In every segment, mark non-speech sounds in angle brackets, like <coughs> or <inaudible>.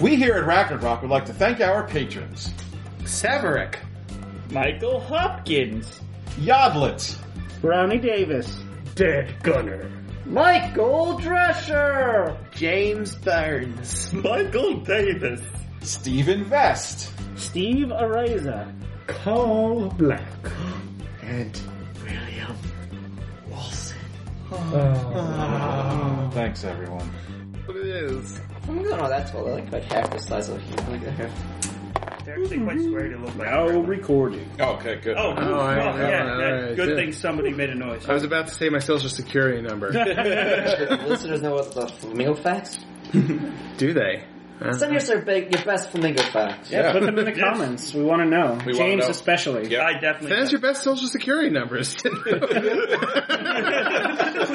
We here at Ragnarok would like to thank our patrons Severick, Michael Hopkins. Yodlet, Brownie Davis. Dead Gunner. Michael Drescher. James Burns, Michael Davis. Stephen Vest, Steve Areza. Carl Black. and William Wilson. Thanks, everyone. What it is? I'm going on that toilet like about half the size of you. Like half. They're actually quite square to look like. Now recording. Okay, good. Oh, Oh, I- fuck, yeah, yeah, all that- right, good good. thing somebody made a noise. I was about to say my social security number. <laughs> Listeners know what the flamingo <laughs> facts? Do they? Huh? Send us your, big, your best flamingo facts. Yeah, put them in the Yes. comments. We want to know. We wanna James know. especially. Yeah. I definitely. Send us <laughs> your best social security numbers. <laughs> Please don't. Send us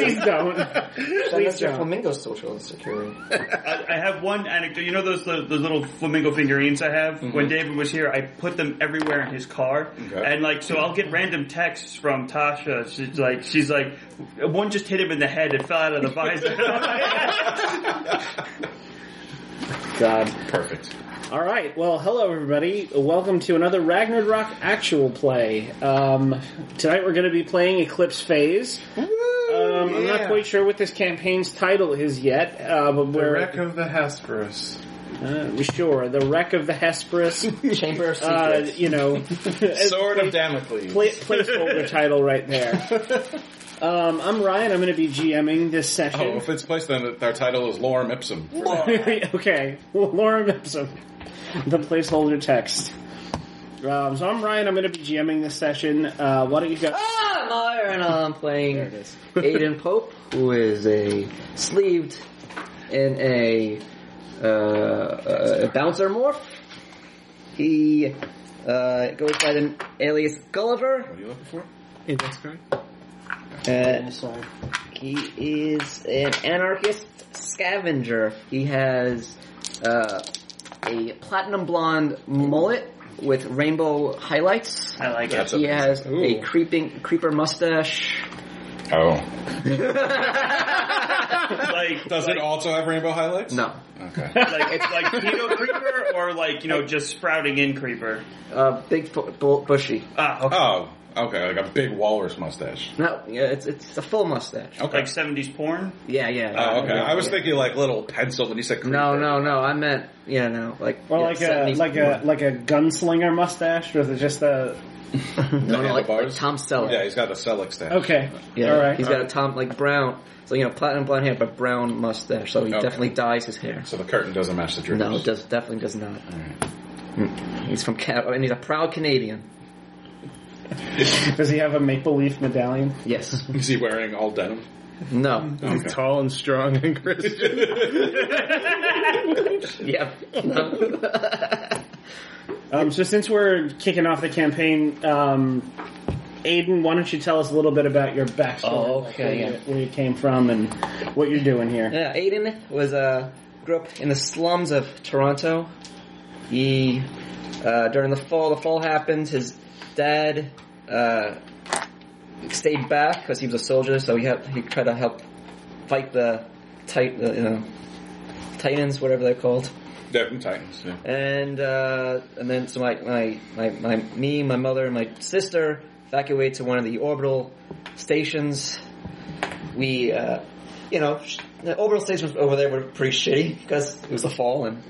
Please your don't. flamingo social <laughs> security. I, I have one anecdote. You know those those, those little flamingo figurines I have. When David was here, I put them everywhere in his car, Mm-hmm. Okay. and like so, I'll get random texts from Tasha. She's like, she's like, one just hit him in the head and fell out of <laughs> the visor. God. Perfect. All right. Well, hello everybody. Welcome to another Ragnarok actual play. Um, tonight we're going to be playing Eclipse Phase. Um, I'm not quite sure what this campaign's title is yet, uh, but The we're wreck of the Hesperus. uh, sure the wreck of <laughs> the Hesperus. Chamber of uh, Secrets. you know, Sword of Damocles. pla- placeholder title <laughs> right there. Um, I'm Ryan. I'm going to be GMing this session. Oh, if it's placed, then our title is Lorem Ipsum. <laughs> okay, well, Lorem Ipsum, the placeholder text. Um, so I'm Ryan. I'm going to be GMing this session. Uh, why don't you go? Ah, I'm Iron. I'm playing is. Aiden Pope, who is a sleeved in a, uh, a bouncer morph. He uh, goes by the alias Gulliver. What are you looking for? Uh, he is an anarchist scavenger. He has uh, a platinum blonde mullet with rainbow highlights. I like it. That's He has Ooh. a creeping creeper mustache. Oh. Like Does like, it also have rainbow highlights? No. Okay. like it's like keto creeper or like you know just sprouting in creeper. Uh, big fo- bu- bushy. Ah, okay. Oh, okay. Like a big walrus mustache. No, yeah, it's it's a full mustache. Okay. like seventies porn. Yeah, yeah. Oh, okay. yeah, I was yeah. thinking like little pencil when you said creeper. No, no, no. I meant yeah, no, like Or yeah, like a 70s like a like a gunslinger mustache, or is it just a? no, no, like, like handlebars? Tom Selleck. Yeah, he's got the Selleck stash. Okay, Yeah, all right. he's got a Tom like brown, so you know, platinum blonde hair, but brown mustache. So he Okay. definitely dyes his hair. So the curtain doesn't match the drapes. No, it does definitely does not. Mm. He's from Cap, and he's a proud Canadian. Does he have a maple leaf medallion? Yes. <laughs> Is he wearing all denim? <laughs> no. Okay. Tall and strong and Christian. Yep. No. Um, so since we're kicking off the campaign, um, Aiden, why don't you tell us a little bit about your backstory? Oh, like okay, where, yeah. you, where you came from and what you're doing here. Yeah, Aiden was uh, grew up in the slums of Toronto. He uh, during the fall, the fall happened. His dad uh, stayed back because he was a soldier, so he had, he tried to help fight the tit- uh, you know, Titans, whatever they're called. Definitely Titans. Yeah. And uh, and then so my, my my my me, my mother, and my sister evacuate to one of the orbital stations. We, uh, you know, sh- the orbital stations over there were pretty shitty because it was the fall and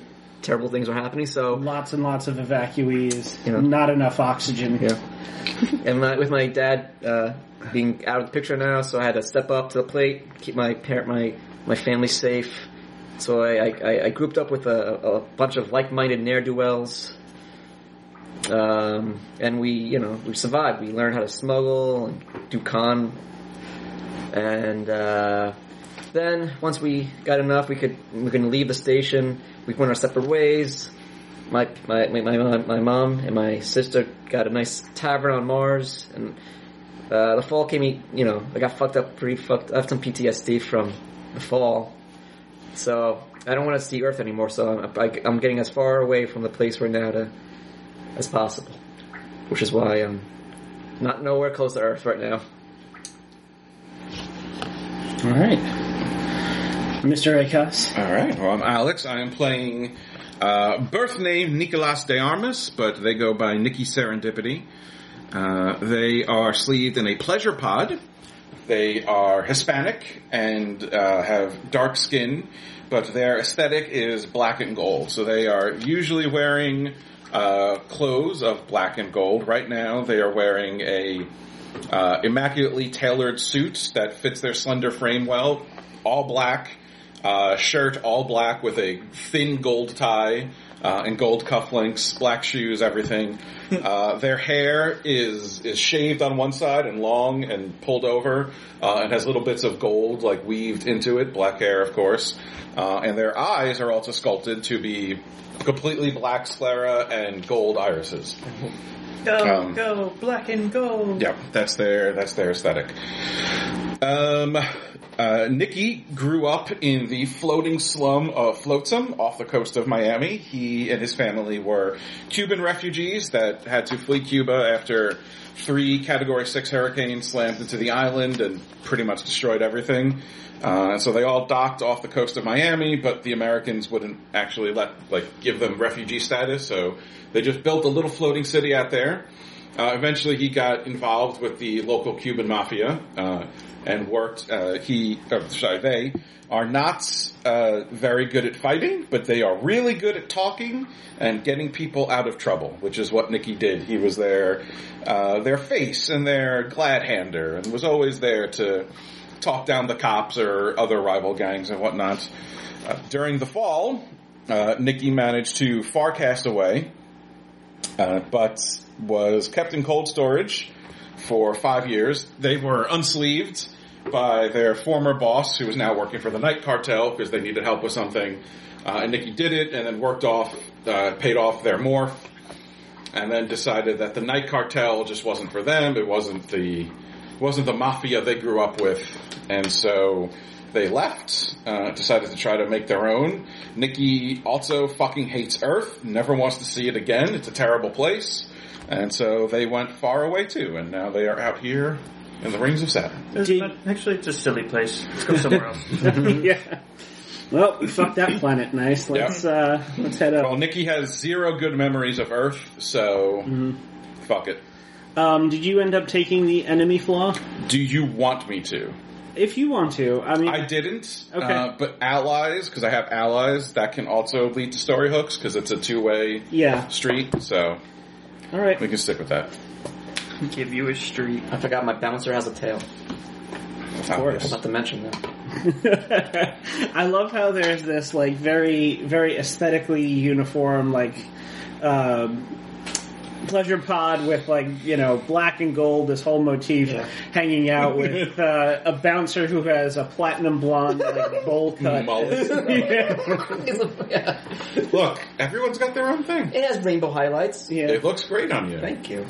terrible things were happening. So Lots and lots of evacuees. Yeah. Not enough oxygen. yeah, and my, with my dad uh, being out of the picture now, so I had to step up to the plate, keep my parent, my my family safe. So I I, I- I grouped up with a, a bunch of like-minded ne'er do wells, um, and we you know we survived. We learned how to smuggle and do con, and uh, then once we got enough, we could we could leave the station. We went our separate ways my my my my mom, my mom and my sister got a nice tavern on Mars, and uh, the fall came. You know, I got fucked up, pretty fucked. I have some PTSD from the fall, so I don't want to see Earth anymore. So I'm I, I'm getting as far away from the place we're now to as possible, which is why I'm not nowhere close to Earth right now. All right. Mr. Akos. All right. Well, I'm Alex. I am playing uh, birth name Nicolas de Armas, but they go by Nikki Serendipity. Uh, they are sleeved in a pleasure pod. They are Hispanic and uh, have dark skin, but their aesthetic is black and gold. So they are usually wearing uh, clothes of black and gold. Right now, they are wearing a uh, immaculately tailored suits that fits their slender frame well, all black, uh, shirt all black with a thin gold tie uh, and gold cufflinks, black shoes, everything. Uh, their hair is is shaved on one side and long and pulled over, uh, and has little bits of gold like weaved into it. Black hair, of course, uh, and their eyes are also sculpted to be completely black sclera and gold irises. Go, Um, go, black and gold. Yeah, that's their that's their aesthetic. Um, uh, Nikki grew up in the floating slum of Flotsam off the coast of Miami. He and his family were Cuban refugees that had to flee Cuba after three Category 6 hurricanes slammed into the island and pretty much destroyed everything. Uh, and so they all docked off the coast of Miami, but the Americans wouldn't actually let, like, give them refugee status, so they just built a little floating city out there. Uh, eventually, he got involved with the local Cuban mafia uh, and worked. Uh, he, uh, sorry, they are not uh, very good at fighting, but they are really good at talking and getting people out of trouble, which is what Nicky did. He was their uh, their face and their glad hander, and was always there to talk down the cops or other rival gangs and whatnot. Uh, during the fall, uh, Nicky managed to far cast away uh, but was kept in cold storage for five years. They were unsleeved by their former boss, who was now working for the Night Cartel because they needed help with something. Uh, and Nikki did it, and then worked off, uh, paid off their morph, and then decided that the Night Cartel just wasn't for them. It wasn't the wasn't the mafia they grew up with, and so they left. Uh, decided to try to make their own. Nikki also fucking hates Earth. Never wants to see it again. It's a terrible place, and so they went far away too. And now they are out here in the rings of Saturn. Did- Actually, it's a silly place. Let's go somewhere else. <laughs> yeah. Well, we fucked that planet nice. Let's uh, let's head Well, up. Nikki has zero good memories of Earth, so fuck it. Um, did you end up taking the enemy flaw? Do you want me to? If you want to, I mean, I didn't. Okay. Uh, but allies, because I have allies, that can also lead to story hooks because it's a two way yeah. street. So All right. we can stick with that. Give you a street. I forgot my bouncer has a tail. Of Not to mention that. <laughs> <laughs> I love how there's this like very very aesthetically uniform like um, pleasure pod with like you know black and gold this whole motif hanging out with uh, a bouncer who has a platinum blonde like bowl cut. <laughs> yeah. yeah. Look, everyone's got their own thing. It has rainbow highlights. Yeah. It looks great on you. Thank you.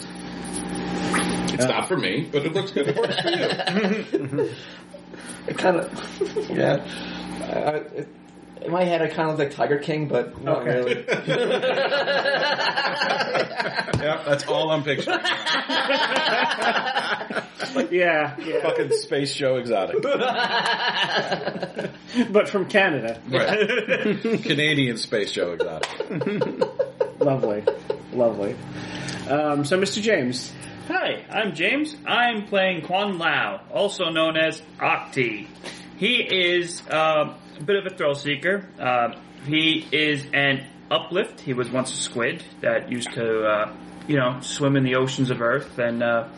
It's not for me, but it looks good. It works for you. It kind of, yeah. I, it, Uh, in my head, I kind of look like Tiger King, but not Okay. really. <laughs> yeah, that's all I'm <laughs> picturing. yeah, yeah. Fucking space show exotic. but from Canada. Right. <laughs> Canadian space show exotic. Lovely, lovely. Um, so, Mr. James, Hi, I'm James. I'm playing Quan Lao, also known as Octi. He is um, a bit of a thrill seeker. Um he is an uplift. He was once a squid that used to, uh, you know, swim in the oceans of Earth. And, uh,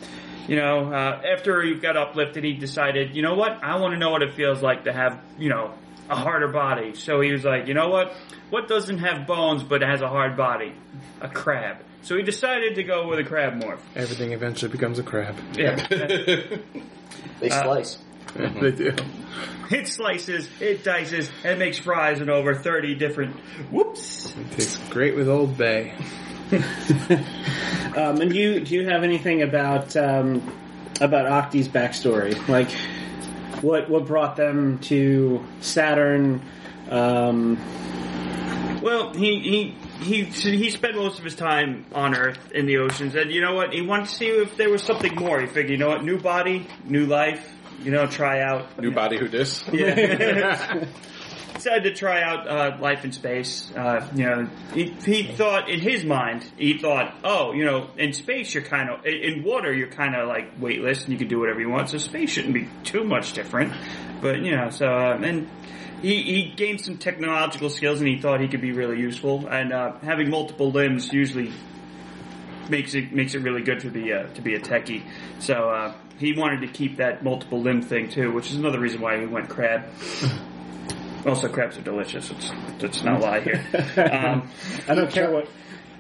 you know, uh, after he got uplifted, he decided, you know what, I want to know what it feels like to have, you know, a harder body. So he was like, you know what, what doesn't have bones but has a hard body? A crab. So he decided to go with a crab morph. Everything eventually becomes a crab. Yeah. They Uh, slice. <laughs> they do. it slices, it dices, and makes fries in over 30 different. Whoops! It tastes great with Old Bay. um, and you, do you have anything about um, about Octi's backstory? Like, what what brought them to Saturn? Um, Well, he. he he, he spent most of his time on Earth in the oceans, and you know what? He wanted to see if there was something more. He figured, you know what? New body, new life. You know, try out. New body who dis? Yeah. decided to try out uh, life in space. Uh, you know, he, he thought in his mind, he thought, oh, you know, in space you're kind of in, in water you're kind of like weightless and you can do whatever you want. So space shouldn't be too much different. But you know, so uh, and he, he gained some technological skills and he thought he could be really useful. And uh, having multiple limbs usually makes it makes it really good to be a, to be a techie. So uh, he wanted to keep that multiple limb thing too, which is another reason why he went crab. Also, crabs are delicious. Let's, let's not lie here. Um, I don't care what.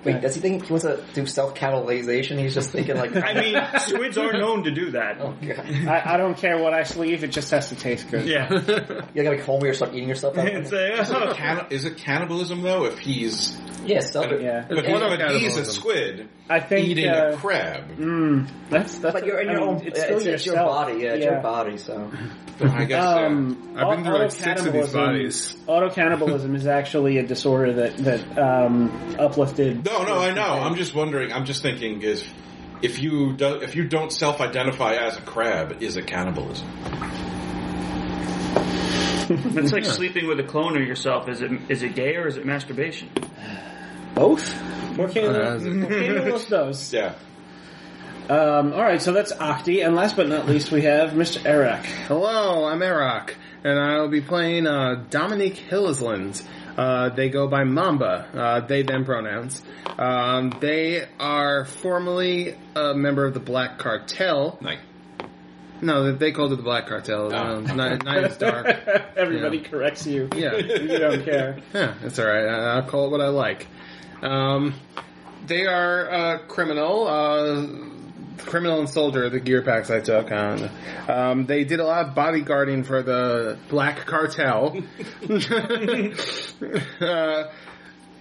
Wait, does he think he wants to do self catalyzation? He's just <laughs> thinking like, I mean, squids are known to do that. oh god, I, I don't care what I sleeve. It just has to taste good. Yeah. you're gonna be home or start eating yourself. Up? <laughs> It's oh, a- Can- is it cannibalism though? If he's yeah, self. Yeah. but It's what not if it- he's a cannibalism. squid I think eating uh, a crab? mm, that's that's. But you're in I your mean, own. It's yeah, still it's, it's your yourself. body. Yeah, it's your body. So I guess. uh, Um, I've been through like auto six of these cannibalism- bodies. Auto cannibalism is actually a disorder that that um, uplifted. no, no, I know. I'm just wondering. I'm just thinking is if you do, if you don't self-identify as a crab, is it cannibalism? it's like sleeping with a clone of yourself. Is it is it gay or is it masturbation? Both. Working Uh, on that's it. both <laughs> those. Yeah. Um, all right, so that's Octi, and last but not least, we have Mr. Eric. Hello, I'm Eric, and I'll be playing uh, Dominique Hillislands. Uh, they go by Mamba, uh, they them pronouns. Um, they are formerly a member of the Black Cartel. Like No, they- they called it the Black Cartel. Oh. Um, night, night is dark. <laughs> Everybody Yeah. corrects you. Yeah. You don't <laughs> care. Yeah, that's all right. I- I'll call it what I like. Um, they are uh, criminal, uh, criminal and soldier. The gear packs I took on. Um, they did a lot of bodyguarding for the black cartel. <laughs> uh,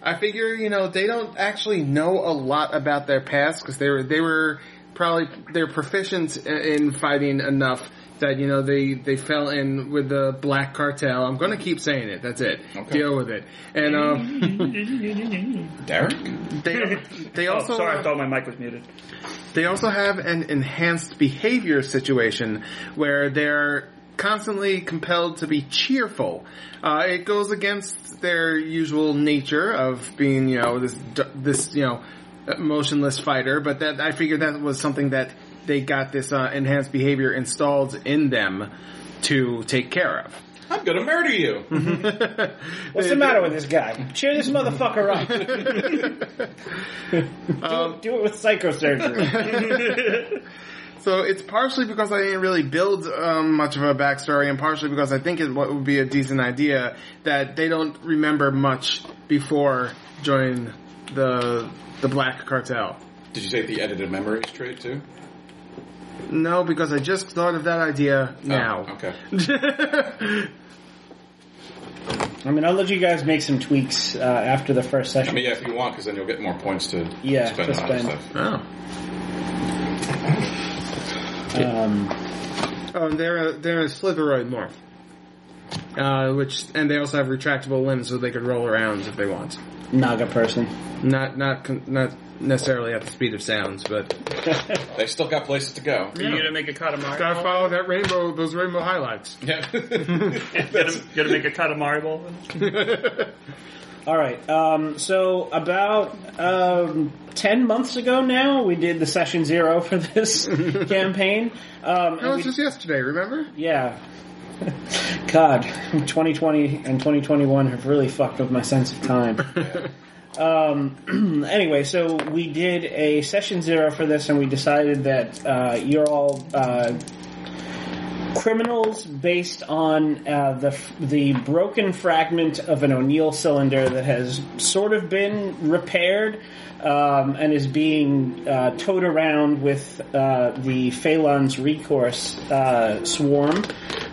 I figure you know they don't actually know a lot about their past because they were they were probably they're proficient i- in fighting enough that you know they they fell in with the black cartel. I'm going to keep saying it. That's it. Deal with it. And um, Derek. they they Oh, also sorry, I thought my mic was muted. they also have an enhanced behavior situation where they're constantly compelled to be cheerful. Uh, it goes against their usual nature of being, you know, this this you know motionless fighter. But that I figured that was something that they got this uh, enhanced behavior installed in them to take care of. I'm gonna murder you. <laughs> What's the matter with this guy? Cheer this motherfucker up. <laughs> Um, do, it, do it with <laughs> psychosurgery. So it's partially because I didn't really build um, much of a backstory, and partially because I think it what would be a decent idea that they don't remember much before joining the the Black Cartel. Did you say the edited memories trait too? No, because I just thought of that idea now. Oh, <laughs> okay. I mean, I'll let you guys make some tweaks uh, after the first I session. mean, yeah, if you want, because then you'll get more points to Yeah, spend to on other spend. stuff. oh. Um, Oh, and they're a, they're a slitheroid morph. Uh, which and they also have retractable limbs, so they could roll around if they want. Naga person. Not not con- not necessarily at the speed of sounds, but They still got places to go. Are you gonna make a katamari? gotta follow that rainbow, those rainbow highlights. <laughs> Yeah. Gonna, gonna make a katamari ball? All right. Um, so about um, ten months ago now, we did the session zero <laughs> for this campaign. Um, and That we- was just yesterday, remember? yeah. <laughs> God, 2020 and 2021 have really fucked with my sense of time. um, <clears throat> anyway, so we did a session zero for this, and we decided that uh, you're all uh, criminals based on uh, the the broken fragment of an O'Neill cylinder that has sort of been repaired um, and is being uh, towed around with uh, the Phelan's recourse uh, swarm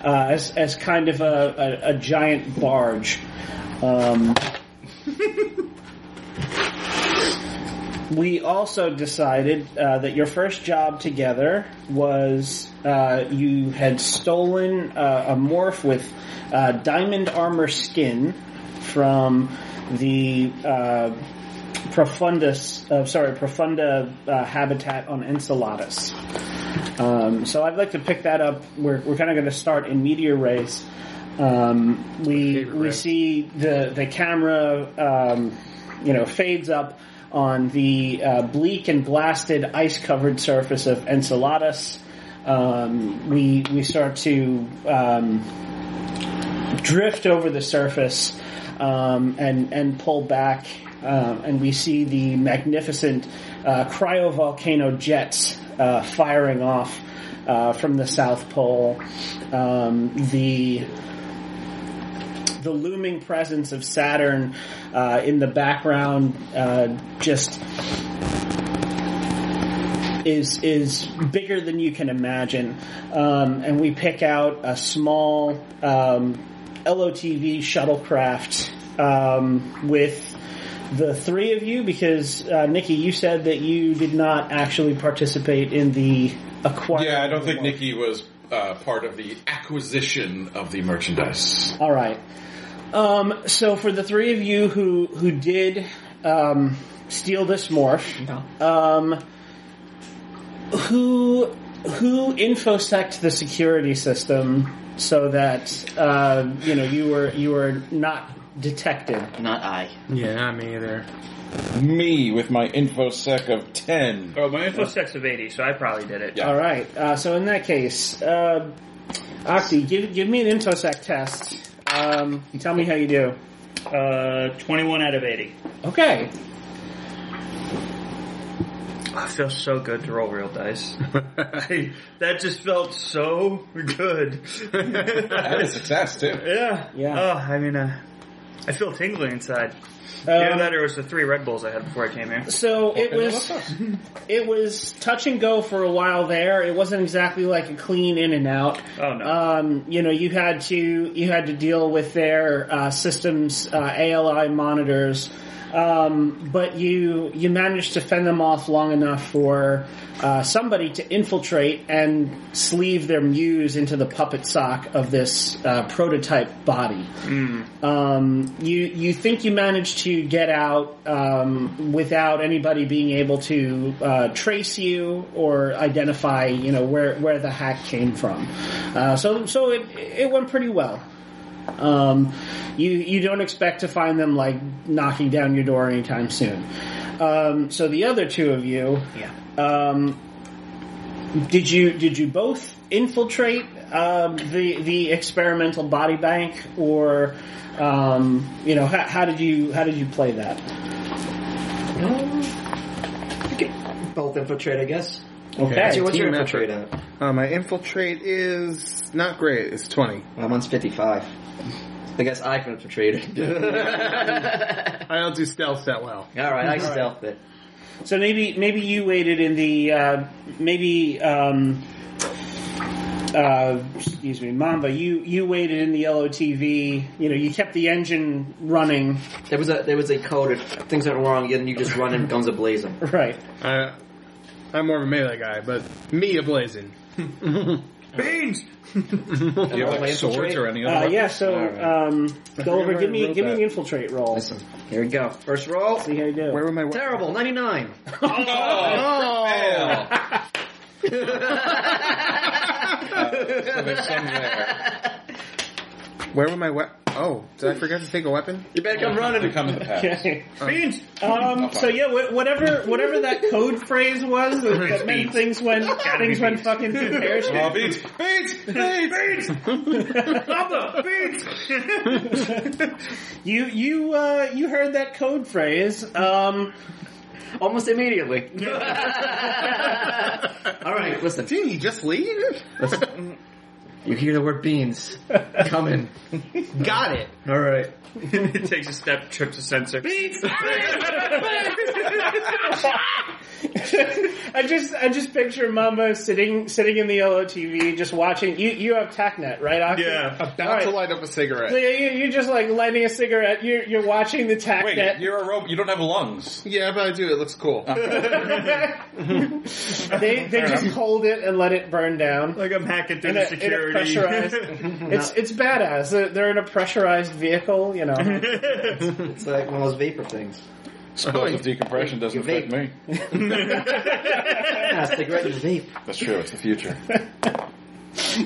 uh, as as kind of a, a, a giant barge. Um, we also decided uh, that your first job together was uh, you had stolen uh, a morph with uh, diamond armor skin from the uh, profundus, uh, sorry, profunda uh, habitat on Enceladus. Um, so I'd like to pick that up. We're, we're kind of going to start in meteor rays. Um, we Favorite we route. see the the camera, um, you know, fades up on the uh, bleak and blasted ice covered surface of Enceladus. Um, we we start to um, drift over the surface um, and and pull back, um, and we see the magnificent uh, cryovolcano jets uh, firing off uh, from the South Pole. Um, the the looming presence of Saturn uh, in the background uh, just is is bigger than you can imagine, um, and we pick out a small um, LOTV shuttlecraft um, with the three of you because uh, Nikki, you said that you did not actually participate in the acquire. Yeah, I don't think Nikki was uh, part of the acquisition of the merchandise. All right. Um, so for the three of you who who did um, steal this morph, Uh, um, who who infosect the security system so that uh, you know you were you were not detected? Not I. Yeah, not me either. Me with my infosec of ten. Oh, my info sex of 80, so I probably did it. Yeah. All right. Uh, so in that case, uh, Oxy, give give me an infosec test. Um, tell me how you do. Uh, 21 out of 80. Okay. I feel so good to roll real <laughs> dice. I- that just felt so good. That is success too. <laughs> yeah. Yeah. Oh, I mean, uh, I feel tingling inside. Either Um, that or it was the three Red Bulls I had before I came here. So it was <laughs> it was touch and go for a while there. It wasn't exactly like a clean in and out. Oh, no. Um, you know, you had to you had to deal with their uh, systems uh, ALI monitors, um, but you you managed to fend them off long enough for uh, somebody to infiltrate and sleeve their muse into the puppet sock of this uh, prototype body. Um, you you think you managed to get out um, without anybody being able to uh, trace you or identify you know where where the hack came from. Uh, so so it it went pretty well. Um, you you don't expect to find them like knocking down your door anytime soon. Um, so the other two of you, Yeah. um, did you did you both infiltrate um, the the experimental body bank, or um, you know how, how did you how did you play that? Both infiltrate, I guess. Okay, Actually, what's your team infiltrate effort. at? Uh, my infiltrate is not great. It's twenty. Well, mine's 55. I guess I <laughs> can <laughs> infiltrate it. I don't do stealth that well. Alright, I stealth it. so maybe maybe you waited in the uh, maybe. Um, uh, excuse me, Mamba. You you waited in the LOTV. You know, you kept the engine running. There was a there was a code if things went wrong, then you just run and guns ablazing. Right. I, I'm more of a melee guy, but me a <laughs> blazing. Beans! <laughs> Do you have like swords or any other? Uh, yeah. So, um, go over. Give me wrote give me that. the infiltrate roll. See Listen, here we go. First roll. how you do. Where were my we- Terrible, 99. Uh, Oh, Oh! <laughs> Uh, so there's some there. you Where were my we- Oh, did I forget to take a weapon? better come To running. come in the past. Okay. <laughs> Beans! Um, so yeah, wh- whatever whatever that code <laughs> phrase was that, that meant things went things went fucking to pear Oh, shaped. beats, beats, beats, beats. Papa! Beans! You you uh, you heard that code phrase. Um, <laughs> Almost immediately. Alright, listen. Didn't you just leave? listen. You hear the word beans. Coming. Got it. Alright. it takes a step, trips a sensor. Beans! I just I just picture Mamba sitting sitting in the LOTV just watching. You you have TechNet right? Octave? Yeah. About to light up a cigarette. So you, you're just like lighting a cigarette. You're you're watching the Wait, TechNet. you're a robot. You don't have lungs. yeah, but I do. It looks cool. <laughs> they they just hold it and let it burn down. Like I'm hacking through in the a, security. in a <laughs> pressurized. it's it's badass. They're, they're in a pressurized vehicle, <laughs> you know. It's like one of those vapor things. Explosive decompression doesn't you affect me. Yeah, cigarette and vape. <laughs> That's true. It's the future.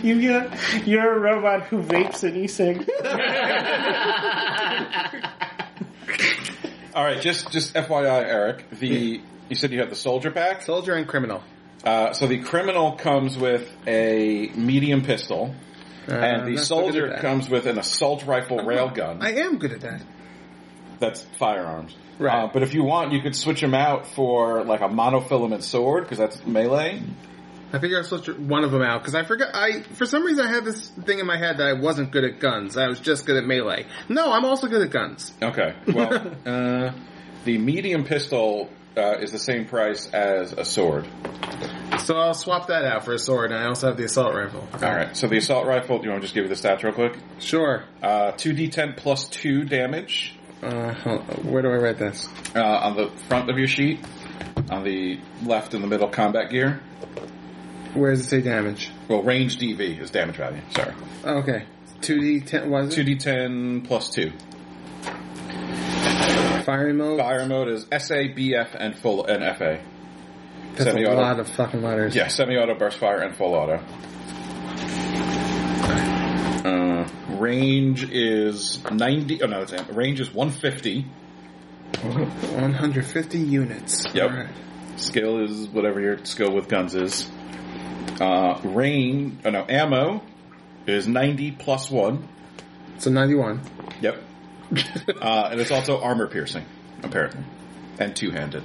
You get, you're a robot who vapes and e-cig. All right, just just FYI, Eric. The you said you had the soldier pack. Soldier and criminal. Uh, so the criminal comes with a medium pistol, Uh, and I'm the not so good soldier at that. comes with an assault rifle railgun. I am good at that. That's firearms. Right. Uh, but if you want, you could switch them out for like a monofilament sword because that's melee. I figure I'll switch one of them out because I forgot. I for some reason I had this thing in my head that I wasn't good at guns. I was just good at melee. No, I'm also good at guns. Okay. <laughs> Well, uh, the medium pistol uh, is the same price as a sword. So I'll swap that out for a sword, and I also have the assault rifle. All right. So the assault rifle. Do you want to just give you the stats real quick? Sure. Uh, two d10 plus two damage Uh, hold- where do I write this? uh, on the front of your sheet, on the left in the middle combat gear. Where does it say damage? Well, range DV is damage value. Sorry, Okay, two D ten. Was two it d10 plus two. firing mode? Fire mode is SA, BF, and full and FA. That's a semi-auto. lot of fucking letters. Yeah, semi-auto, burst fire, and full auto. Uh, range is ninety. Oh no, it's range is one fifty. <laughs> one hundred fifty units. Yep. All right. Skill is whatever your skill with guns is. Uh, rain, oh no, ammo is 90 plus 1. So ninety-one. Yep. <laughs> uh, and it's also armor piercing, apparently. And two handed.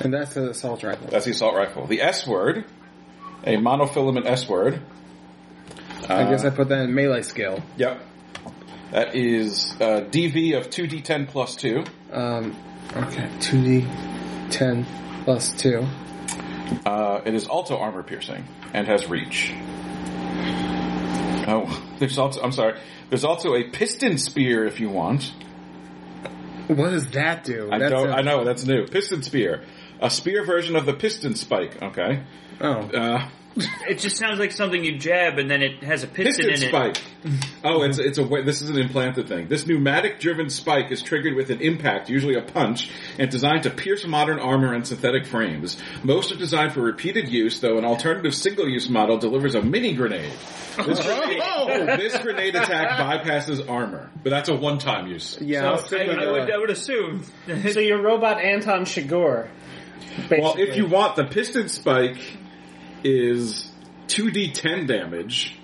And that's the assault rifle. That's the assault rifle. The S word, a monofilament S word. I guess Uh, I put that in melee skill. Yep. That is uh, DV of 2d10 plus 2. Um, okay, two D ten plus two. Uh, it is also armor piercing and has reach. Oh, there's also, I'm sorry, there's also a piston spear if you want. What does that do? I don't. a- I know that's new. Piston spear, a spear version of the piston spike. Okay. Oh, Uh, <laughs> It just sounds like something you jab and then it has a piston, piston in it. spike. Oh, it's it's a wa- this is an implanted thing. This pneumatic driven spike is triggered with an impact, usually a punch, and designed to pierce modern armor and synthetic frames. Most are designed for repeated use, though an alternative single use model delivers a mini grenade. This grenade, this grenade attack bypasses armor, but that's a one time use. yeah. I'll I, stick with I, the- would, I <laughs> would assume. so your robot Anton Chigurh. Basically. Well, if you want, the piston spike is 2d10 damage,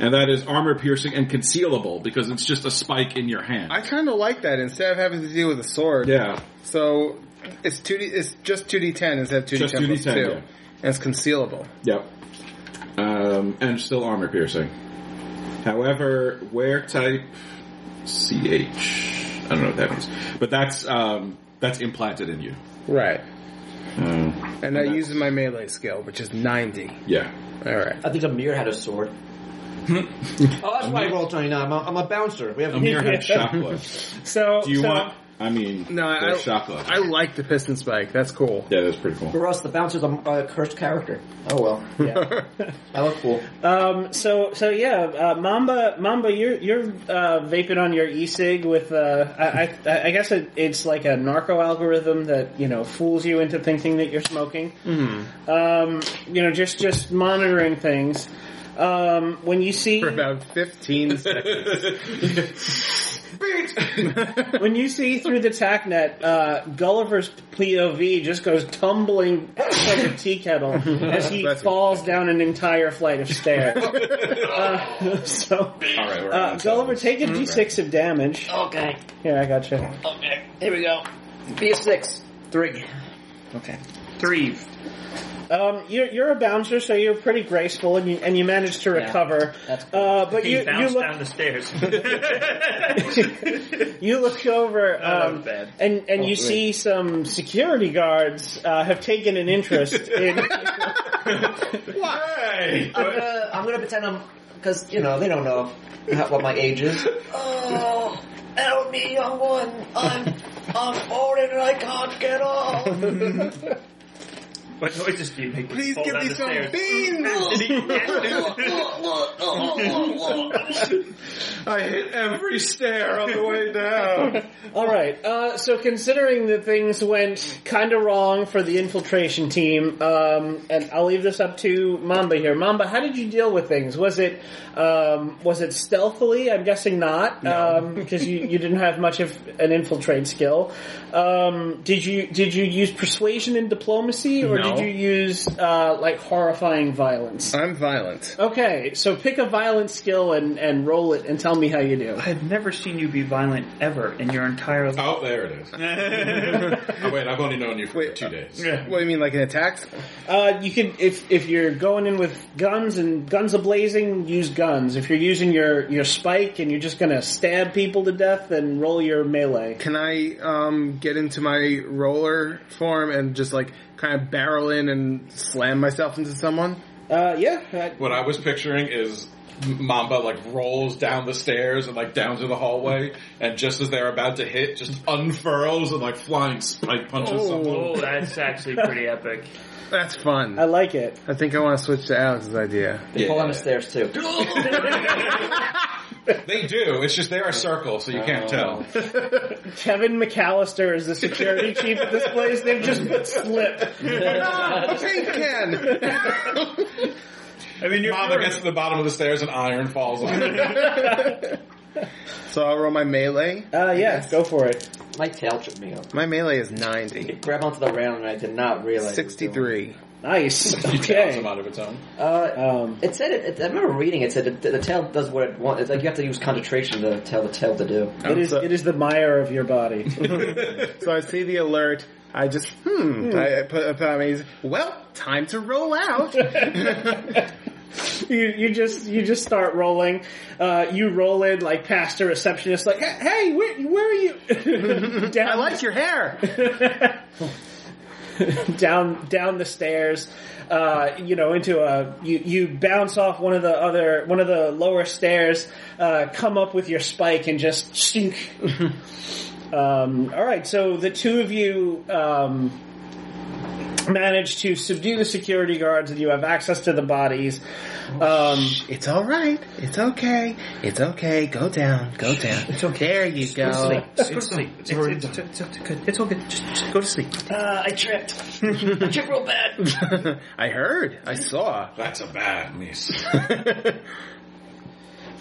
and that is armor piercing and concealable because it's just a spike in your hand. I kind of like that instead of having to deal with a sword. yeah. So it's two D. It's just two D ten instead of two D Just ten plus 2d10, two, yeah. and it's concealable. Yep. Um, and still armor piercing. However, wear type CH. I don't know what that means, but that's um, that's implanted in you. Right. Uh, And I use my melee skill, which is ninety. yeah. All right. I think Amir had a sword. oh, that's why I rolled 29. I'm a, I'm a bouncer. We have a Amir <laughs> had shoplift. so, Do you so- want? I mean, No, I- there's shoplift. I like the piston spike. That's cool. yeah, that's pretty cool. <laughs> For us, the bouncer's a uh, cursed character. Oh, well. I look cool. Um, so so yeah, uh, Mamba Mamba, you're you're uh, vaping on your e-cig with uh, I, I, I guess it, it's like a narco algorithm that you know fools you into thinking that you're smoking. Mm-hmm. Um, you know, just just monitoring things. Um, when you see For about <laughs> fifteen seconds. <laughs> when you see through the tack net, uh, Gulliver's POV just goes tumbling like a tea kettle as he Bless him. falls down an entire flight of <laughs> stairs. uh, so, All right, we're uh, on to- Gulliver, take a d6 of damage. Okay. Here, I got you. Okay. Here we go. Be a six. Three. Okay. Three. Um, you're, you're a bouncer, so you're pretty graceful, and you, and you manage to recover. that's uh, but He you, you bounced look down the <laughs> stairs. <laughs> you look over that was um, bad. and and you see some security guards uh, have taken an interest in. Hey! I'm gonna, I'm gonna pretend I'm, because, you know, they don't know how, what my age is. Oh, help me, young one. I'm, I'm falling and I can't get off. What noises do you make? when Please you fall give down me the some stairs? <laughs> beans! I hit every stair on the way down. All right. Uh, so considering that things went kind of wrong for the infiltration team, um, and I'll leave this up to Mamba here. Mamba, how did you deal with things? Was it um, was it stealthily? I'm guessing not, because you, you didn't have much of an infiltrate skill. Um, did you did you use persuasion and diplomacy, or No. Uh. did you use uh, like horrifying violence? <laughs> I'm violent. Okay, so pick a violence skill and, and roll it and tell me how you do. I've never seen you be violent ever in your entire life. Oh, there <laughs> it is. oh, wait, I've only known you for Wait, two uh, days. What do you mean, like an attack? Uh, you could if if you're going in with guns and guns a blazing, use guns. If you're using your your spike and you're just gonna stab people to death, then roll your melee. Can I um, get into my roller form and just like kind of barrel in and slam myself into someone? Uh, yeah, that- What I was picturing is Mamba like rolls down the stairs and like down to the hallway, and just as they're about to hit, just unfurls and like flying spike punches someone. Oh, that's actually pretty epic. That's fun. I like it. I think I want to switch to Alex's <laughs> idea. They fall down the stairs too. They do. It's just they are circle, so you can't tell. <laughs> Kevin McAllister is the <laughs> security chief at this place. They've just put slip. A paint can. <laughs> I mean, you're Mamba gets to the bottom of the stairs and iron falls on <laughs> her. so I'll roll my melee. Uh, yeah, go for it. My tail tripped me up. My melee is ninety. Grab onto the rail and I did not realize. it was doing- Sixty-three. <laughs> Nice. She tails Okay. him out of its own. Uh, Um, it said it, it- I remember reading it said that the, the tail does what it wants. It's like you have to use concentration to tell the tail to do. it is it is the mire of your body. <laughs> So I see the alert. I just hmm. I, I put up on me. Well, time to roll out. you you just you just start rolling. Uh, you roll in like past the receptionist, like, "Hey, hey, where, where are you?" <laughs> down, I like your hair. <laughs> down down the stairs. Uh, you know, into a you you bounce off one of the other one of the lower stairs. Uh, come up with your spike and just sink. um, all right, so the two of you. Um, Manage to subdue the security guards, and you have access to the bodies. Um, It's all right. It's okay. It's okay. Go down. Go down. <laughs> It's okay. There you go. Just go to sleep. It's, it's, it's, it's, it's, it's all good. Just, just go to sleep. Uh, I tripped. I tripped real bad. <laughs> I heard. I saw. That's a bad miss.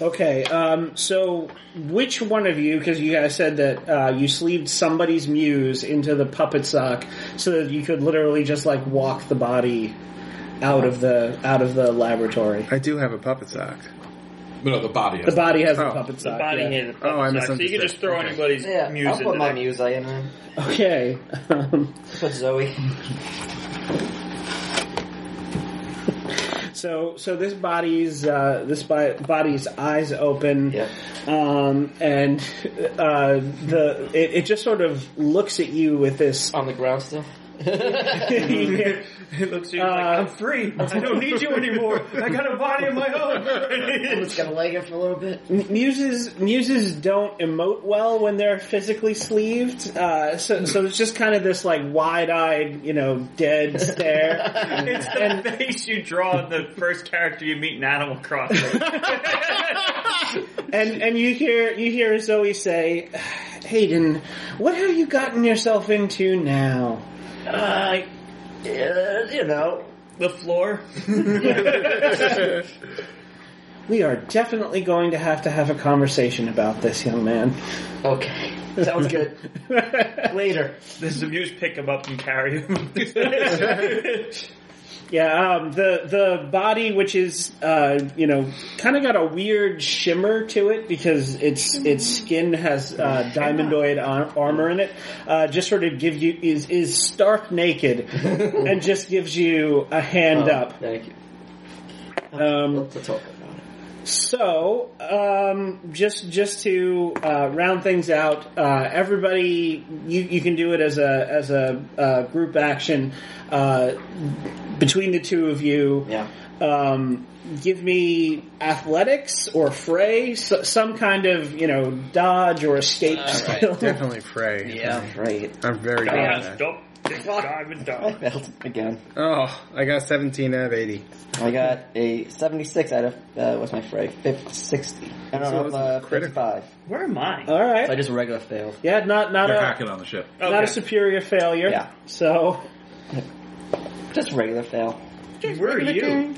Okay, um, so which one of you, because you guys said that uh, you sleeved somebody's muse into the puppet sock so that you could literally just like walk the body out of the out of the laboratory. I do have a puppet sock. No, the body. The Is. body has Oh, the puppet sock. Body yeah. hit Oh, I So you misunderstood. can just throw Okay. anybody's Yeah, muse I'll put into my that. muse in there. Okay. Um, Put Zoe. <laughs> so so this body's uh, this bi- body's eyes open, Yeah. um, and uh, the it, it just sort of looks at you with <laughs> this <laughs> On the ground still. <laughs> it looks at you like, Uh, I'm free. I <laughs> don't need you anymore. I got a body of my I'm own. just gonna lay here for a little bit. M- Muses muses don't emote well when they're physically sleeved, uh, so so it's just kind of this like wide eyed, you know, <laughs> dead stare. <laughs> it's the face you draw in the first character you meet in Animal Crossing. and and you hear you hear Zoe say, "Hayden, what have you gotten yourself into now?" Uh, yeah, you know. the floor. <laughs> We are definitely going to have to have a conversation about this, young man. <laughs> Okay. Sounds good. Later. This is a muse pick him up and carry him. <laughs> Yeah, um, the the body, which is uh, you know, kind of got a weird shimmer to it because its its skin has uh, diamondoid ar- armor in it. Uh, just sort of give you is is stark naked and just gives you a hand up. Oh, Thank you. Um, Let's talk about it. so, um, just just to uh, round things out, uh, everybody, you, you can do it as a as a uh, group action uh, between the two of you. Yeah. Um, give me athletics or fray, s some kind of you know dodge or escape skill. Definitely pray. Right. I'm very good at that. Stop. <laughs> Diamond dog. Failed again. Oh, I got 17 out of 80. I got a 76 out of uh, what's my fray? Fif- 60. I don't So know, it's uh, critical. 55. Where am I? <laughs> All So I right. just regular failed. Yeah, not not They're a hacking on the ship. not a Okay. superior failure. Yeah. So Just regular fail. Where are you?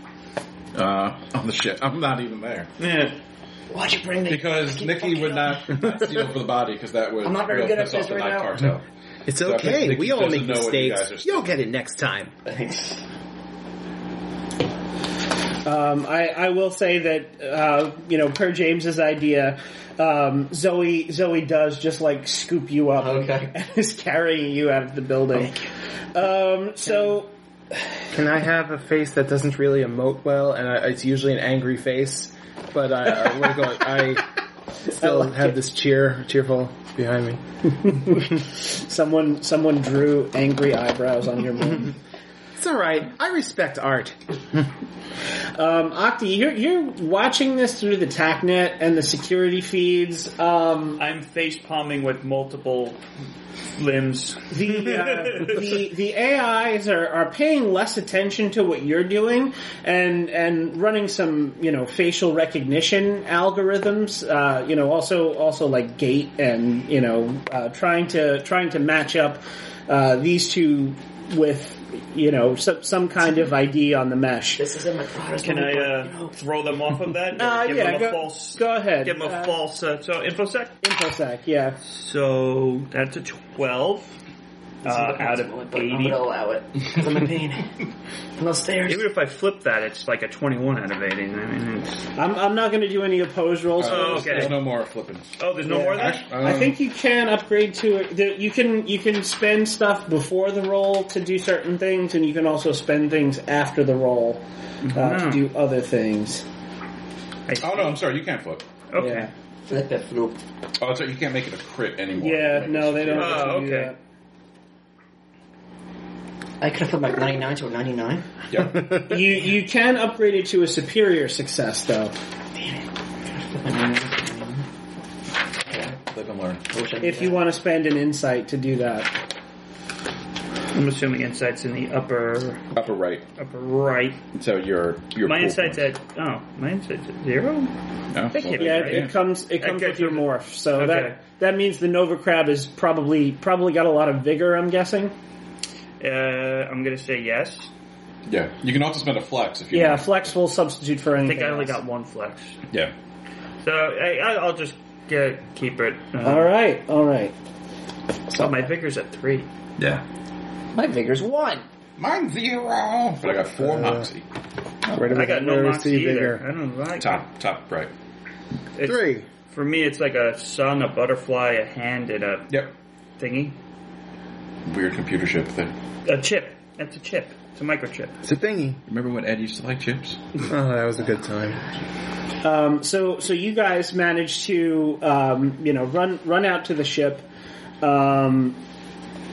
uh, on the ship. I'm not even there Yeah. Why'd you bring me? because Nikki would not, not steal for the body because that would I'm not very really good at piss off this the right knife now. <laughs> cartel. It's So I think okay. Nikki We all doesn't make know what you guys mistakes. are You'll get it next time. Thanks. Um, I, I will say that uh, you know, per James's idea, um, Zoe Zoe does just like scoop you up Okay. <laughs> and is carrying you out of the building. Um, so <laughs> Can I have a face that doesn't really emote well, and I, it's usually an angry face? But I, I, we're going, <laughs> I still have this cheer, cheerful behind me. someone someone drew angry eyebrows on your moon. It's all right. I respect art. Um, Octi, you're you're watching this through the TACnet and the security feeds. Um, I'm face palming with multiple limbs. the, <laughs> uh, the the AIs are, are paying less attention to what you're doing and and running some you know facial recognition algorithms. Uh, you know, also also like gait and you know uh, trying to trying to match up uh, these two with you know some some kind of ID on the mesh. This isn't my father's Can I money, but, you uh, know. throw them off of that? Uh, give yeah, them a go- false. go ahead. Give them a Uh, false. Uh, so infosec. InfoSec, yeah. So that's a twelve uh, out But I'm of gonna eighty. allow it because I'm in pain. I'm upstairs. Even if I flip that, it's like a twenty-one out of eighty. I mean, it's- I'm I'm not going to do any opposed rolls. Uh, for Oh, there's- okay. There's no more flipping. oh, there's no more of that. Actu- um, I think you can upgrade to it. the- You can you can spend stuff before the roll to do certain things, and you can also spend things after the roll uh, Hmm. to do other things. Oh no, I'm sorry. You can't flip. Okay. Yeah, Flip it through. Oh, that's right. You can't make it a crit anymore. yeah. Like, No, they don't. Oh, let you do okay. that. I could have put like 99 to a 99. <laughs> Yep. You you can upgrade it to a superior success though. Live and learn. I wish I If you want to spend an insight to do that, I'm assuming insight's in the upper Upper right. upper right. So your your My pool insight's points. at oh, my insight's at zero. No? Thank Well, you. there yeah, go. it, it comes it comes Okay. with your morph. So Okay. that that means the Nova Crab is probably probably got a lot of vigor. I'm guessing. Uh, I'm gonna say yes. Yeah, you can also spend a flex if you Yeah, want. flex will substitute for I anything. think I only else. got one flex, Yeah. so I, I- I'll just get, keep it. Uh, All right, all right. So my vigor's at three. Yeah. My vigor's one. Mine zero. But I got Uh, four moxie. Where do we I got no where do we moxie see either. bigger? I don't like Top top right. It's, Three. For me, it's like a sun, a butterfly, a hand, and a Yep. thingy, Weird computer ship thing. a chip. That's a chip. It's a microchip. It's a thingy. Remember when Ed used to like chips? Oh, that was a good time. Um, so so you guys managed to um, you know run run out to the ship. Um,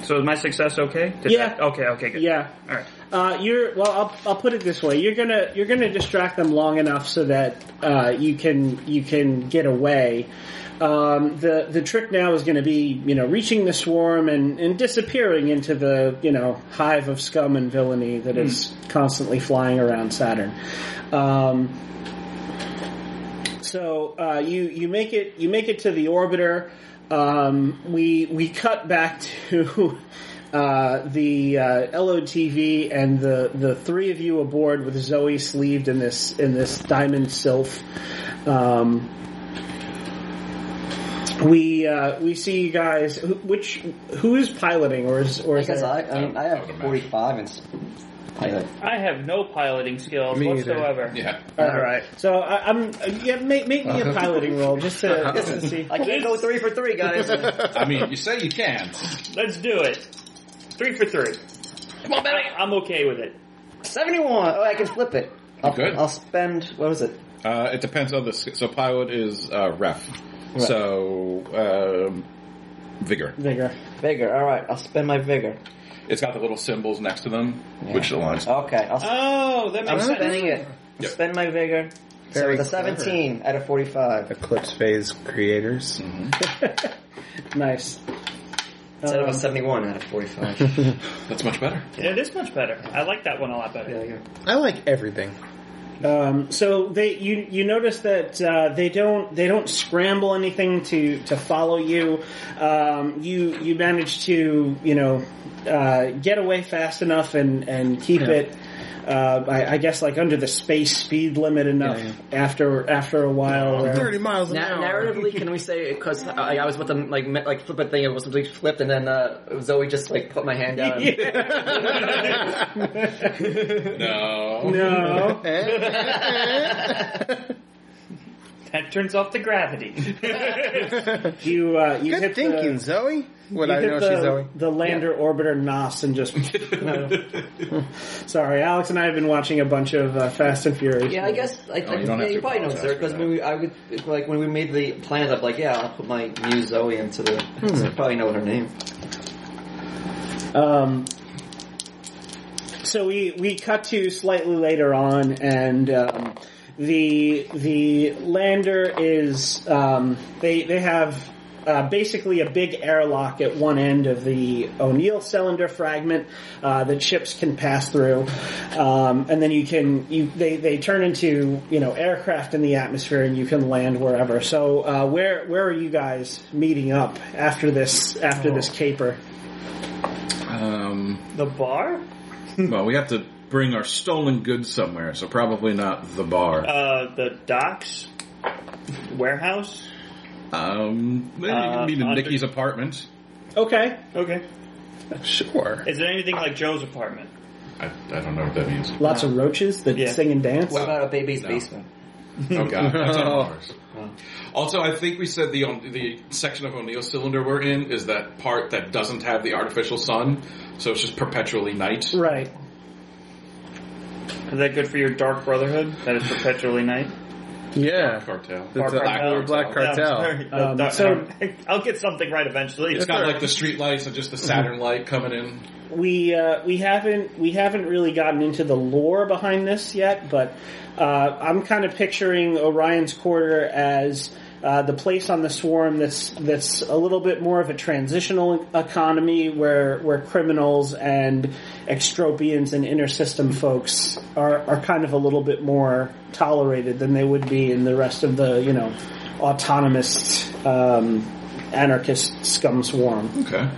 So is my success okay? Did Yeah. that- okay. Okay. Good. yeah. All right. Uh, you're well. I'll, I'll put it this way: you're gonna you're gonna distract them long enough so that uh, you can you can get away. Um, the the trick now is going to be you know reaching the swarm and, and disappearing into the you know hive of scum and villainy Hmm. that is constantly flying around Saturn. Um, So uh, you you make it you make it to the orbiter. Um, we we cut back to <laughs> uh, the uh, LOTV and the the three of you aboard with Zoe sleeved in this in this diamond sylph. Um, we uh, we see you guys. who- Which who is piloting or is or is Because there- I, um, I mean, I have 45 and s- pilot. I have no piloting skills Me either. whatsoever. Yeah. all right? So I, I'm yeah. Make, make me a piloting roll just to, just to see. I can't go three for three, guys. I mean, you say you can. Let's do it. Three for three. Come on, Benny. I'm okay with it. 71. Oh, I can flip it. I'll, Good. I'll spend, what was it? Uh, it depends on the sk- so pilot is uh, ref, so um, vigor. Vigor. Vigor. All right, I'll spend my vigor. It's got the little symbols next to them, which aligns. Okay, I'll, s- Oh, that I'm makes sense. spending it. Yep. Spend my vigor. So Very it's a 17 out of 45. <laughs> Eclipse Phase creators. Nice. Instead of a 71 out of 45. <laughs> yeah, That's much better. It is much better. I like that one a lot better. there you go. I like everything. Um, so they you you notice that uh, they don't they don't scramble anything to to follow you. Um, you you manage to you know uh, get away fast enough and and keep it. Uh, I, I guess like under the space speed limit enough after after a while. where- Thirty miles an Na- hour. narratively, can we say because I, I was with them like me- like flip a thing, it was completely flipped, and then uh, Zoe just like put my hand <laughs> down. <laughs> and- No. no. Eh? That turns off the gravity. <laughs> You uh, you Good hit thinking, the, Zoe. Would you I hit know the, she's Zoe? the lander orbiter nos and just. <laughs> Sorry, Alex and I have been watching a bunch of uh, Fast and Furious. Yeah, I guess I, Oh, I, you don't yeah, have you to probably know, apologize sir, for because that. when we I would like when we made the plan up, like yeah, I'll put my new Zoe into the. so I probably know her name. Um, so we we cut to slightly later on, and um, the the lander is um, they they have. Uh, basically, a big airlock at one end of the O'Neill cylinder fragment uh, that ships can pass through, um, and then you can you they, they turn into you know aircraft in the atmosphere, and you can land wherever. So, uh, where where are you guys meeting up after this after this caper? Um, the bar? well, we have to bring our stolen goods somewhere, so probably not the bar. Uh, the docks? Warehouse? Um, maybe you Uh, can meet in under- Nikki's apartment. Okay, Okay. Sure. Is it anything like Joe's apartment? I, I don't know what that means. Lots of roaches that Yeah. sing and dance. What about a baby's No. basement? Oh god, that's on Mars. Oh. Also, I think we said the the section of O'Neill cylinder we're in is that part that doesn't have the artificial sun, so it's just perpetually night. right. Is that good for your dark brotherhood? That is perpetually night? Oh, Yeah. Cartel. It's a Black or black cartel. <laughs> Yeah, sorry. Um, Uh, so- <laughs> I'll get something right eventually. It's got like the street lights and just the Saturn light coming in. We uh, we haven't we haven't really gotten into the lore behind this yet, but uh, I'm kind of picturing Orion's Quarter as. Uh, the place on the swarm that's that's a little bit more of a transitional economy where where criminals and extropians and inner system folks are, are kind of a little bit more tolerated than they would be in the rest of the you know autonomous um, anarchist scum swarm. Okay.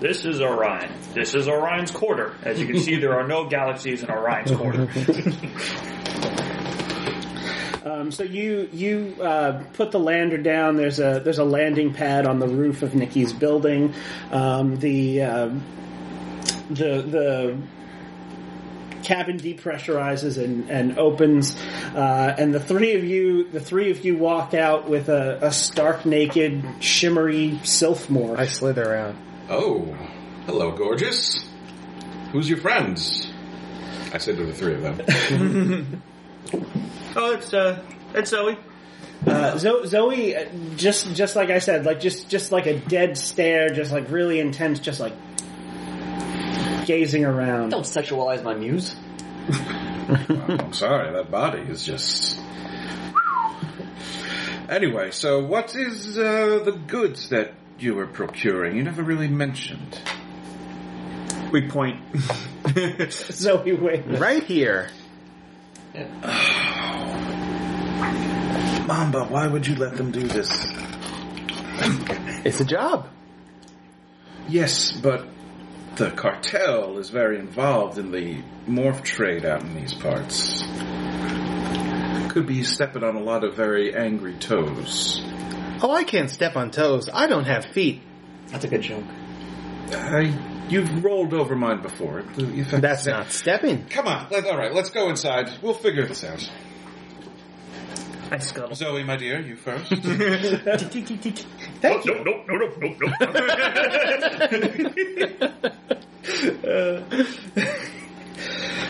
This is Orion. This is Orion's quarter. As you can see, there are no galaxies in Orion's quarter. Um, so you you uh, put the lander down. There's a there's a landing pad on the roof of Nikki's building. Um, the uh, the the cabin depressurizes and, and opens, uh, and the three of you the three of you walk out with a, a stark naked, shimmery sylphmore. I slither out. Oh, hello, gorgeous. Who's your friends? I said to the three of them. <laughs> oh, it's uh, it's Zoe. Uh, Zo- Zoe, uh, just just like I said, like just just like a dead stare, just like really intense, just like gazing around. Don't sexualize my muse. I'm sorry, that body is just. Anyway, so what is uh, the goods that you were procuring? You never really mentioned. We point. <laughs> Zoe waves. right here. Mamba, why would you let them do this? It's a job. Yes, but the cartel is very involved in the morph trade out in these parts. Could be stepping on a lot of very angry toes. Oh, I can't step on toes. I don't have feet. That's a good joke. I, you've rolled over mine before. You've had- That's not stepping. Come on, let, all right, let's go inside. We'll figure this out. <laughs> I scuttle. Zoe, my dear, you <laughs> first. Thank you. Nope, nope, nope, nope, nope, nope.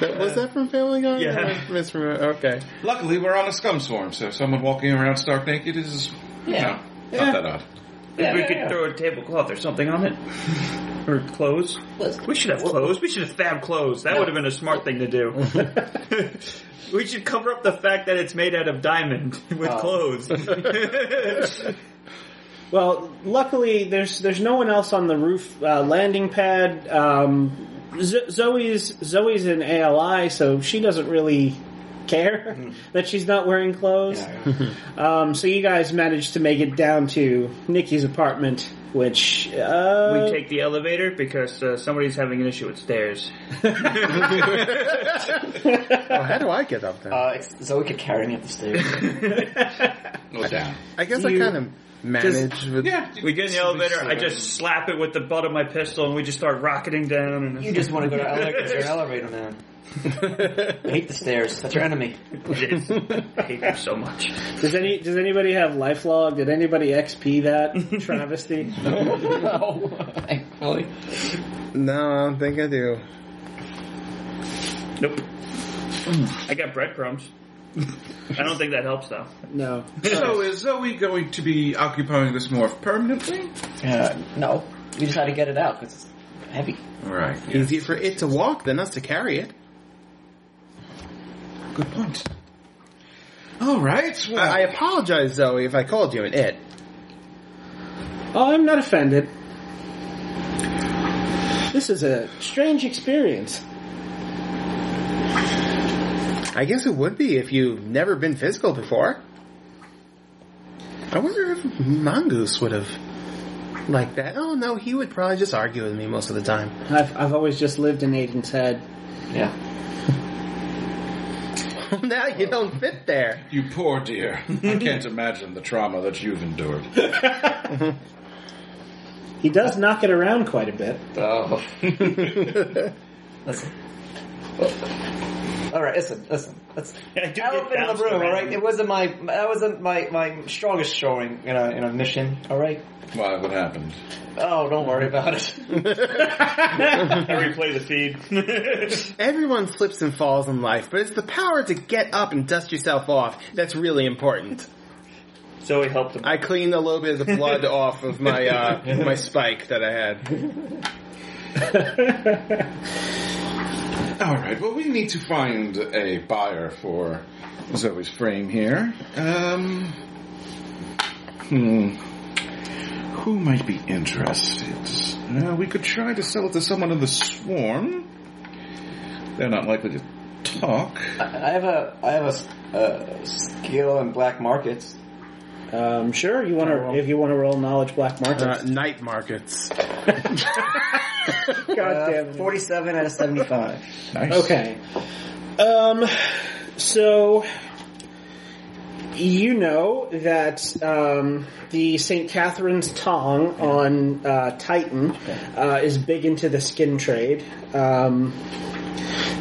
Was that from Family Guy? Yeah. Or was misremember- Okay. Luckily, we're on a scum swarm, so someone walking around stark naked is Yeah. no, not that odd. we could throw a tablecloth or something on it, or clothes. Let's- We should have clothes. We should have fab clothes. That would have been a smart thing to <laughs> do. we should cover <laughs> Ah. up the fact that it's made out of diamond with Oh. clothes. Well, luckily there's there's no one else on the roof uh, landing pad. Um, Z- Zoe's Zoe's an ALI, so she doesn't really care <laughs> that she's not wearing clothes. um, so you guys managed to make it down to Nikki's apartment, which uh, We take the elevator because uh, somebody's having an issue with stairs. Oh, how do I get up there? Uh, it's Zoe could carry me up the stairs. <laughs> Go down. I guess I you- kind of manage with. Yeah. We get in the elevator. I just slap it with the butt of my pistol, and we just start rocketing down. And You just want to go to elevator, your elevator now. I hate the stairs. That's your enemy. Yes. I hate them so much. does any does anybody have life log? Did anybody XP that travesty? no, <laughs> thankfully. <laughs> No, I don't think I do. Nope. I got breadcrumbs. I don't think that helps though. No. So is Zoe going to be occupying this morph permanently? Uh, no, we just had to get it out because it's heavy. All right. Easier for it to walk than us to carry it. Good point. All right. Well, I, I apologize, Zoe, if I called you an it. Oh, I'm not offended. This is a strange experience. I guess it would be if you've never been physical before. I wonder if Mongoose would have liked that. Oh no, he would probably just argue with me most of the time. <laughs> I've, I've always just lived in Aiden's head. Yeah. now you don't <laughs> fit there. You poor dear. I can't imagine the trauma that you've endured. He does knock it around quite a bit. Oh. listen. All right, listen, listen. Let's I do get elephant in bounced the room. All around. right, it wasn't my that wasn't my my strongest showing in a in a mission. All right. Why, what happened? Oh, don't worry about it. <laughs> I replay the feed. <laughs> Everyone slips and falls in life, but it's the power to get up and dust yourself off that's really important. Zoe helped him. I cleaned a little bit of the blood off of my uh, my spike that I had. All right. Well, we need to find a buyer for Zoe's frame here. Um, hmm. Who might be interested? Uh, we could try to sell it to someone in the swarm. They're not likely to talk. I I have a I have a uh, skill in black markets. Um, sure, you want to if you want to roll knowledge black Uh, markets. night markets. God damn Uh, it. Forty-seven out of seventy-five. Nice. Okay. Um, so you know that um, the St. Catherine's Tong on uh, Titan uh, is big into the skin trade. Um,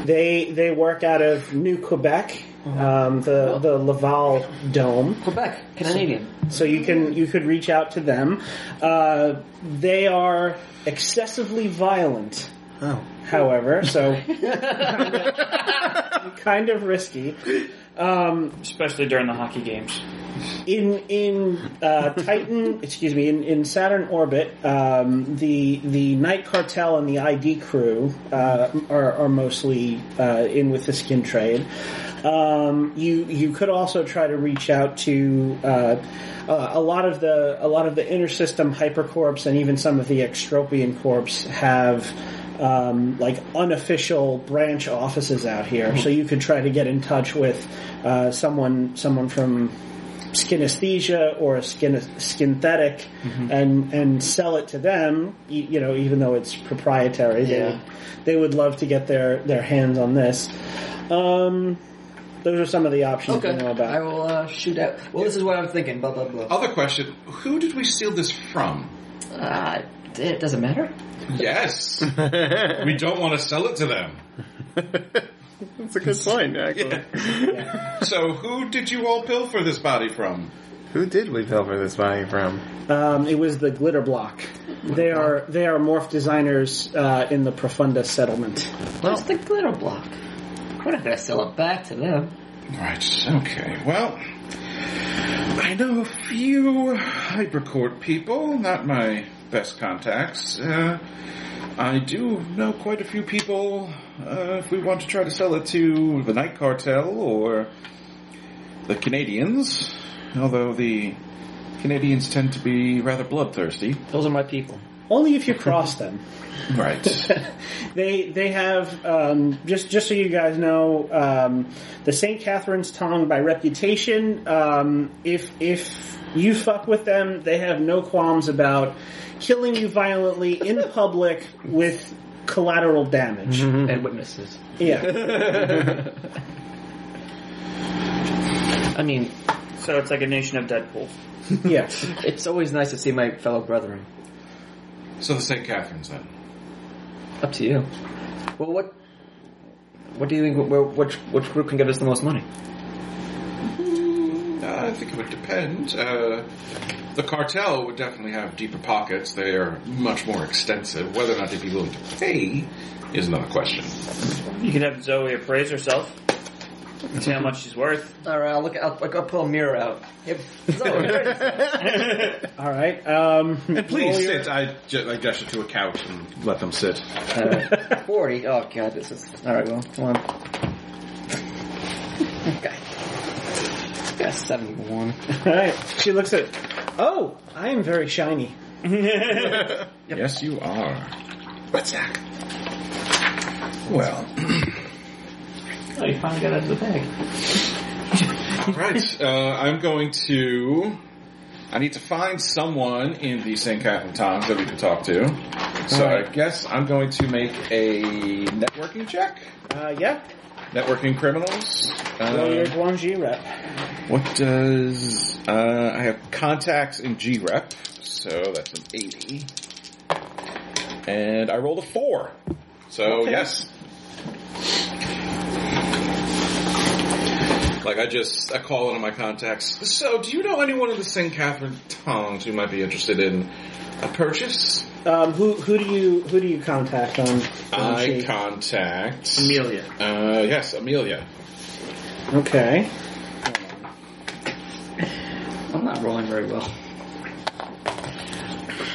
they they work out of New Quebec, um, the the Laval Dome. Quebec, Canadian. So you can you could reach out to them. Uh, they are excessively violent, Oh. however, so <laughs> kind of risky. Especially during the hockey games. in in uh, Titan, excuse me, in, in Saturn orbit, um, the the Night Cartel and the ID crew uh, are, are mostly uh, in with the skin trade. Um, you you could also try to reach out to uh, uh, a lot of the a lot of the inner system hypercorps and even some of the extropian corps have um, like unofficial branch offices out here. So you could try to get in touch with uh, someone someone from Skinesthesia or skin Skinthetic, Mm-hmm. and and sell it to them. You, you know, even though it's proprietary, Yeah. they, they would love to get their their hands on this. Um, those are some of the options you know about. I will uh, shoot out. Well, this is what I'm thinking. Blah blah blah. Other question: Who did we steal this from? Uh, it doesn't matter. Yes, we don't want to sell it to them. That's a good point, actually. So, who did you all pilfer this body from? Who did we pilfer this body from? Um, it was the glitter block. They are they are morph designers uh, in the Profunda settlement. What's the glitter block? We're not gonna sell it back to them. Right, okay. Well, I know a few hypercourt people, not my best contacts. Uh, I do know quite a few people uh, if we want to try to sell it to the Night Cartel or the Canadians, although the Canadians tend to be rather bloodthirsty. Those are my people. Only if you <laughs> cross them. Right. <laughs> they they have um, just just so you guys know um, the St. Catherine's Tongue by reputation. Um, if if you fuck with them, they have no qualms about killing you violently in public with collateral damage. And witnesses. Yeah, I mean, So it's like a nation of Deadpool. yeah. it's always nice to see my fellow brethren. so the St. Catherine's then. Up to you. Well, what what do you think? wh- wh- Which which group can give us the most money? Uh, I think it would depend. Uh, the cartel would definitely have deeper pockets. They are much more extensive. Whether or not they'd be willing to pay is another question. You could have Zoe appraise herself. See how much she's worth. All right, I'll look. I'll, I'll pull a mirror out. Yep. All right. Um, And please sit. I, ju- I gesture to a couch and let them sit. <laughs> All right. Forty. Oh god, this is all right. Well, one. Okay. Got seventy-one. all right. She looks at. Oh, I am very shiny. Yes, you are. What's that? Well, Oh, you finally got out of the bag. all right. Uh, I'm going to. I need to find someone in the St. Catherine Tongs that we can talk to. So I guess I'm going to make a networking check. Uh, yeah. Networking criminals. Roll your Uh, Guangxi rep. What does uh, I have contacts in G rep, so that's an eighty. And I rolled a four. So yes. Like I just I call one of my contacts. So do you know anyone in the St. Catherine Tongs who might be interested in a purchase? Um, who who do you who do you contact on? I Guangxi? contact Amelia. Uh, yes, Amelia. Okay. I'm not rolling very well.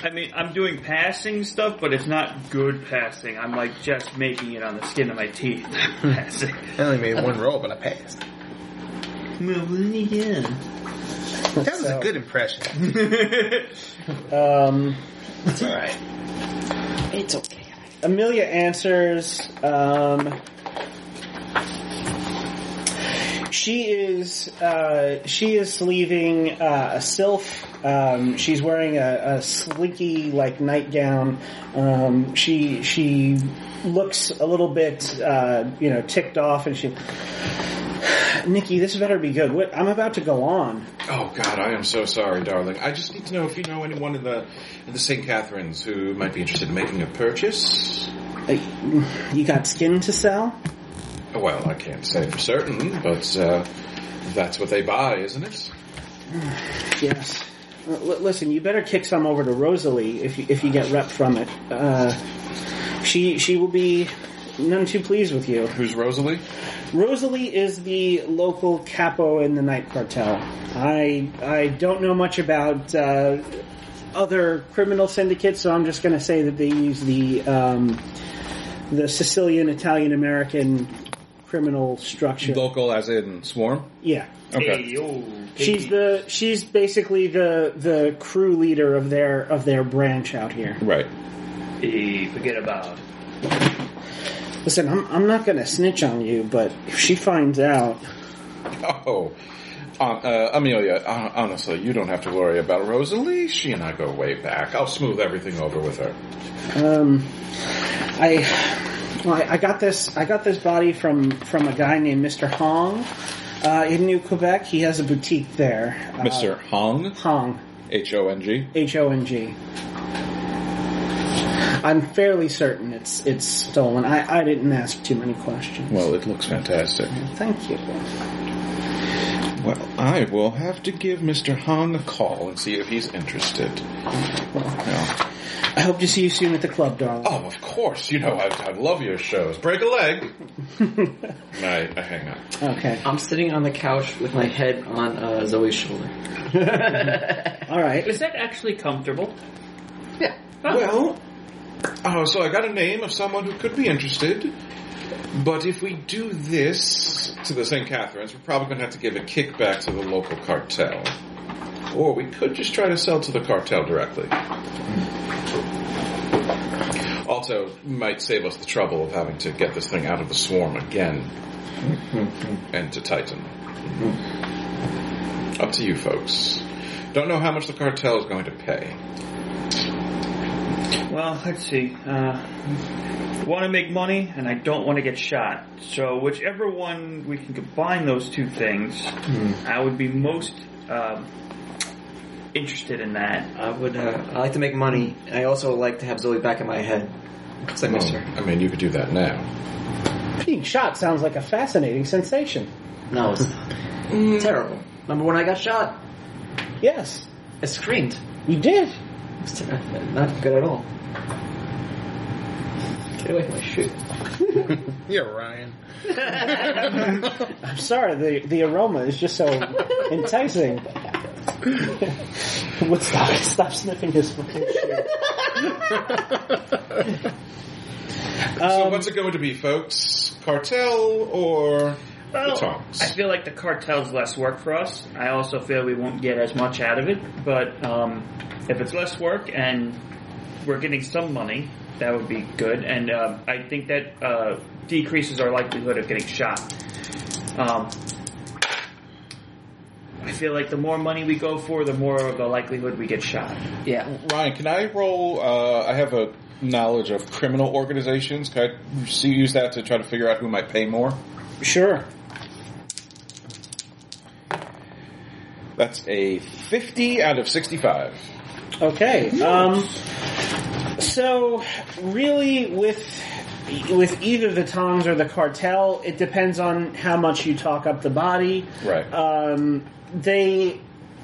I mean, I'm doing passing stuff, but it's not good passing. I'm like just making it on the skin of my teeth. <laughs> passing. I only made one roll, but I passed. That was a good impression. Um, all right. It's okay. Amelia answers. Um, she is uh, she is sleeving uh, a sylph. Um, she's wearing a, a slinky like nightgown. Um, she she looks a little bit uh, you know ticked off, and she. <sighs> Nikki, this better be good. What, I'm about to go on. Oh God, I am so sorry, darling. I just need to know if you know anyone in the in the St. Catharines who might be interested in making a purchase. Uh, You got skin to sell? Well, I can't say for certain, but uh, that's what they buy, isn't it? Yes. L- l- listen, you better kick some over to Rosalie if you, if you get rep from it. Uh, she she will be none too pleased with you. Who's Rosalie? Rosalie is the local capo in the night cartel. I I don't know much about uh, other criminal syndicates, so I'm just going to say that they use the um, the Sicilian Italian American criminal structure. Local, as in swarm. yeah. Okay. She's the she's basically the the crew leader of their of their branch out here. Right. Hey, forget about. Listen, I'm I'm not gonna snitch on you, but if she finds out, Oh, uh, uh, Amelia. Uh, honestly, you don't have to worry about Rosalie. She and I go way back. I'll smooth everything over with her. um, I. Well, I I got this. I got this body from from a guy named Mister Hong, uh, in New Quebec. He has a boutique there. Uh, Mister Hong, Hong, H O N G. H O N G. I'm fairly certain it's it's stolen. I, I didn't ask too many questions. Well, it looks fantastic. Thank you. Well, I will have to give Mr. Hong a call and see if he's interested. Yeah. I hope to see you soon at the club, darling. Oh, of course. You know, I, I love your shows. Break a leg. I, I hang up. Okay. I'm sitting on the couch with my head on uh, Zoe's shoulder. All right. Is that actually comfortable? Well, oh, so I got a name of someone who could be interested. But if we do this to the St. Catharines, we're probably going to have to give a kickback to the local cartel. Or we could just try to sell to the cartel directly. Also, might save us the trouble of having to get this thing out of the swarm again and to Titan. Up to you folks. Don't know how much the cartel is going to pay. Well, let's see. Uh, want to make money, and I don't want to get shot. So, whichever one we can combine those two things, I would be most um, interested in that. I would. Uh, I like to make money. and I also like to have Zoe back in my head. 'Cause I miss her. I mean, you could do that now. Being shot sounds like a fascinating sensation. No, it's terrible. Remember when I got shot? Yes, I screamed. you did. It's ter- uh, not good at all. Get away from my shoe. Yeah, Ryan. I'm sorry. The the aroma is <laughs> just so enticing. <laughs> Would stop, stop sniffing his fucking shoe. so Um, what's it going to be, folks? Cartel or the Well, Tonks? I feel like the cartel's less work for us. I also feel we won't get as much out of it. But um, if it's less work and we're getting some money, that would be good. And uh, I think that uh, decreases our likelihood of getting shot. Um, I feel like the more money we go for, the more of the likelihood we get shot. Yeah. Ryan, can I roll? Uh, I have a knowledge of criminal organizations. Can I see, use that to try to figure out who might pay more? sure. That's a 50 out of 65. Okay. Um, so, really, with with either the Tongs or the cartel, it depends on how much you talk up the body. Right. Uh, Um, they,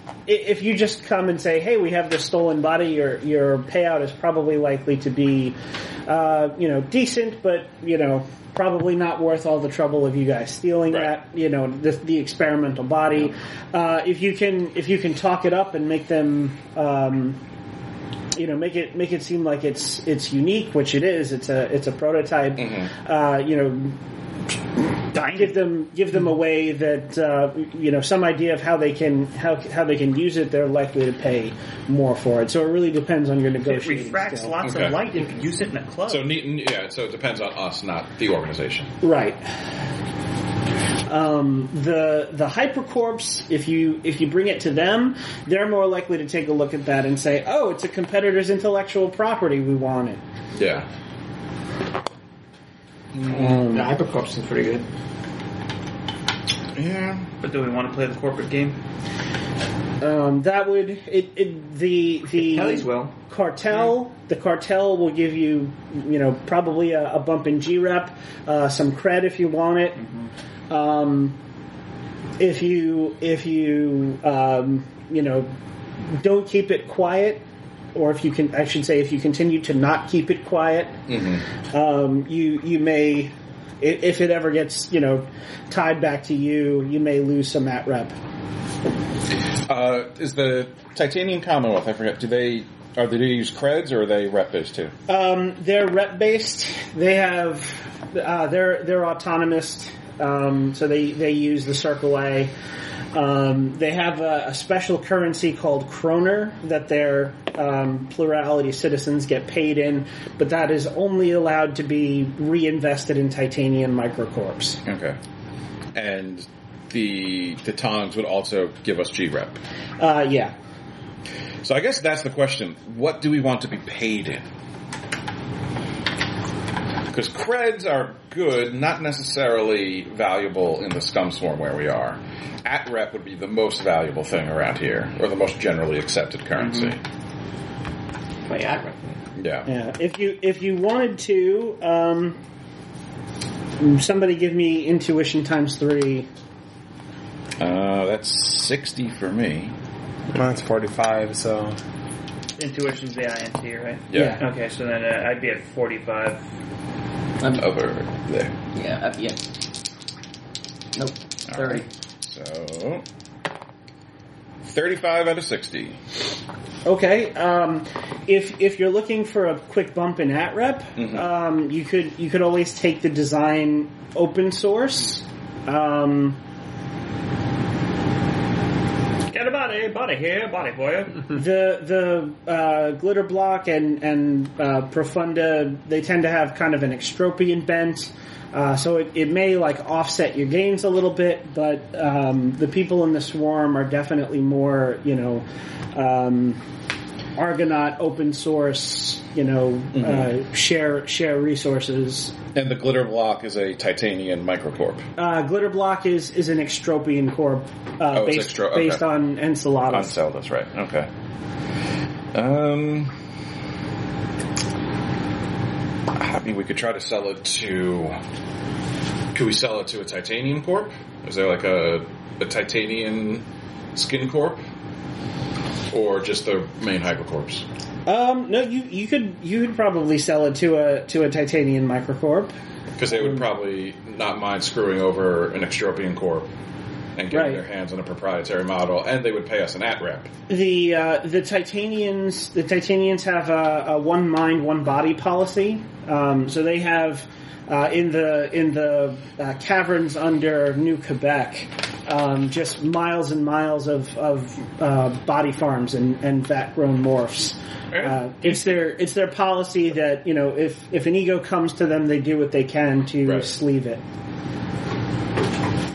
i- if you just come and say, "Hey, we have this stolen body," your your payout is probably likely to be, uh, you know, decent, but you know. Probably not worth all the trouble of you guys stealing Right. that, you know, the, the experimental body. Uh, if you can, if you can talk it up and make them, um, you know make it make it seem like it's it's unique, which it is. It's a it's a prototype. Uh, you know, give them give them a way that uh, you know some idea of how they can how how they can use it. They're likely to pay more for it. So it really depends on your It negotiating. refracts skill. lots Okay. of light and you can use it in a club. So, neat, yeah, so it depends on us, not the organization. Right. Um, the the hypercorps, if you if you bring it to them, they're more likely to take a look at that and say, "Oh, it's a competitor's intellectual property. We want it." Yeah. The hypercorpse is pretty good. Yeah. but do we want to play the corporate game? Um, that would it, it the the Kelly's well. cartel the cartel will give you you know probably a, a bump in G rep, uh, some cred if you want it. Um, if you if you um, you know don't keep it quiet, or if you can I should say if you continue to not keep it quiet, um, you you may i- if it ever gets you know tied back to you, you may lose some at rep. Uh, is the Titanian Commonwealth, I forget, do they, are they, do they use creds or are they rep based too? Um, they're rep based. They have uh, they're they're autonomous. Um, so they they use the Circle A. Um, they have a, a special currency called kroner that their um, plurality citizens get paid in, but that is only allowed to be reinvested in titanium microcorps. Okay. And the, the Tongs would also give us G rep. Uh, yeah, So I guess that's the question. What do we want to be paid in? Because creds are good, not necessarily valuable in the scum swarm where we are. At rep would be the most valuable thing around here, or the most generally accepted currency. Play Agra. Mm-hmm. Yeah. yeah. If you if you wanted to, um, somebody give me intuition times three. Uh, that's 60 for me. Mine's 45, so. Intuition's the INT, right? Yeah. <laughs> Okay, so then uh, I'd be at 45. Over there. Yeah, up yeah. Nope. Thirty. So. 35 out of 60. Okay. Um, if if you're looking for a quick bump in at representative um, you could you could always take the design open source. Um, Yeah, got a body, body here, body for <laughs> you. The the uh, glitter block and and uh, profunda they tend to have kind of an extropian bent, uh, so it, it may like offset your gains a little bit. But um, the people in the swarm are definitely more you know um, Argonaut open source you know Mm-hmm. uh, share share resources. And the glitter block is a titanian microcorp. Uh, glitter block is is an extropian corp uh, Oh, it's based extro- okay. based on Enceladus. On sale, that's right. Okay. Um, I mean, we could try to sell it to. Could we sell it to a titanium corp? Is there like a a titanium skin corp, or just the main hypercorps? Um, no, you you could you could probably sell it to a to a Titanian microcorp. Because they would probably not mind screwing over an extropian corp and getting Right. their hands on a proprietary model, and they would pay us an at rep. The uh, the Titanians the Titanians have a, a one mind one body policy. Um, so they have uh, in the in the uh, caverns under New Quebec, um, just miles and miles of of uh, body farms and and vat grown morphs. Uh, it's their it's their policy that you know if if an ego comes to them, they do what they can to Right. sleeve it.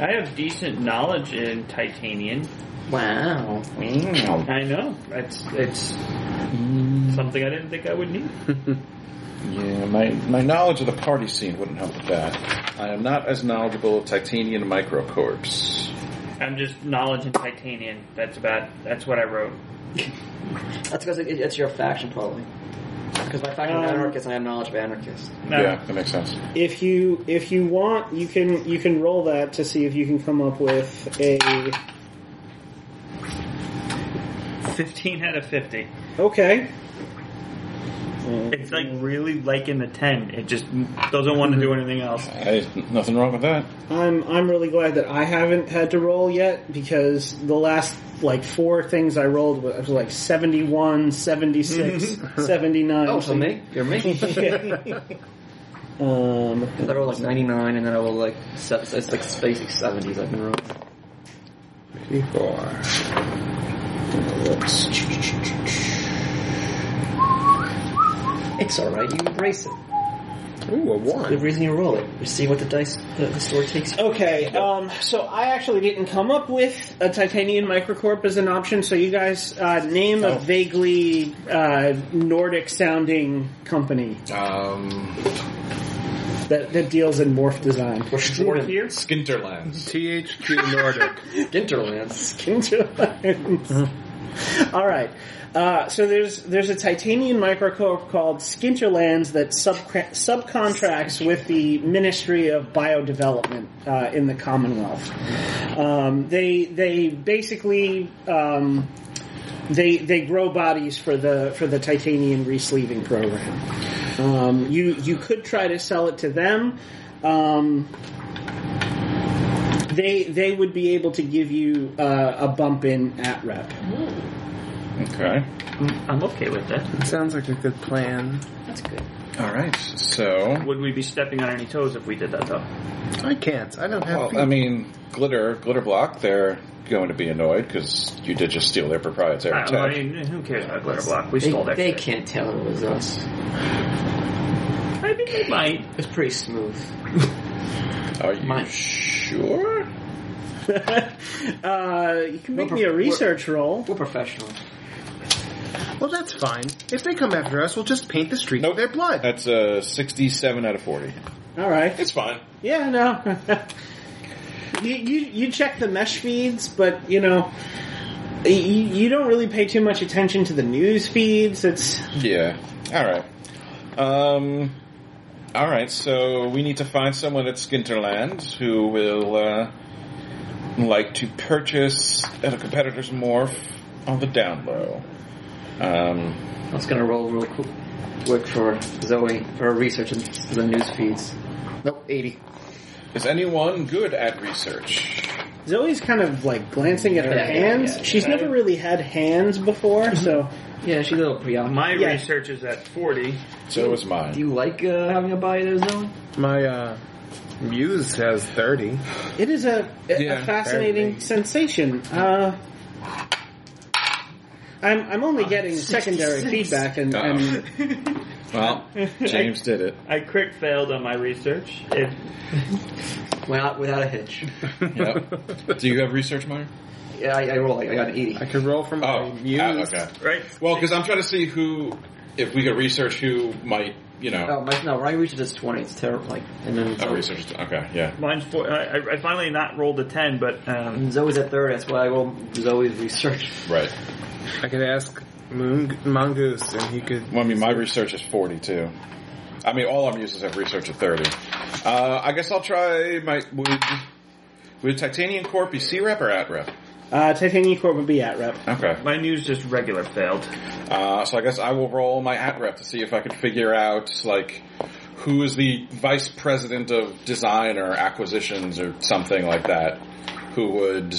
I have decent knowledge in Titanian. Wow. Mm. I know. It's it's something I didn't think I would need. Yeah, my, my knowledge of the party scene wouldn't help with that. I am not as knowledgeable of Titanian microcorps. I'm just knowledge in Titanian. That's about that's what I wrote. That's because it, it's your faction, probably. Because my faction Um, is anarchist, and I have knowledge of anarchists. No. Yeah, that makes sense. If you if you want, you can you can roll that to see if you can come up with a. 15 out of 50. Okay. It's like really like in the 10. It just doesn't want to do anything else. I, nothing wrong with that. I'm I'm really glad that I haven't had to roll yet because the last like four things I rolled was, was like 71, 76, 79. Oh, so me? You're <laughs> me? Yeah. um, I roll like 99, and then I roll like se- so it's like basic 70s I can roll. Four. It's alright, you embrace it. Ooh, a The one. reason you roll it, you see what the dice, the, the story takes you. <laughs> Okay, um, so I actually didn't come up with a titanium microcorp as an option, so you guys uh, name a vaguely uh, Nordic sounding company Um, that, that deals in morph design. We're Strorden. Here? Skinterlands. THQ Nordic. Ginterlands. <laughs> Skinterlands. All right. Uh, so there's there's a titanium microcorp called Skinterlands that sub subcontracts with the Ministry of Biodevelopment uh, in the Commonwealth. Um, they they basically um, they they grow bodies for the for the titanium resleeving program. Um, you you could try to sell it to them. Um, they they would be able to give you uh, a bump in at rep. Okay. Mm, I'm okay with that. Sounds like a good plan. That's good. All right. So, Would we be stepping on any toes if we did that though? I can't. I don't have. well, feet. I mean, glitter, glitter block. They're going to be annoyed because you did just steal their proprietary I, don't know, I tech. mean, who cares about glitter block? We stole they, that. they shit. can't tell it was us. I mean, they might. It's pretty smooth. Are you Mine. sure? <laughs> uh, you can make me a research roll. We're professional. well, that's fine. If they come after us, we'll just paint the street Nope. Uh, with their blood. That's a sixty-seven out of forty. All right. It's fine. Yeah. No. <laughs> you, you you check the mesh feeds, but you know. You, you don't really pay too much attention to the news feeds. It's Yeah. All right. Um. All right. So we need to find someone at Skinterland who will uh, like to purchase at a competitor's morph on the down low. Um. I was gonna roll real quick, quick for Zoe for her research into the news feeds. Nope, 80. Is anyone good at research? Zoe's kind of like glancing at her Yeah, yeah, hands. yeah, She's never really had hands before, so Yeah, she's a little preoccupied. My Yeah. research is at 40. So is Do mine. you like uh, having a body there, Zoe? My uh, muse has thirty. it is a, a Yeah, fascinating apparently. sensation. Uh, I'm, I'm only Ah, getting <laughs> secondary feedback, and, and Well, James did it. I quick failed on my research. If Without, without a <laughs> hitch. Yep. Do you have research, Meyer? Yeah, I, I rolled. I got an 80. I could roll from my Oh, muse. ah, okay. right, Well, because I'm trying to see who, if we could research who might, you know, Oh, my, no, right reaches is 20. It's terrible. Like, and then oh. Zoe, research. Okay, yeah. mine's four. I, I- I finally not rolled a ten, but um, and Zoe's at 30. That's why I rolled Zoe's research. Right. I could ask Moon, Mongoose, and he could. Well, I mean, my research is 42. I mean, all I'm using have research at 30. Uh, I guess I'll try my, would, would Titanium Corp be C-Rep or At-Rep? uh, Titanium Corp would be at rep. Okay. my news just regular failed. Uh, so I guess I will roll my at rep to see if I can figure out like who is the vice president of design or acquisitions or something like that. Who would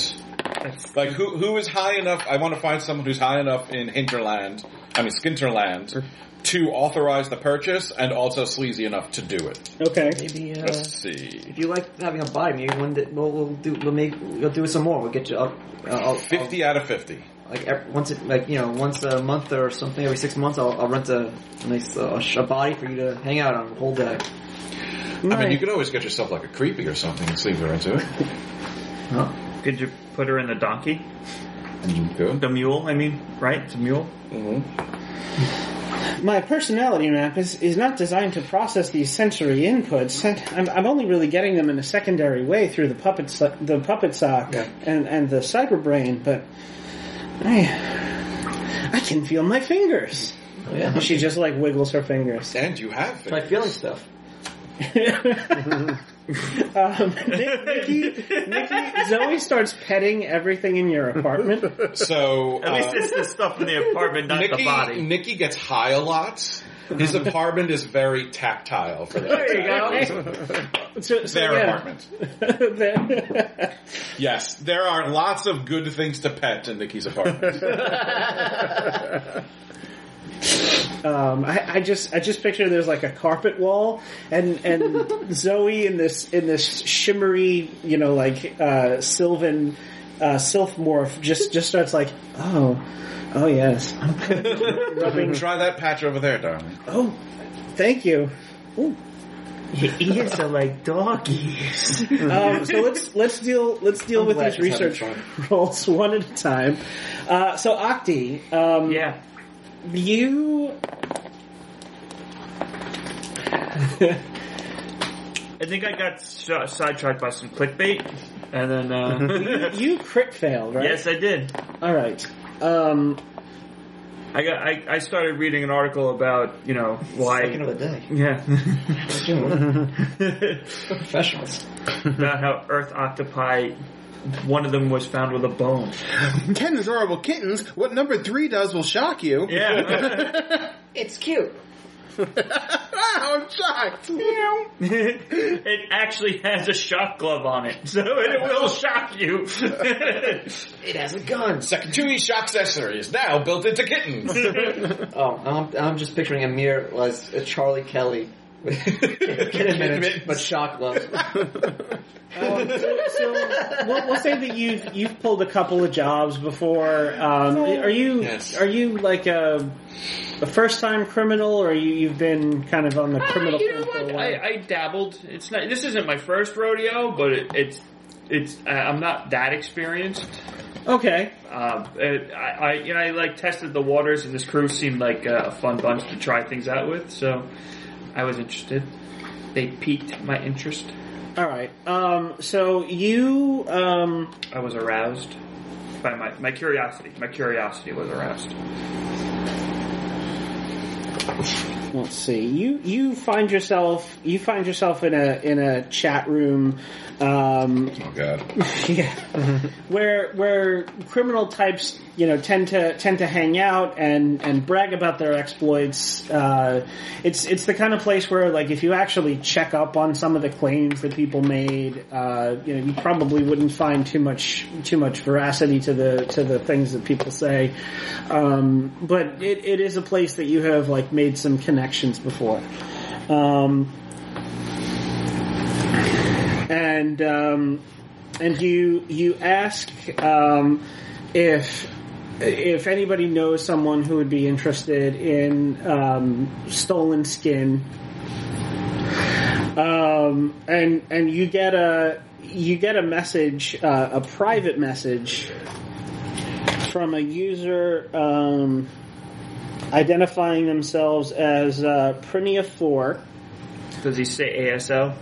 like who who is high enough? I want to find someone who's high enough in Hinterland, I mean Skinterland, to authorize the purchase and also sleazy enough to do it. Oh, Okay. Maybe, uh, Let's see. if you like having a body, maybe one that we'll, we'll do, we'll make, we'll do some more. We'll get you up. Uh, I'll, 50 out of 50. I'll, like, ev- once it, like, you know, once a month or something, every six months, I'll, I'll rent a nice, uh, sh- a body for you to hang out on the whole day. I mean, Nice. you could always get yourself like a creepy or something and sleaze her into it. Huh? Could you put her in the donkey, Good. the mule? I mean, right? It's a mule. My personality map is, is not designed to process these sensory inputs. I'm, I'm only really getting them in a secondary way through the puppet so- the puppet sock and, and the cyber brain, but I, I can feel my fingers. Oh, yeah. She just like wiggles her fingers. And you have Try it. feeling stuff. <laughs> Um, Nick- Nikki, Nikki, Zoe starts petting everything in your apartment. So <laughs> <laughs> At least uh, it's the stuff in the apartment, not Nikki, the body. Nikki gets high a lot. His apartment is very tactile for that. There you go. <laughs> So, so, Their yeah. apartment. There- Yes, there are lots of good things to pet in Nikki's apartment. Um, I, I just I just picture there's like a carpet wall and <laughs> and Zoe in this in this shimmery you know like uh, sylvan uh, sylph morph just just starts like oh oh yes Try that patch over there, darling. oh thank you Ears are like doggies. um, <laughs> so let's let's deal let's deal with glad these she's having research <laughs> roles one at a time uh, so Octi um, Yeah. you I think I got s- sidetracked by some clickbait, and then uh, you crit failed right yes, I did. all right um, I got. I, I started reading an article about you know Second why. of the day. <laughs> Yeah. <laughs> Professionals. about how Earth octopi, one of them was found with a bone. Ten adorable kittens. What number three does will shock you. Yeah. It's cute. I'm shocked. <laughs> it actually has a shock glove on it, so it will shock <laughs> you. It has a gun. Second Chewy shock accessory is now built into kittens. Oh, I'm, I'm just picturing Amir as a Charlie Kelly. <laughs> with Kittens, but shock gloves. Um, so, so we'll, we'll say that you've you've pulled a couple of jobs before. Um, are you Yes. are you like a a first time criminal, or you, you've been kind of on the criminal? Uh, you know front for a what? while? I, I dabbled. It's not. This isn't my first rodeo, but it, it's it's. I- I'm not that experienced. okay, Um, it, I, I you know I like tested the waters, and this crew seemed like a, a fun bunch to try things out with. So I was interested. They piqued my interest. all right. Um, so you um, I was aroused by my my curiosity. My curiosity was aroused. let's see you you find yourself you find yourself in a in a chat room. Um, oh god. <laughs> yeah, where where criminal types you know tend to tend to hang out and and brag about their exploits. Uh, it's it's the kind of place where like if you actually check up on some of the claims that people made, uh, you know you probably wouldn't find too much too much veracity to the to the things that people say. Um, but it, it is a place that you have like made some connections before. Um, and um, and you you ask um, if if anybody knows someone who would be interested in um, stolen skin, um, and and you get a you get a message, uh, a private message from a user um, identifying themselves as uh, Prinia Four. Does he say ASL?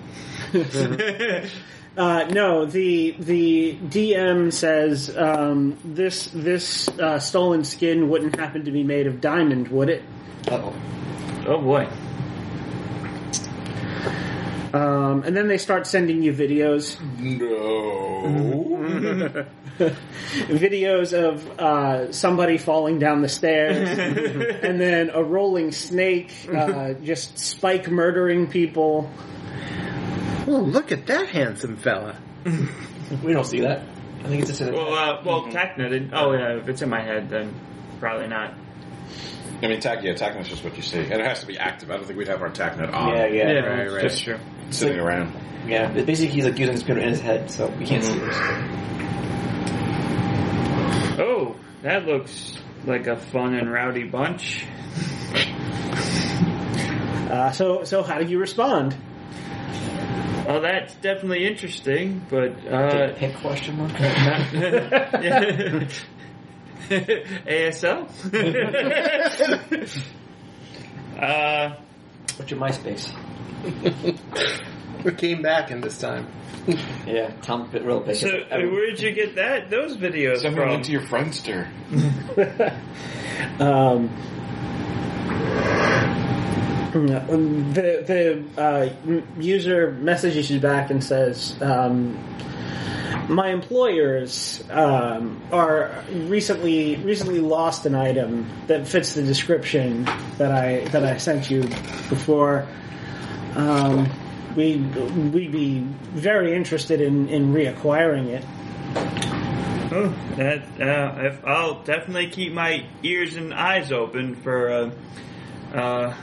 Uh, no, the the DM says um, this this uh, stolen skin wouldn't happen to be made of diamond, would it? Oh boy. Um, and then they start sending you videos, No. videos of uh, somebody falling down the stairs, and then a rolling snake uh, just spike murdering people. Well, look at that handsome fella. We don't see that. I think it's just in Well, uh, well, Tacna didn't. Oh, yeah, if it's in my head, then probably not. I mean, tech, yeah, TACnet is just what you see. And it has to be active. I don't think we'd have our TACnet on Yeah, yeah, yeah, right, right. that's true. sitting around. uh, yeah. But basically, he's like using his computer in his head, so we can't see it. Oh, that looks like a fun and rowdy bunch. Uh, so so how do you respond? Oh, that's definitely interesting, but <laughs> uh, <laughs> Pick question <laughs> mark. ASL. <laughs> uh, What's your MySpace? We came back in this time. Yeah, Tom bit real big. so uh, where did you get that? Those videos Someone from? went to your Friendster. <laughs> Um, um, the the uh, m- user messages you back and says, um, "My employers um, are recently recently lost an item that fits the description that I that I sent you before. Um, we we'd be very interested in in reacquiring it." Oh, that uh, if I'll definitely keep my ears and eyes open for uh, uh,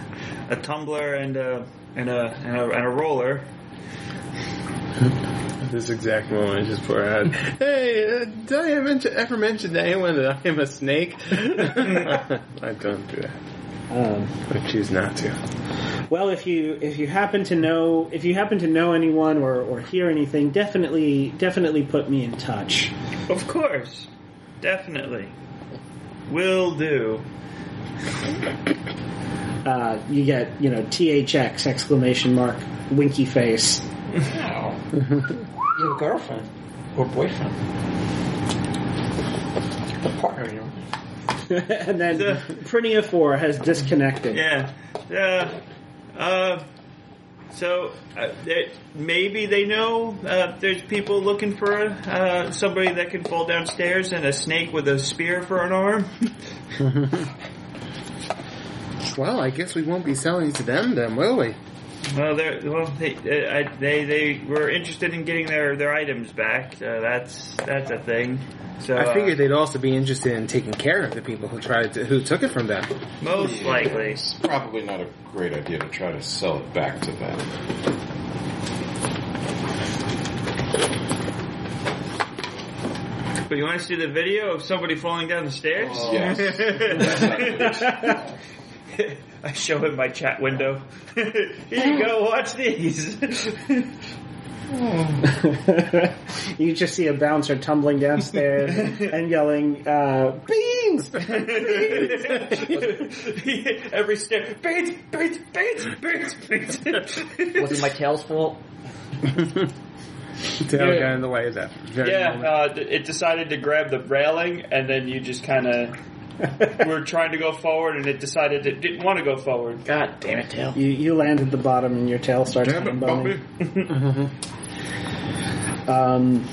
<laughs> a tumbler and a and a and a, and a roller. This exact moment, I just pour out. <laughs> Hey, uh, did I ever, ever mention to anyone that I am a snake? <laughs> I don't do that. Um, I choose not to. Well, if you if you happen to know if you happen to know anyone or, or hear anything, definitely definitely put me in touch. Of course, definitely, will do. Uh, you get you know THX exclamation mark winky face. You have a girlfriend or boyfriend. A partner, you know. <laughs> and then The- Prinia Four has disconnected. Yeah. Uh, uh, so uh, they, maybe they know uh, there's people looking for uh, somebody that can fall downstairs and a snake with a spear for an arm. Well, I guess we won't be selling to them then, will we? Well, they're, well, they, uh, I- they they were interested in getting their, their items back. So that's that's a thing. So I figured uh, they'd also be interested in taking care of the people who tried to, who took it from <laughs> them. most likely. It's probably not a great idea to try to sell it back to them. But you want to see the video of somebody falling down the stairs? Yes. <laughs> I show him my chat window. <laughs> Here you go. Watch <laughs> these. <laughs> you just see a bouncer tumbling downstairs and yelling, uh, "Beans!" Every stair, beans, beans, beans, beans, beans. Was it my tail's fault? The other guy in the way of that. Very moment. Yeah, uh, it decided to grab the railing, and then you just kind of were trying to go forward, and it decided it didn't want to go forward. God damn it, tail. You, you land at the bottom and your tail starts bumping. Um,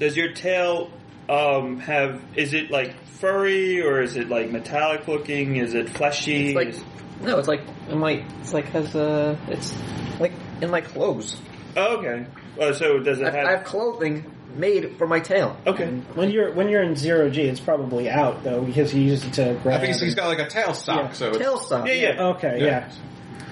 Does your tail um, have? Is it like furry, or is it like metallic looking? Is it fleshy? It's like Is- no, it's like in my it's like has uh it's like in my clothes. oh, okay. Oh, so does it I, have? I have clothing made for my tail. okay. When you're when you're in zero G, it's probably out though because you use it to grab. I think he's- he's got like a tail sock, Yeah. so it's Tail sock. Yeah, yeah. Okay, yeah.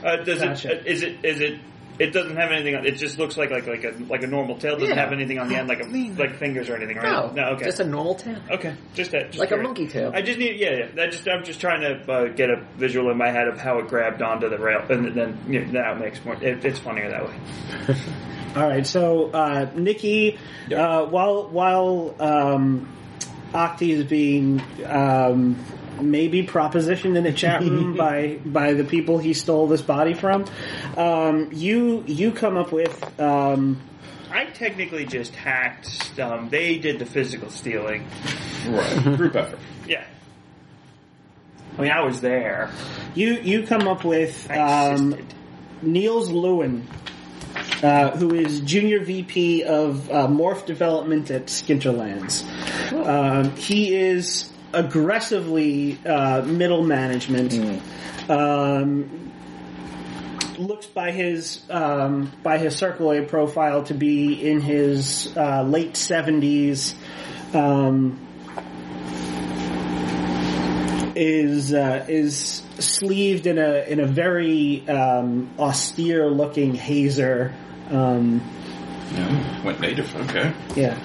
Uh, does Gotcha. it? Uh, is it? Is it It doesn't have anything. on It just looks like like like a like a normal tail. Doesn't have anything on the end, like a like fingers or anything. No, Right? No. Okay. Just a normal tail, okay. Just that. Just like a curious. monkey tail. I just need. Yeah. yeah I just. I'm just trying to uh, get a visual in my head of how it grabbed onto the rail, and then you know, that makes more. It, it's funnier that way. All right, so uh, Nikki, uh, while while um, Octi is being um, maybe propositioned in a chat <laughs> room by by the people he stole this body from, um, you you come up with um, I technically just hacked. Um, they did the physical stealing. Right. <laughs> Group effort. Yeah. I mean, I was there. you you come up with I um, assisted. Niels Lewin, uh, who is junior VP of uh, Morph Development at Skinterlands. Um, he is aggressively uh, middle management. Um, looks by his um, by his Circle A profile to be in his uh, late seventies. Um, is uh, is sleeved in a in a very um, austere looking hazer. Um, Yeah. Went native. Okay. yeah.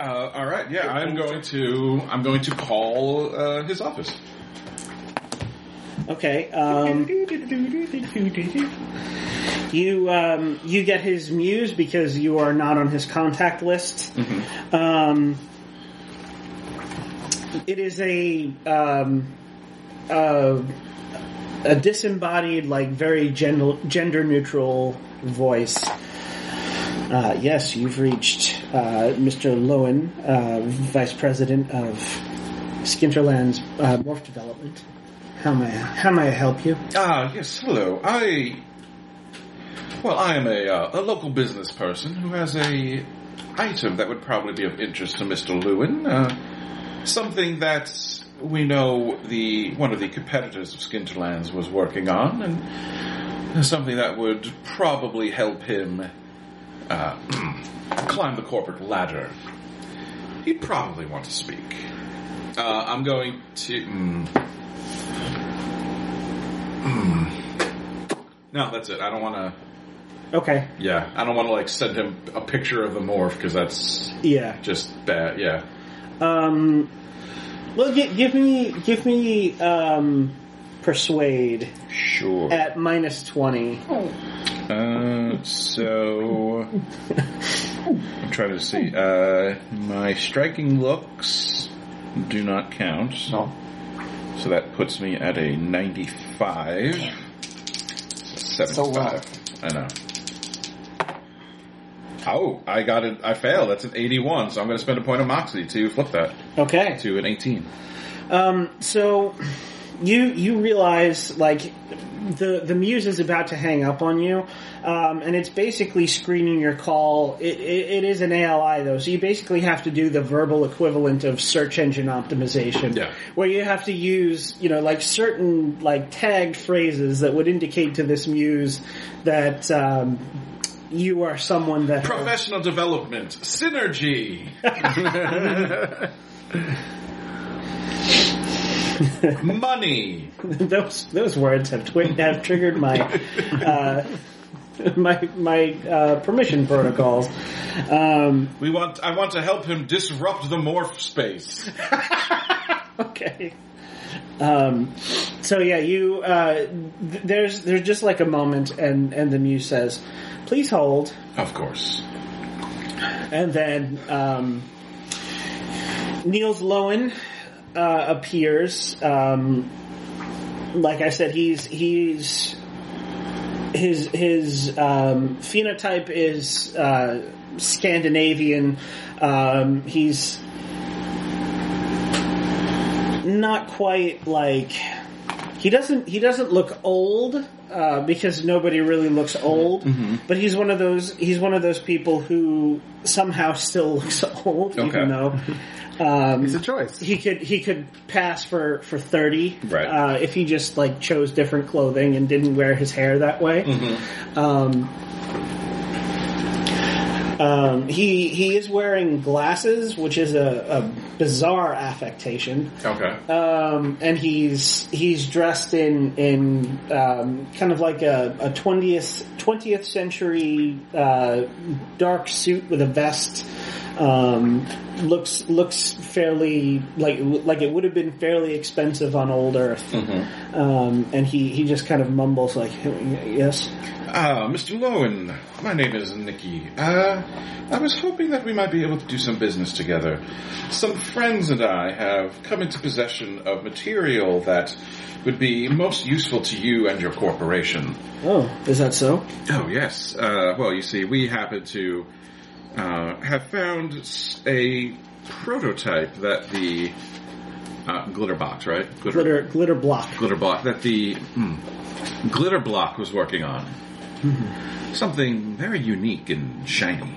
Uh, all right. Yeah, I'm going to I'm going to call uh, his office. Okay. Um, you um, you get his muse because you are not on his contact list. Um, it is a um, a, a disembodied, like very gender gender neutral voice. Uh, yes, you've reached uh, Mr. Lowen, uh, Vice President of Skinterland's uh, Morph Development. How may I, how may I help you? Ah, yes. Hello. I. Well, I am a uh, a local business person who has a item that would probably be of interest to Mister Lewin. Uh, something that we know the one of the competitors of Skinterlands was working on, and something that would probably help him uh, <clears throat> climb the corporate ladder. He'd probably want to speak. Uh, I'm going to. mm. No, that's it. I don't want to. Okay. Yeah, I don't want to like send him a picture of the morph because that's Yeah. just bad. Yeah, Um, well, gi- give me give me um, persuade sure. at minus twenty. Uh, so I'm trying to see. Uh, my striking looks do not count. No. So that puts me at a 95. So 75. I know. Oh, I got it. I failed. That's an 81. So I'm going to spend a point of moxie to flip that Okay. to an 18. Um, so you you realize like the the muse is about to hang up on you, um, and it's basically screening your call. It, it, it is an ALI though, so you basically have to do the verbal equivalent of search engine optimization, Yeah. where you have to use you know like certain like tagged phrases that would indicate to this muse that. Um, you are someone that Professional development <laughs> synergy. Money. <laughs> those those words have twi- have triggered my uh, my my uh, permission protocols. Um, We want. I want to help him disrupt the morph space. okay. Um, so yeah, you uh, th- there's there's just like a moment, and and the muse says, "Please hold," Of course. and then um, Niels Lowen uh, appears. Um, like I said, he's he's his his um, phenotype is uh, Scandinavian. Um, he's not quite like he doesn't he doesn't look old uh, because nobody really looks old. But he's one of those he's one of those people who somehow still looks <laughs> old, Okay. even though. <laughs> Um, It's a choice. he could he could pass for for thirty, Right. Uh, if he just like chose different clothing and didn't wear his hair that way. Um, Um, he he is wearing glasses, which is a, a bizarre affectation. Okay. Um, and he's he's dressed in in um, kind of like a twentieth twentieth century uh, dark suit with a vest. Um, looks looks fairly like like it would have been fairly expensive on old Earth. Um, and he he just kind of mumbles like, "Yes, Ah, Mr. Lowen, my name is Nikki. Uh, I was hoping that we might be able to do some business together. Some friends and I have come into possession of material that would be most useful to you and your corporation. oh, is that so?" Oh, yes. Uh, well, you see, we happen to uh, have found s- a prototype that the uh, glitter box, right? Glitter glitter block. glitter block that the hmm, glitter block was working on. Something very unique and shiny.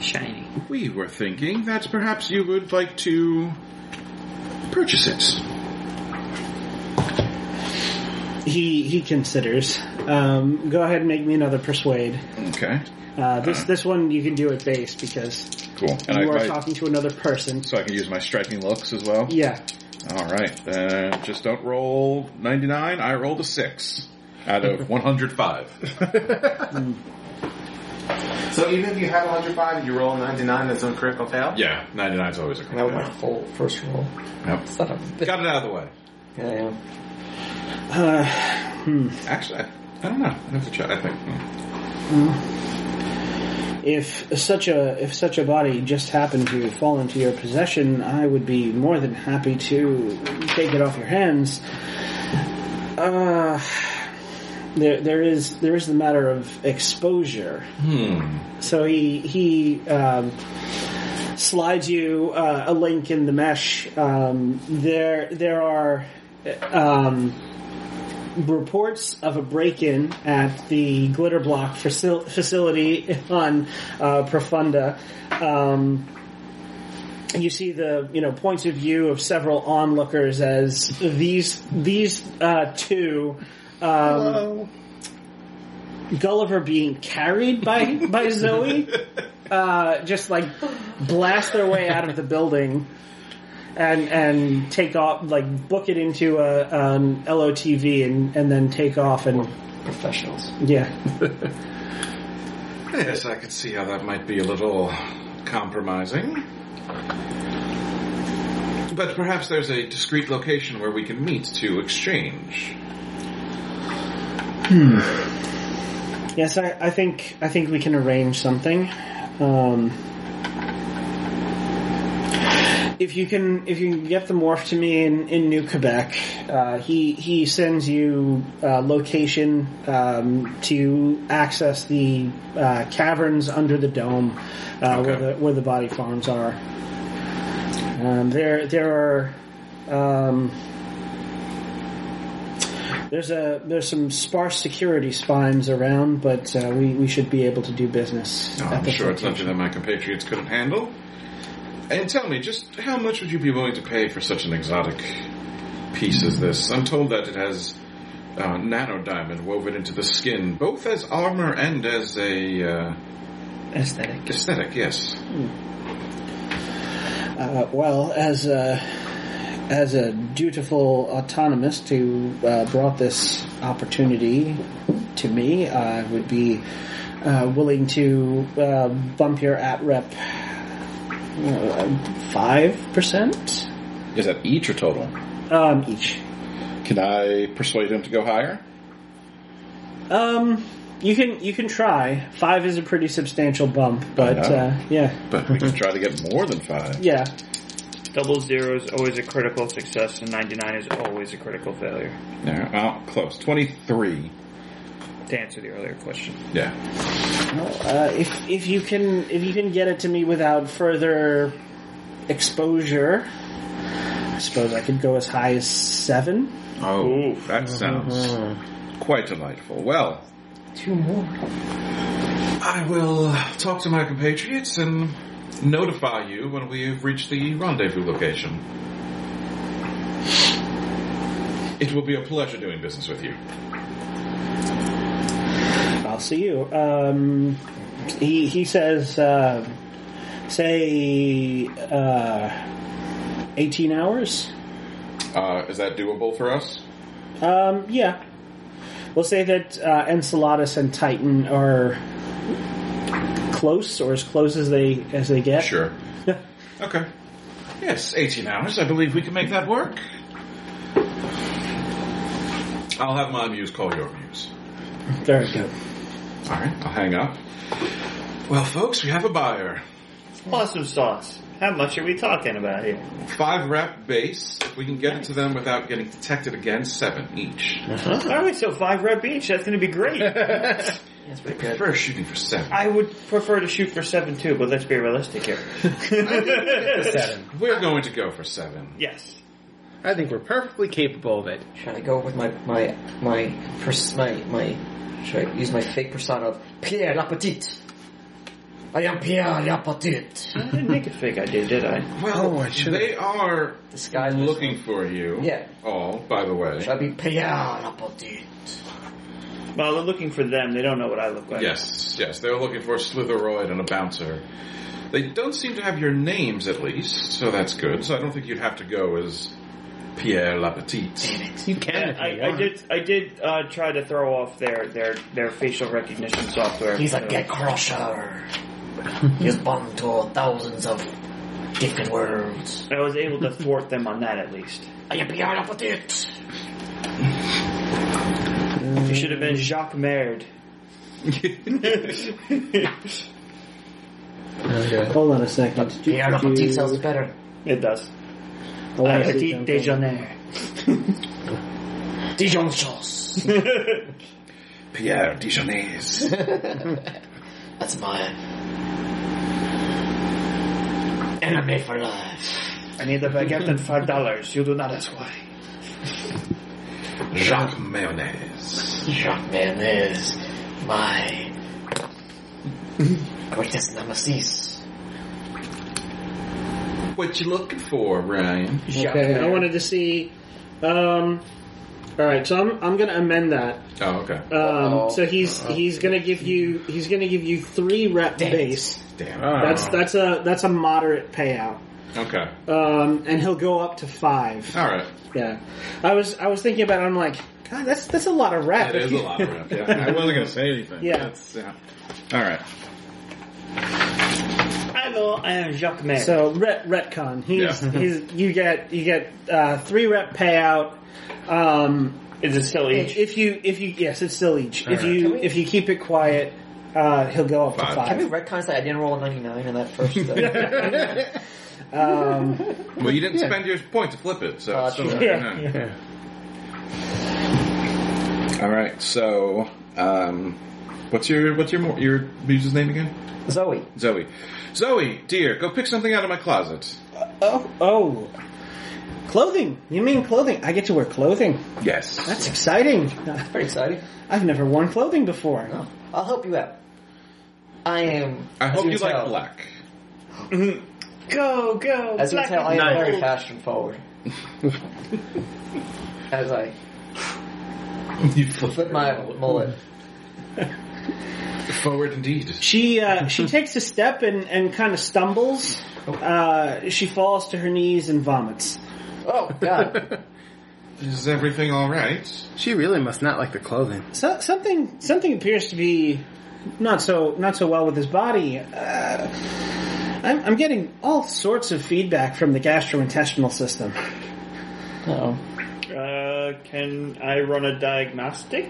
Shiny. We were thinking that perhaps you would like to purchase it. He he considers. Um, go ahead and make me another persuade. Okay, Uh, this this one you can do at base because cool. And you are I, I talking to another person. so I can use my striking looks as well. Yeah. All right, uh, just don't roll ninety nine. I rolled a six out <laughs> of one hundred five. So even if you have 105 and you roll 99, that's on critical fail? yeah, ninety nine is always a That was Oh, my good. full first roll. Yep. Son of a bitch. Got it out of the way. Yeah, yeah. Uh, Actually, I, I don't know. I have to check. I think. hmm. if such a if such a body just happened to fall into your possession, I would be more than happy to take it off your hands. Uh, there there is there is the matter of exposure. Hmm. So he he um, slides you uh, a link in the mesh. Um, there there are um, reports of a break-in at the Glitter Block facil- facility on uh, Profunda. Um, you see the you know points of view of several onlookers as these these uh, two. Um, Oh. Gulliver being carried by by Zoe, uh, just like blast their way out of the building, and and take off like book it into a an LOTV and and then take off and Professionals. yeah Yes, I could see how that might be a little compromising. But perhaps there's a discreet location where we can meet to exchange. yes I, I think I think we can arrange something. Um, if you can if you can get the morph to me in, in New Quebec, uh, he he sends you uh, location um, to access the uh, caverns under the dome uh, where the where the body farms are. Um, there there are. Um, there's a there's some sparse security spines around, but uh, we we should be able to do business. No, at Oh, I'm the sure it's something frontier. that my compatriots couldn't handle. And tell me, just how much would you be willing to pay for such an exotic piece as this? I'm told that it has uh, nano diamond woven into the skin, both as armor and as a uh, Aesthetic. aesthetic. Yes. Uh, well, as a, as a dutiful autonomist who uh, brought this opportunity to me, I would be uh, willing to uh, bump your at rep uh, five percent Is that each or total? um, each. Can I persuade him to go higher? Um, you can you can try. Five is a pretty substantial bump, but know. uh, yeah, But <laughs> we can try to get more than five. yeah. Double zero is always a critical success, and 99 is always a critical failure. Yeah, well, close. 23. To answer the earlier question. Yeah. Uh, if if you can if you can get it to me without further exposure, I suppose I could go as high as seven. Oh, that sounds quite delightful. Well, Two more. I will uh, talk to my compatriots and notify you when we have reached the rendezvous location. It will be a pleasure doing business with you. I'll see you. Um, he he says, uh, say uh, eighteen hours. Uh, is that doable for us? Um, yeah, we'll say that uh, Enceladus and Titan are close, or as close as they as they get. Sure. okay. Yes, 18 hours. I believe we can make that work. I'll have my muse call your muse. <laughs> Very good. All right, I'll hang up. Well, folks, we have a buyer. Awesome sauce. How much are we talking about here? Five rep base. If we can get it to them without getting detected again, seven each. All right, so five rep each. That's going to be great. That's pretty I good. prefer shooting for seven. I would prefer to shoot for seven too, but let's be realistic here. Seven. We're going to go for seven. yes. I think we're perfectly capable of it. Should I go with my my my pers- my my? Should I use my fake persona of Pierre Lapetit? I am Pierre Lapetit. I didn't make a fake idea, did I? Well, they are This guy's looking for you. Yeah. All, by the way. Should I be Pierre Lapetit? Well, they're looking for them. They don't know what I look like. Yes, yes. They were looking for a Slitheroid and a Bouncer. They don't seem to have your names, at least, so that's good. So I don't think you'd have to go as Pierre Lapetite. You can. Yeah, if you I, I want. did. I did uh, try to throw off their their their facial recognition software. He's a so- get crusher. He's bound to thousands of different worlds. I was able to thwart them on that at least. I am beyond up with it. It should have been Jacques Merd. Hold on a second. Did you- Beyond up with did it you- sounds better. It does. I wanna see Petit something. déjeuner. Dijon <laughs> sauce. Pierre Dijonais. That's my enemy for life. I need a baguette and five dollars. You do not ask why. Jacques Mayonnaise. Shock Man is my greatest nemesis. What you looking for, Ryan? Okay, I wanted to see. Um, all right, so I'm I'm going to amend that. Oh, okay. Um, so he's he's going to give you he's going to give you three rep Damn it. base. Damn. That's that's a that's a moderate payout. Okay. Um, and he'll go up to five. All right. Yeah, I was I was thinking about. it, I'm like, God, that's that's a lot of rep. That is a lot of rep. Yeah. I wasn't gonna say anything. Yeah. That's, yeah. All right. Hello, I am Jacques <laughs> Merd. So ret- retcon. He's, Yeah. he's you get you get uh, three rep payout. Um, is it still each? if you if you yes, it's still each. if you if you keep it quiet, uh, he'll go up Five. to Can <laughs> we five. retcon that I didn't roll a 99 in that first thing? <laughs> Um, Well, you didn't spend your point to flip it, so. Uh, it's still true. not Yeah. nine. All right. So, um, what's your what's your mo- your muse's name again? Zoe. Zoe. Zoe, dear, go pick something out of my closet. oh oh, clothing. You mean clothing? I get to wear clothing. Yes. That's exciting. Pretty exciting. I've never worn clothing before. Oh, I'll help you out. I am. I as hope you like tell- black. go go. As you black can tell, I am and gold. very fashion forward. as I you flip flip my mullet. forward indeed. <laughs> She uh, she takes a step and, and kind of stumbles. Uh, she falls to her knees and vomits. Oh, <laughs> God. Is everything all right? She really must not like the clothing. So, something something appears to be not so not so well with his body. Uh, I'm, I'm getting all sorts of feedback from the gastrointestinal system. Oh. Uh, can I run a diagnostic?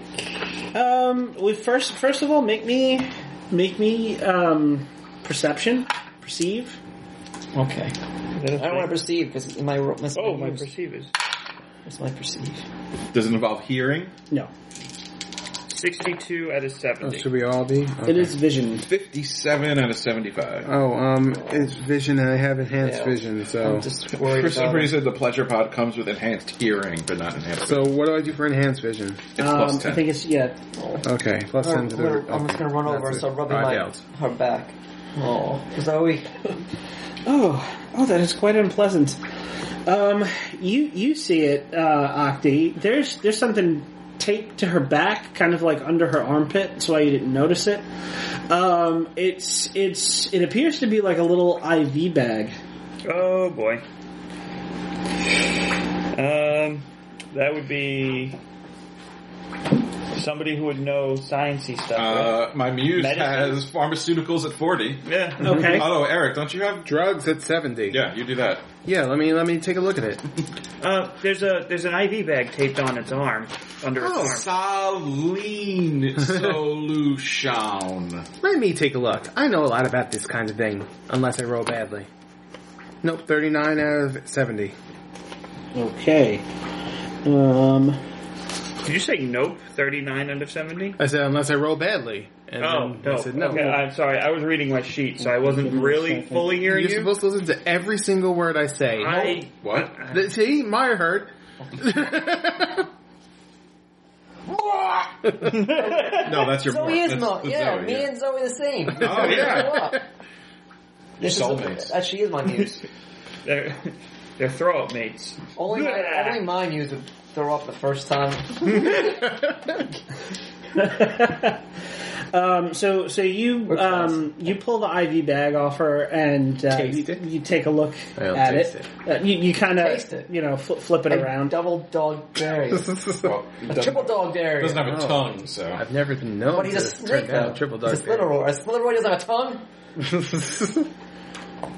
Um, we first first of all make me make me um, perception perceive. Okay. I don't want to perceive because my ro- my Oh, my perceive is It's my perceive. Does it involve hearing? No, sixty-two out of Oh, seventy. should we all be? Okay. it is vision. Fifty-seven out of seventy-five. Oh, um, it's vision, and I have enhanced Yeah. vision. So, I'm just worried Oh. For some about reason, the pleasure pod comes with enhanced hearing, but not enhanced. so what do I do for enhanced vision? it's Um, plus ten. I think it's yeah. Okay, plus ten I'm, to the. gonna- I'm just gonna run okay, over and that's start it. rubbing I my yelled. her back. Oh, <laughs> Zoe. Oh, oh, that is quite unpleasant. Um, you you see it, uh, Octi. There's there's something taped to her back, kind of like under her armpit. That's why you didn't notice it. Um, it's it's it appears to be like a little IV bag. Oh boy. Um, that would be somebody who would know sciencey stuff. right? Uh, my muse Medicine? has pharmaceuticals at 40. Yeah. Okay. Although, Eric, don't you have... Drugs at seventy. Yeah, you do that. Yeah, Let me let me take a look at it. Uh, there's a there's an IV bag taped on its arm under its arm. Saline solution. Let me take a look. I know a lot about this kind of thing, unless I roll badly. Nope, 39 out of 70. Okay. Um, Did you say nope? Thirty nine out of seventy. I said, unless I roll badly. And Oh then no. I said, no. Okay, I'm sorry. I was reading my sheet, so I wasn't Give me a really second. fully hearing You're you. supposed to listen to every single word I say. I What? Th- See, Meyer <laughs> heard. No, that's your So more. he is That's- not. that's Yeah, Zoe, me and Zoe the same. Oh, yeah. This is- soulmates. uh, she is my muse. they're, <laughs> they're throw up mates. Only my, only my muse would throw up the first time. um, so so you um, you pull the IV bag off her and uh, Taste you, it. you take a look I'll at taste it. Uh, you you kind Taste it. of you know fl- flip it I around. double dog dare you. Well, he A doesn't, triple dog dare you. doesn't have a tongue, so. I've never been known But he's a to turn snake though. down triple He's dog. a Slitheroy. A Slitheroy doesn't have a tongue.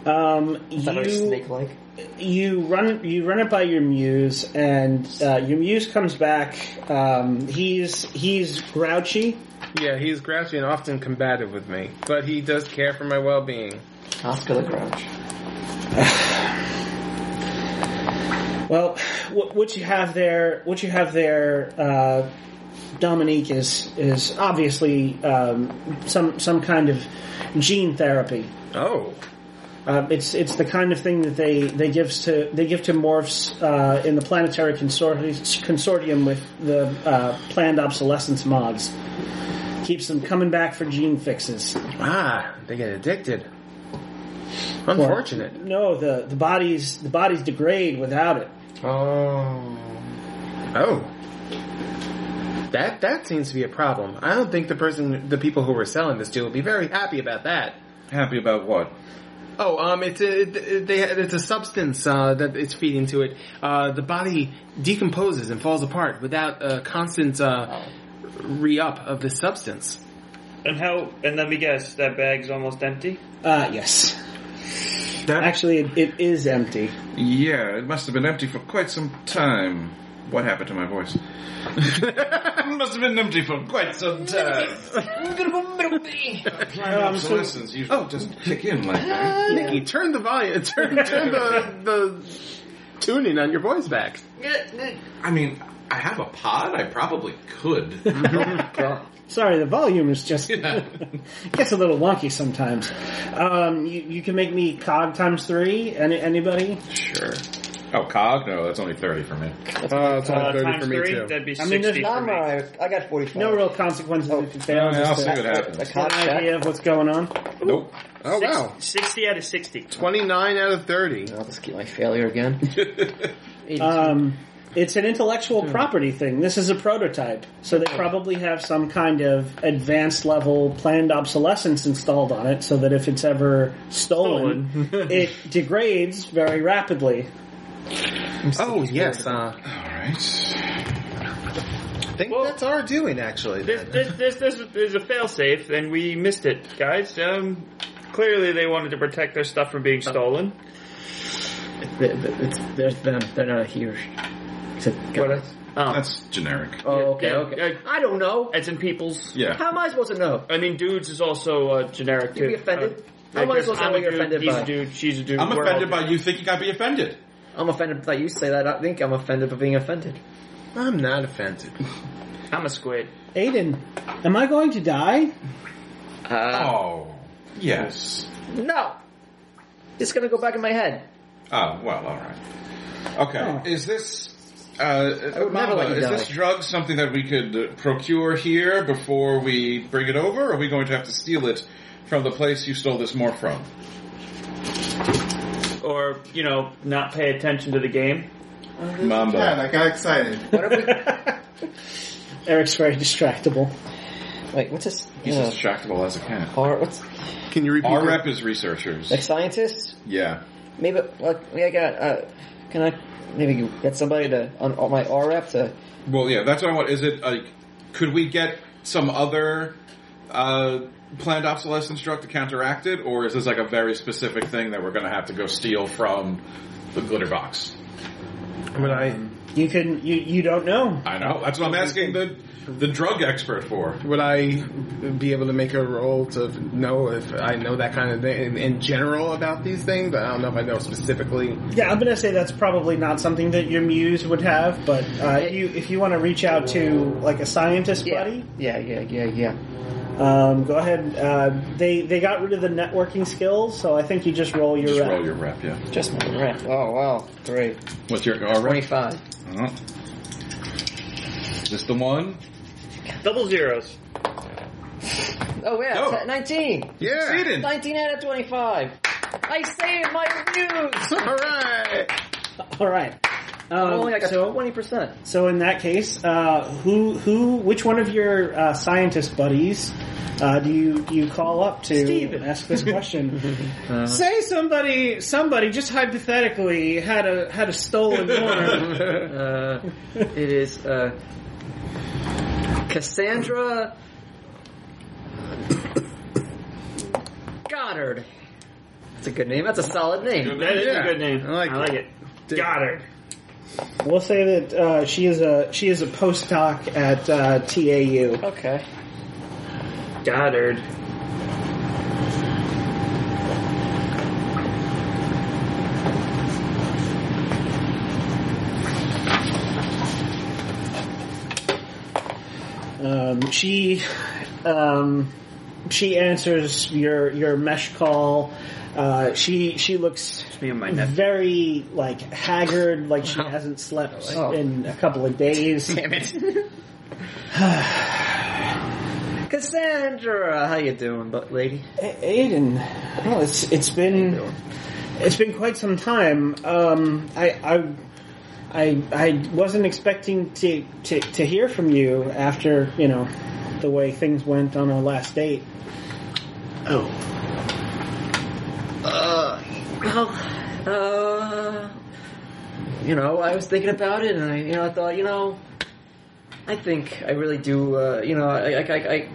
Um, Is that very you snake-like? you run you run it by your muse, and uh, your muse comes back. Um, he's he's grouchy. yeah, he's grouchy and often combative with me, but he does care for my well-being. Oscar the Grouch. Well, what, what you have there, what you have there, uh, Dominique is is obviously um, some some kind of gene therapy. Oh, Uh, it's it's the kind of thing that they they gives to they give to morphs uh, in the planetary consortium, consortium with the uh, planned obsolescence mods. Keeps them coming back for gene fixes. ah, they get addicted. Unfortunate. No, the, the bodies the bodies degrade without it. Oh. Oh. That that seems to be a problem. I don't think the person, the people who were selling this to, will be very happy about that. Happy about what? Oh, um, it's a it- they it's a substance uh, that it's feeding to it. Uh, the body decomposes and falls apart without a constant uh, re up of this substance. And how? And let me guess. That bag's almost empty. Uh, yes, That actually, it, it is empty. Yeah, it must have been empty for quite some time. What happened to my voice? it must have been empty for quite some time. Planned Um, so- obsolescence usually doesn't kick in like <laughs> that. Nikki, turn the volume, <laughs> turn turn the the tuning on your voice back. I mean, I have a pod. I probably could. Sorry, the volume is <laughs> just Yeah. <laughs> gets a little wonky sometimes. Um, you, you can make me cog times three. Any, anybody? sure. Oh, cog? No, that's only thirty for me. Oh, it's only Uh, times three, that'd be I mean, sixty Nah, for I'm me. alright. I got 45. No real consequences if you fail. Oh. Yeah, I'll just see a- what I happens. can't an check. idea of what's going on. Nope. Oh Six- wow, Sixty out of sixty. twenty nine out of thirty. I'll just keep my failure again. Um, it's an intellectual property thing. This is a prototype, so they probably have some kind of advanced level planned obsolescence installed on it, so that if it's ever stolen, it degrades very rapidly. Oh yes, uh, All right. I think Well- that's our doing actually. There's, Then. there's, there's, there's, there's a failsafe, and we missed it, guys. Um, clearly, they wanted to protect their stuff from being Oh. stolen. Th- th- It's, there's them. They're not here. Except What else? Oh, That's generic. oh, okay, yeah, okay. yeah. I don't know. It's in uh, people's. Yeah. How am I supposed to know? I mean, dudes is also uh, generic too. You'd be offended. Uh, How am I because supposed to I'm know what a you're dude, offended he's by? a dude. She's a dude. I'm we're all offended by dudes. you thinking I'd be offended. I'm offended that you say that. I think I'm offended by being offended. I'm not offended. I'm a squid. Aiden, am I going to die? Uh, Oh. Yes. No. It's gonna go back in my head. Oh, well, all right. Okay. Oh. Is this, uh, would never Mama, let you is die. this drug something that we could uh, procure here before we bring it over, or are we going to have to steal it from the place you stole this more from? Or you know, not pay attention to the game. Mamba. got excited. What if we, Eric's very distractible. Wait, what's this? He's uh, as distractible as a cat. R, what's Can you repeat? Our that? rep is researchers. like scientist? Yeah. Maybe like maybe I got. Uh, can I maybe get somebody to on, on my R rep to? Well, yeah, that's what I want. Is it like, could we get some other uh, planned obsolescence drug to counteract it, or is this like a very specific thing that we're going to have to go steal from the glitter box? But I You can you you don't know. I know. That's what I'm asking the the drug expert for. Would I be able to make a roll to know if I know that kind of thing in, in general about these things? I don't know if I know specifically. Yeah, I'm gonna say that's probably not something that your muse would have, but uh, you if you want to reach out to like a scientist Yeah, buddy, yeah, yeah, yeah, yeah. um, go ahead. Uh, they they got rid of the networking skills, so I think you just roll your Just rep. roll your rep, yeah. Just my rep. Oh wow, great. What's your all right? Twenty-five. Oh. Is this the one? Double zeros. Oh yeah, No. t- nineteen. Yeah. Succeeded. Nineteen out of twenty-five. I saved my reviews. Oh, All right. <laughs> All right. Um, Only like so, twenty percent. so in that case, uh, who who which one of your uh, scientist buddies uh, do you you call up to Steven. ask this question? Say somebody somebody just hypothetically had a had a stolen warrant. Uh, it is uh, Cassandra <coughs> Goddard. That's a good name. That's a solid name. That is Yeah. a good name. I I like like, it. it. Goddard. we'll say that uh, she is a she is a postdoc at uh, TAU. Okay. Goddard. Um, she um, she answers your your mesh call. Uh, she she looks Me and my nephew. very like haggard, like she hasn't slept Oh. in a couple of days. <laughs> Damn it. Cassandra, how you doing, but lady? A- Aiden, well, it's it's been it's been quite some time. Um, I, I I I wasn't expecting to, to to hear from you after you know the way things went on our last date. Oh, Uh, well, uh, you know, I was thinking about it, and I, you know, I thought, you know, I think I really do, uh, you know, I, I, I, I,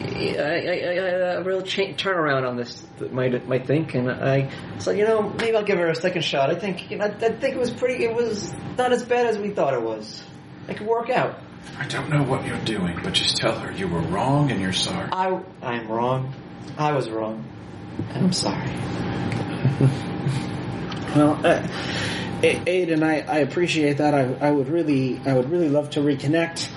I, I, I had a real cha- turnaround on this, my, my think, and I so you know, maybe I'll give her a second shot. I think, you know, I, I think it was pretty, it was not as bad as we thought it was. It could work out. I don't know what you're doing, but just tell her you were wrong and you're sorry. I, I'm wrong. I was wrong. And I'm sorry. well, uh, A- Aiden, I, I appreciate that. I, I would really I would really love to reconnect.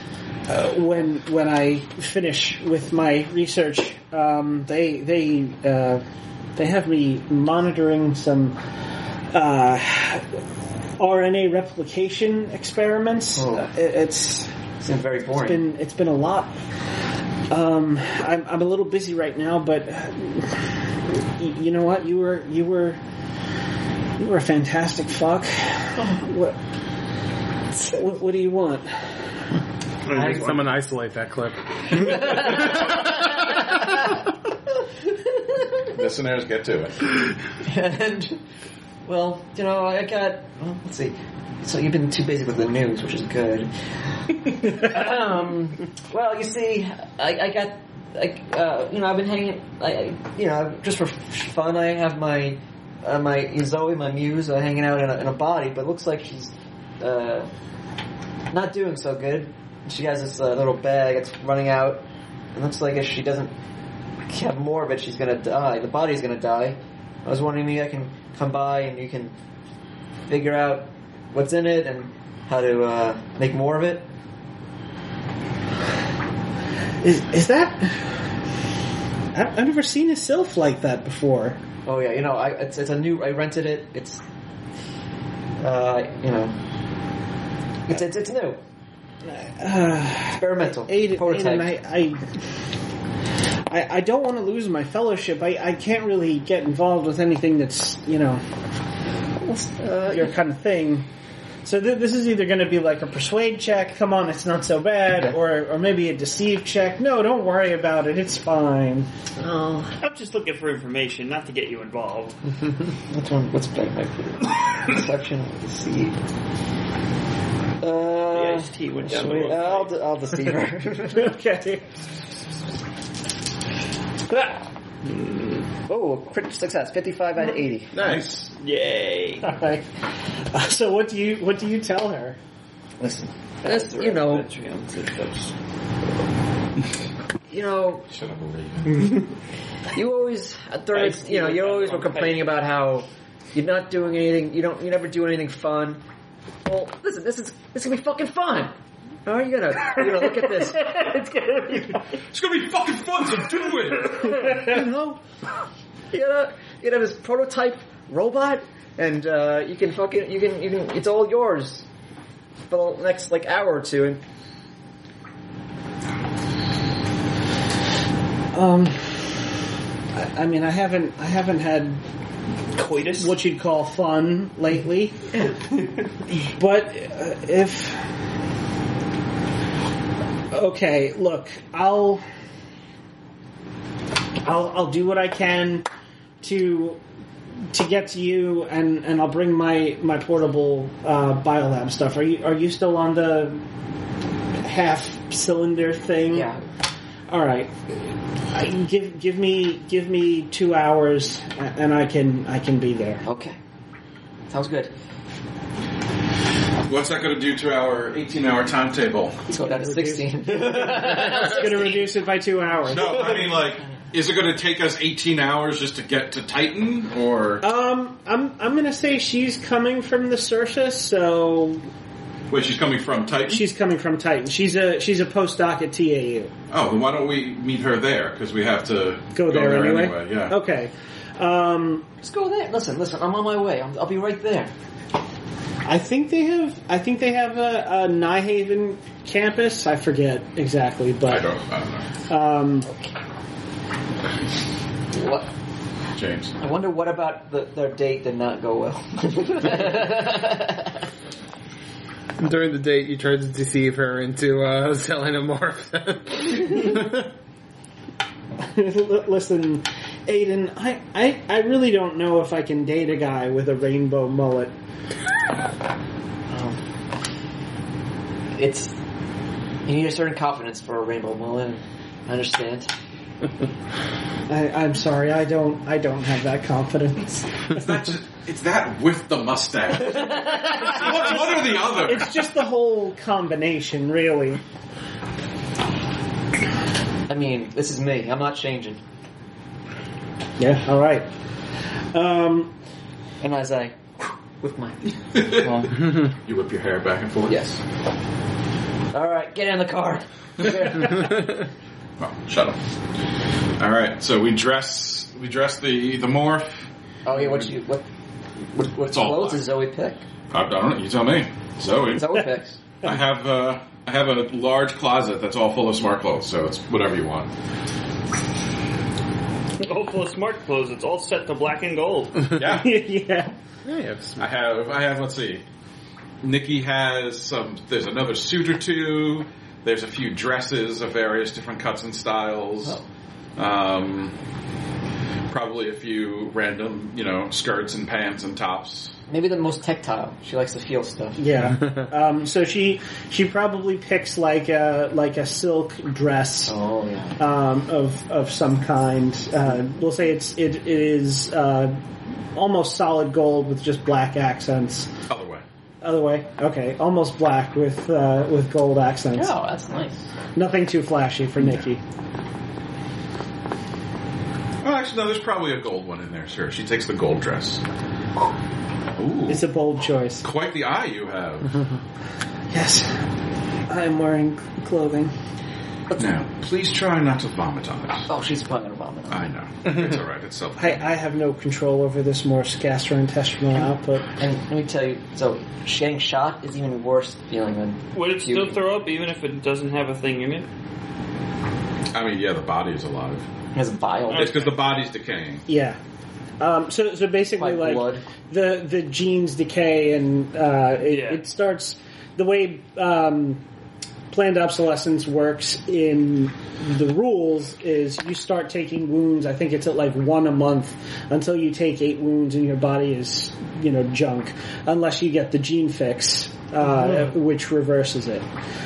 Uh, when when I finish with my research, um, they they uh, they have me monitoring some uh, RNA replication experiments. Oh. Uh, it- it's Seemed very boring. it's been it's been a lot. Um, I'm I'm a little busy right now, but uh, y- you know what? You were you were you were a fantastic fuck. What what, what do you want? Someone isolate that clip. Listeners, get to it. and well, you know, I got. Well, let's see. So you've been too busy with the news, which is good. um, well, you see, I, I got. I, uh, you know, I've been hanging. I, I, you know, just for fun, I have my uh, my Zoe, my muse, uh, hanging out in a, in a body, but it looks like she's uh, not doing so good. She has this uh, little bag that's running out. It looks like if she doesn't have more of it, she's gonna die. The body's gonna die. I was wondering maybe I can come by and you can figure out what's in it and how to uh, make more of it. Is is that? I've, I've never seen a sylph like that before. Oh yeah, you know, I it's, it's a new. I rented it. It's uh, you know, it's it's, it's new, Uh, experimental, Aiden, prototype. Aiden, I, I, I, I don't want to lose my fellowship. I, I can't really get involved with anything that's you know uh, your kind of thing. So th- this is either going to be like a persuade check, come on, it's not so bad, or or maybe a deceive check. No, don't worry about it, it's fine. Oh, I'm just looking for information, not to get you involved. which one? What's playing my perception? or Deceive. The Uh, iced tea went down shall the we- wrong I'll, pipe. de- I'll deceive <laughs> her. okay. oh, crit success, fifty-five out of eighty. Nice. Yay. All right. Uh, so what do you what do you tell her? Listen, that's you know, you know, Should have you always during you know you always were complaining about how you're not doing anything you don't you never do anything fun well listen this is this is gonna be fucking fun all right you gotta you gotta look at <laughs> this It's gonna be fucking fun to do it. you know you gotta you gotta have this prototype robot and uh, you can fucking you can you can it's all yours for the next like hour or two and Um, I, I mean, I haven't I haven't had Coitus. what you'd call fun lately. but uh, if okay, look, I'll I'll I'll do what I can to to get to you, and and I'll bring my my portable uh, biolab stuff. Are you are you still on the half cylinder thing? yeah All right. I- Give give me give me two hours, a- and I can I can be there. okay sounds good What's that going to do to our 18 hour timetable? let's go down to 16 It's going to reduce it by two hours. No, I mean, like, is it going to take us 18 hours just to get to Titan? Or. Um, I'm I'm going to say she's coming from the Certia, so Wait, she's coming from Titan? she's coming from Titan. She's a she's a postdoc at TAU. Oh, then why don't we meet her there? Because we have to Go there, anyway. Yeah. Okay. Um, <laughs> let's go there listen listen I'm on my way I'm, I'll be right there I think they have I think they have a, a Nyhaven campus. I forget exactly, I but don't. I don't know, um, what James. I wonder what about the, their date did not go well. During the date, you tried to deceive her into uh, <laughs> selling a <laughs> <laughs> morph. L- Listen, Aiden, I, I, I really don't know if I can date a guy with a rainbow mullet. it's you need a certain confidence for a rainbow mullet. I understand. I, I'm sorry, I don't I don't have that confidence. It's not just. It's that with the mustache. what, what are the other? It's just the whole combination, really. I mean, this is me. I'm not changing. Yeah. All right. Um, <laughs> And as I with my well, <laughs> You whip your hair back and forth. yes. All right, get in the car. Oh, shut up. All right. So we dress. We dress the the morph. Oh yeah, what you what what, what It's all clothes black. does Zoe pick? I don't know. You tell me, Zoe. Zoe picks. I have uh, I have a large closet that's all full of smart clothes. So it's whatever you want. Oh, full of smart clothes. It's all set to black and <laughs> gold. <laughs> Yeah. yeah. yeah, you have some- I have, I have, let's see. Nikki has some, there's another suit or two. There's a few dresses of various different cuts and styles. Oh. Um, probably a few random, you know, skirts and pants and tops. Maybe the most tactile. She likes to feel stuff. Yeah. Um, so she she probably picks like a like a silk dress. Oh yeah. um, of of some kind. Uh, we'll say it's it, it is uh, almost solid gold with just black accents. Other way. Other way, okay, almost black with uh, with gold accents. Oh, that's nice. Nothing too flashy for Nikki. Oh, actually, no, there's probably a gold one in there, sure. She takes the gold dress. Ooh. It's a bold choice. quite the eye you <laughs> have. Yes, I am wearing clothing. now, please try not to vomit on it. Oh, she's probably gonna vomit. I know. <laughs> It's alright, it's self. I, I have no control over this Morse gastrointestinal output. And let me tell you, so getting shot is even worse feeling than Would it puking. still throw up even if it doesn't have a thing in it? I mean, yeah, the body is alive. It's vile. It's because the body's decaying. Yeah. Um, so, so basically, My like blood. the the genes decay, and uh, it, Yeah. it starts the way um, planned obsolescence works in the rules is you start taking wounds. I think it's at like one a month until you take eight wounds, and your body is you know junk unless you get the gene fix. Uh, which reverses it.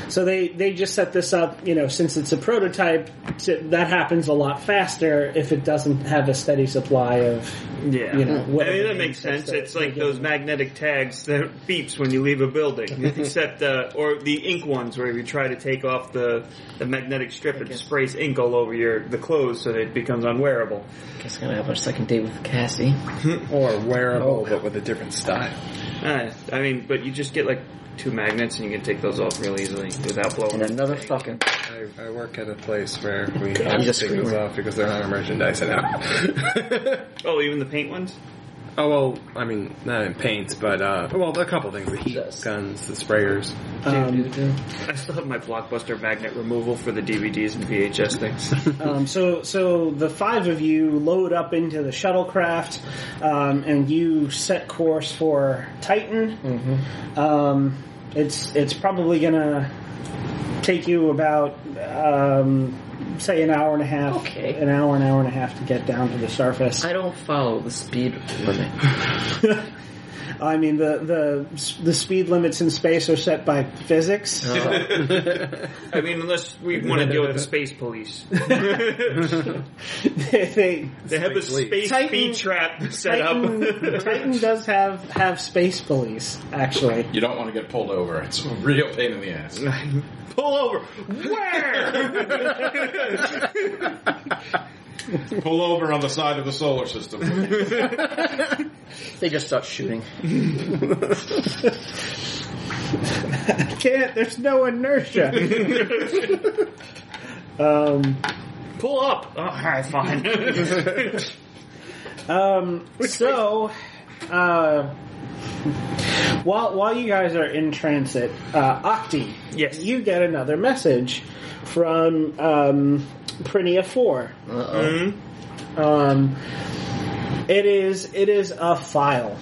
So they, they just set this up, you know, since it's a prototype, so that happens a lot faster if it doesn't have a steady supply of Yeah. You know, I whatever mean, that makes insects sense. that- It's like those magnetic tags that beeps when you leave <laughs> a building, except, uh, or the ink ones where you try to take off the, the magnetic strip and sprays ink all over your, the clothes so that it becomes unwearable. Guess gonna have our second date with Cassie. Or wearable, but with a different style. Uh, I mean, but you just get like two magnets and you can take those off real easily without blowing And them. another fucking. I, I work at a place where we have to just take those screamer. off because they're not our merchandise now. <laughs> Oh, even the paint ones? oh well, I mean, not in paints, but uh, well, a couple things: the heat Yes. guns, the sprayers. Um, I still have my blockbuster magnet removal for the DVDs and VHS things. um, so, so the five of you load up into the shuttlecraft, um, and you set course for Titan. Mm-hmm. Um, it's it's probably gonna take you about um, say an hour and a half, Okay. an hour, an hour and a half to get down to the surface. I don't follow the speed limit. <laughs> I mean, the the the speed limits in space are set by physics. Uh, I mean, unless we want to deal <laughs> with the space police. they, they, They have a space Titan- speed trap set Titan, up. Titan does have have space police, actually. You don't want to get pulled over. It's a real pain in the <laughs> ass. Pull over. <laughs> Where? Pull over on the side of the solar system. They just start shooting. Can't. There's no inertia. um, Pull up. Oh, all right, fine. um, so, uh, while while you guys are in transit, uh, Octi, Yes. you get another message from um, Prinia Four. Mhm. Um, it is it is a file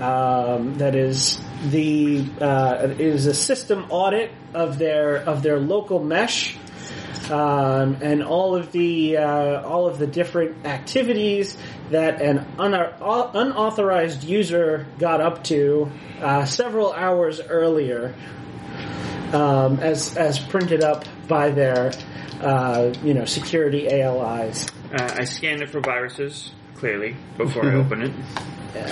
um, that is the uh, it is a system audit of their of their local mesh. Um, and all of the uh, all of the different activities that an unau- au- unauthorized user got up to uh, several hours earlier, um, as as printed up by their uh, you know security ALIs. Uh, I scanned it for viruses, clearly, before <laughs> I open it.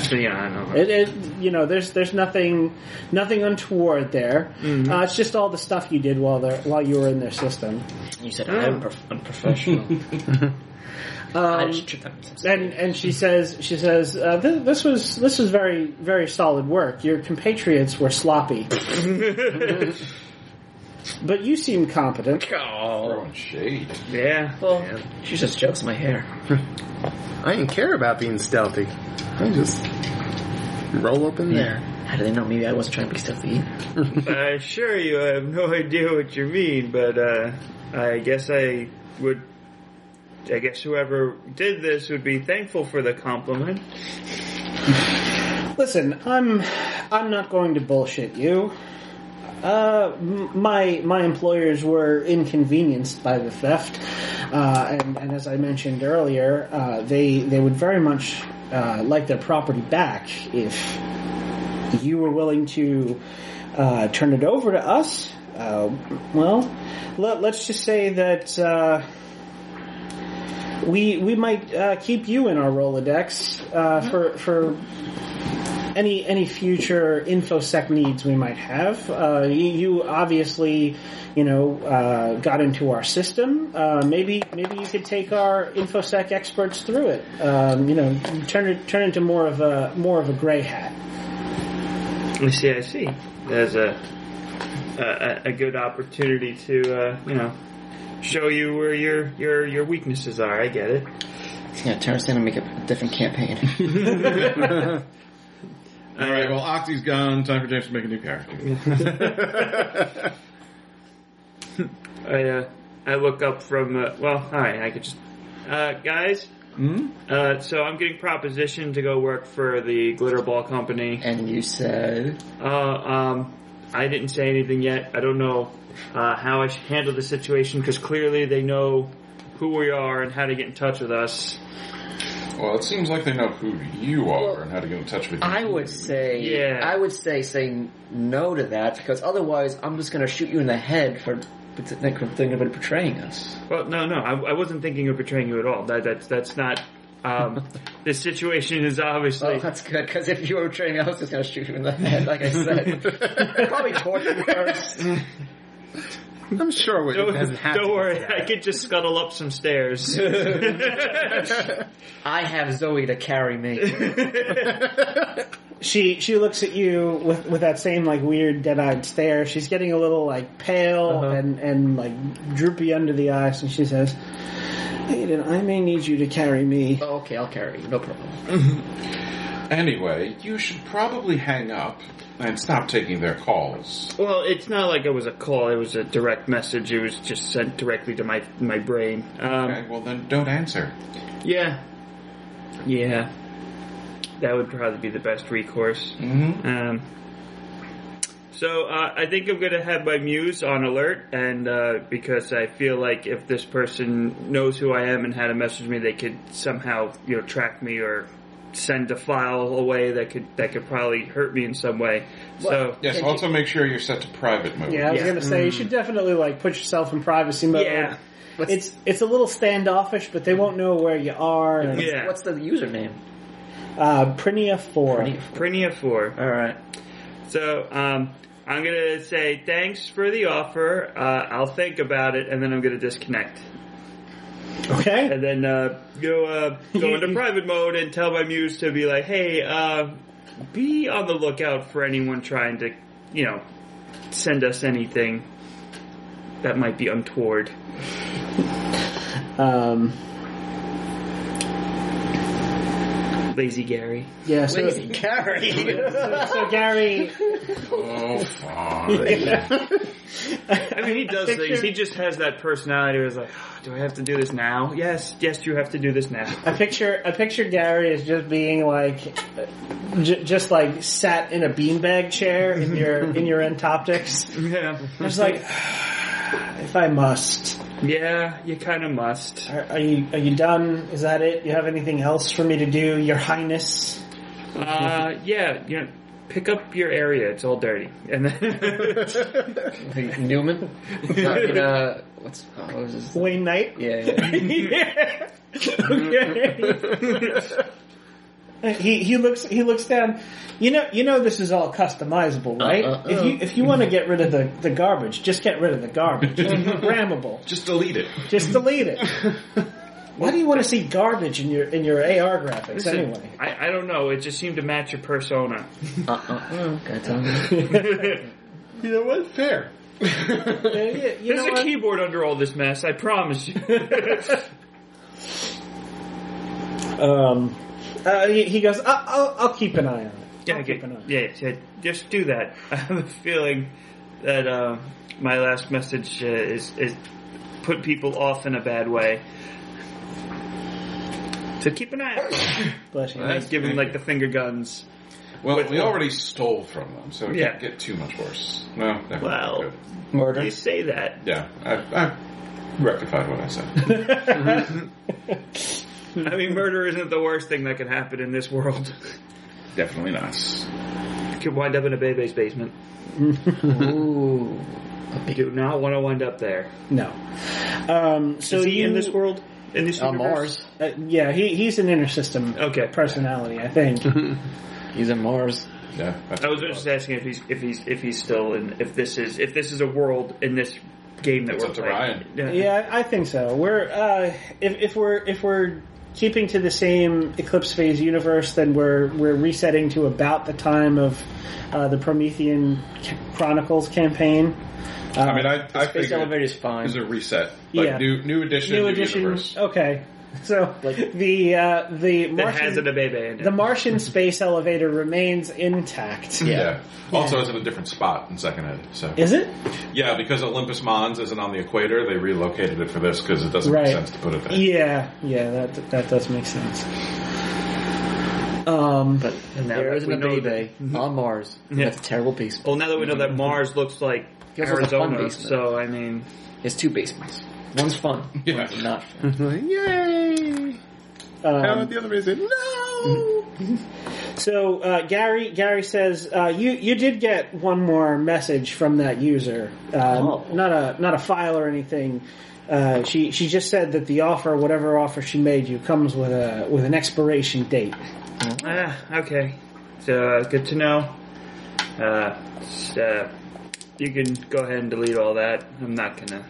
So, yeah, I know. It, it, you know, there's there's nothing nothing untoward there. Uh, it's just all the stuff you did while there while you were in their system. You said I'm prof- unprofessional. I just tripped out. Um, And and she says she says uh, th- this was this was very very solid work. Your compatriots were sloppy, <laughs> but you seem competent. Throwing shade. yeah. Well, she just jokes my hair. <laughs> I didn't care about being stealthy. I just roll up in there. How do they know? Maybe I wasn't trying to be stealthy. I assure Uh, you, I have no idea what you mean, but uh, I guess I would. I guess whoever did this would be thankful for the compliment. Listen, I'm I'm not going to bullshit you. Uh, m- my my employers were inconvenienced by the theft, uh, and, and as I mentioned earlier, uh, they they would very much uh, like their property back if you were willing to uh, turn it over to us. Uh, well, let, let's just say that uh, we we might uh, keep you in our Rolodex uh, for for any any future infosec needs we might have. Uh, you, you obviously, you know, uh, got into our system. Uh, maybe maybe you could take our infosec experts through it. Um, you know, turn it turn into more of a more of a gray hat. I see. I see. There's a a, a- a good opportunity to uh, you know show you where your your your weaknesses are. I get it. It's gonna turn us in and make a different <laughs> campaign. All right. Well, Octi's gone. Time for James to make a new character. I uh, I look up from uh, well, all right. I could just uh, guys. Hmm? Uh, so I'm getting propositioned to go work for the Glitter Ball Company. And you said, Uh, um, I didn't say anything yet. I don't know uh, how I should handle the situation because clearly they know who we are and how to get in touch with us. <laughs> Well, it seems like they know who you are and how to get in touch with you. I would say, Yeah. I would say, say no to that because otherwise, I'm just going to shoot you in the head for thinking about betraying us. Well, no, no, I, I wasn't thinking of betraying you at all. That, that's that's not. <laughs> Um, this situation is Oh, obviously. that's good because if you were betraying me, I was just going to shoot you in the head, like <laughs> I said. Probably torture you first. I'm sure it Don't, doesn't have don't to be worry, that. I could just scuttle up some <laughs> stairs. I have Zoe to carry me. She she looks at you with with that same like weird dead eyed stare. She's getting a little like pale and and like droopy under the eyes, and she says, "Aiden, I may need you to carry me." Oh, okay, I'll carry you, no problem. Anyway, you should probably hang up and stop taking their calls. Well, it's not like it was a call. It was a direct message. It was just sent directly to my my brain. Um, Okay, well then don't answer. Yeah, yeah, that would probably be the best recourse. Mm-hmm. Um, so uh, I think I'm gonna have my muse on alert, and uh, because I feel like if this person knows who I am and how to message me, they could somehow you know track me or send a file away that could that could probably hurt me in some way. so Yes, Can also make sure you're set to private mode. Yeah, I was Yeah. gonna say you should definitely like put yourself in privacy mode. Yeah. What's, It's it's a little standoffish, but they won't know where you are. And, yeah, what's the username? Uh, Prinia four. Prinia four. All right. So um, I'm gonna say thanks for the offer. Uh, I'll think about it, and then I'm gonna disconnect, Okay. and then uh, go uh, go into private mode and tell my muse to be like, hey, uh, be on the lookout for anyone trying to, you know, send us anything that might be untoward. Um, Lazy Gary. yeah. So, Lazy carry. <laughs> so Gary, Oh, fine. <laughs> I <laughs> mean, he does things. He just has that personality. Where it's like, "Oh, do I have to do this now? Yes, yes, you have to do this now. I picture I picture Gary as just being like, j- just like sat in a beanbag chair in your in your <laughs> entoptics. <laughs> Yeah, Just like, <sighs> if I must. yeah, you kind of must. Are, are you are you done? Is that it? You have anything else for me to do, Your Highness? Uh, yeah, you know, pick up your area. It's all dirty. And then, <laughs> Newman? I mean, uh, what's, oh, what was his Wayne Knight. Yeah, yeah. <laughs> Yeah. okay. <laughs> he he looks he looks down. You know you know this is all customizable, right? Uh, uh, uh. If you if you want to get rid of the, the garbage, just get rid of the garbage. <laughs> It's programmable. Just delete it. Just delete it. Why do you want to see garbage in your in your AR graphics <laughs> <laughs> anyway? I, I don't know. It just seemed to match <laughs> your persona. <laughs> <laughs> Uh, uh, uh, gotta tell me. You know what? Fair. Uh, You, you know There's a what? keyboard under all this mess. I <laughs> promise you. Um, uh, he, he goes. I'll, I'll, I'll keep an eye on it. <laughs> yeah, I'll okay. keep an eye. on it." yeah, yeah, just do that. <laughs> I have a feeling that uh, my last message uh, is is put people off in a bad way. So keep an <coughs> eye. out. Bless you. I give him like the finger guns. Well, With we what? already stole from them, so it Yeah. can't get too much worse. No, never Well. mind. Good. You say that. yeah, I, I rectified what I said. <laughs> I mean, murder isn't the worst thing that can happen in this world. <laughs> Definitely not. You could wind up in a baby's basement. Ooh. Do not want to wind up there. No. Um, so Is he you, in this world? In this On universe? Mars. Uh, yeah, he, he's an inner system Okay. personality, I <laughs> think. He's on Mars. Yeah, that's I was just asking if he's if he's if he's still in if this is if this is a world in this game that It's we're up to playing. Ryan. yeah, I think so. We're uh, if, if we're if we're keeping to the same eclipse phase universe, then we're we're resetting to about the time of uh, the Promethean Ca- Chronicles campaign. Uh, I mean, I, I Space figured elevator's it was fine. a reset, like Yeah. new new edition, new Oh, new, edition. universe. Okay. So the uh, the that has Martian a baby in it. the <laughs> Martian space elevator remains intact. Yeah. Also, it's in a different spot in Second Ed. So Is it? yeah, because Olympus Mons isn't on the equator, they relocated it for this because it doesn't Right. make sense to put it there. Yeah, yeah, that that does make sense. Um, But there that isn't we a know baby on Mars. and Yeah. That's a terrible basement. well, now that we know Mm-hmm. that Mars looks like Gives us a fun Arizona, basement. so I mean, It's two basements. One's fun. Yeah. One's not fun. Yay! Now um, the other reason, no. so uh, Gary Gary says uh, you you did get one more message from that user. Um, Oh. Not a not a file or anything. Uh, she she just said that the offer, whatever offer she made you, comes with a with an expiration date. ah, okay. So uh, good to know. Uh, s- uh, you can go ahead and delete all that. I'm not gonna.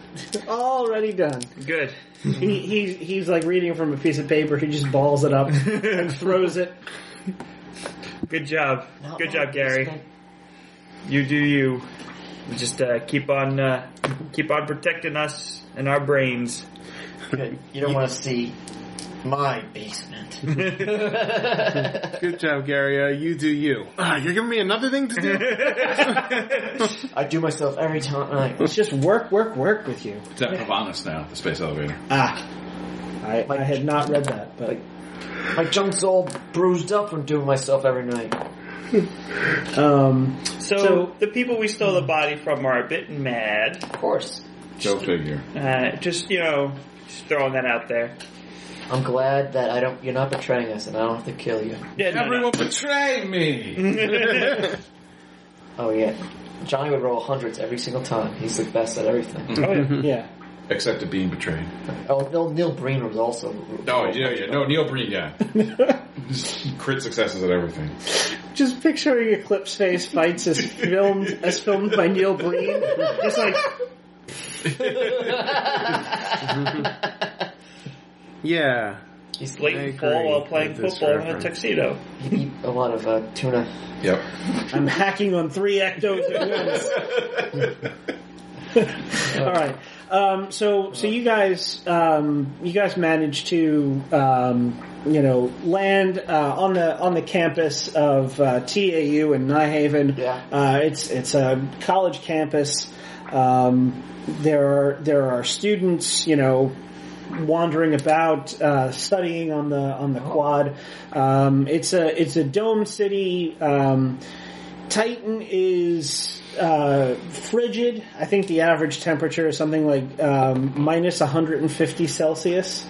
Already done. Good. <laughs> He, he he's like reading from a piece of paper. He just balls it up and throws it. Good job. Not Good my job, Gary. basement. You do you. Just uh, keep on uh, keep on protecting us and our brains. Good. You don't want to see my basement. Good job, Gary. Uh, you do you. Ah, you're giving me another thing to <laughs> do. I do myself every time. It's just work, work, work with you. It's at Pavanis now, the space elevator. Ah, I, I had not read that, but Like, my junk's all bruised up from doing myself every night. um, So, So- the people we stole the body from are a bit mad. Of course. Go figure. Uh, just you know, just throwing that out there. I'm glad that I don't. You're not betraying us, and I don't have to kill you. Yeah, no, no. Everyone betrayed me. Oh yeah. Johnny would roll hundreds every single time. He's the best at Oh, everything. <laughs> Mm. yeah. Except at being betrayed. Oh, Neil, Neil Breen was also. Oh yeah, yeah. No, Neil Breen. Yeah. Crit successes at everything. Just picturing Eclipse Face fights as filmed as filmed by Neil Breen, just like yeah. He's late I in fall agree while playing with this football in a reference. tuxedo. He eat a lot of uh, tuna. Yep. I'm hacking on three ectos at once. <laughs> All right. Um, so so you guys um, you guys managed to um, you know land uh, on the on the campus of uh, TAU in Nyhaven. Yeah. Uh, it's it's a college campus. Um, there are there are students you know wandering about uh, studying on the on the quad. Um, it's a it's a dome city. Um, Titan is uh, frigid. I think the average temperature is something like um, minus 150 Celsius.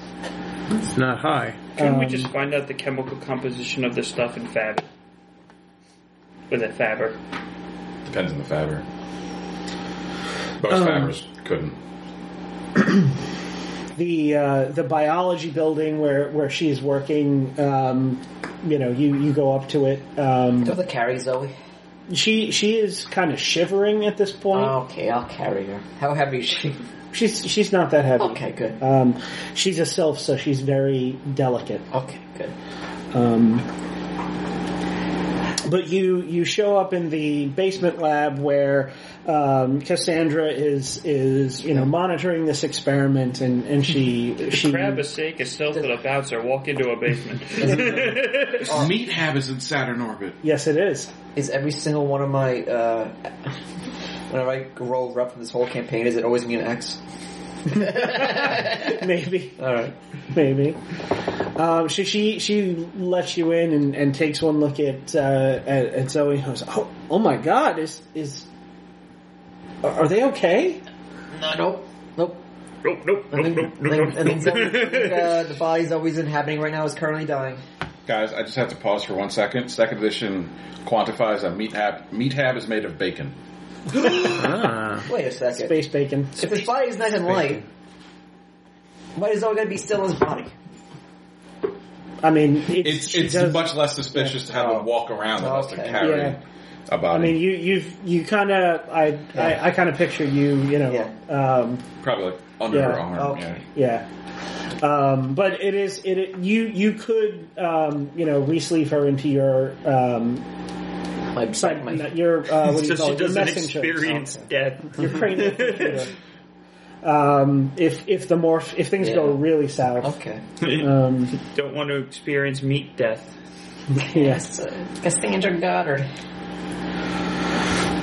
It's not high. Couldn't we just find out the chemical composition of the stuff in Fab? With a Faber. Depends on the fabber. Most Um, fabbers couldn't. The uh, the biology building where where she's working, um, you know, you you go up to it. Don't Um, they carry Zoe? she she is kind of shivering at this point. Oh. Okay, I'll carry her. Oh. How heavy is she? She's she's not that heavy. Okay, good. Um, she's a sylph, so she's very delicate. Okay, good. Um, but you you show up in the basement lab where um, Cassandra is is you know monitoring this experiment, and and she she Crab, a snake, a stealth, and a bouncer walk into a basement. Uh, Meat hab is in Saturn orbit. yes it is <laughs> Is every single one of my uh, whenever I roll rep from this whole campaign, is it always gonna be an X? maybe All right. maybe. Um, she she she lets you in and, and takes one look at uh, at, at Zoe and goes, oh oh my god is is are- are they okay? No, nope, nope. nope, <laughs> nope, I nope, think, I nope, think, I nope, think, nope. Zoe- I think, uh, the body's always inhabiting right now is currently dying. Guys, I just have to pause for one second. Second edition quantifies a meat hab. Meat hab is made of bacon. Ah. Wait a second. Space bacon. If his body is nice and light, why is Zoe gonna be still in his body? I mean it's It's she it's does- much less suspicious to have them walk around than us to Okay. carry Yeah. a I body. mean, you you've you kind of I, I I kind of picture you, you know, Yeah. um, Probably like under Yeah. her arm. Okay. yeah. Um, but it is it, it you you could um, you know re-sleeve her into your um, My side my your uh, what do you <laughs> call so she it? Your <laughs> doesn't messenger. experience death. Your cranial computer. Um, if if the morph if things go really south, Okay. um, <laughs> Don't want to experience meat death. yes. uh, Cassandra Goddard.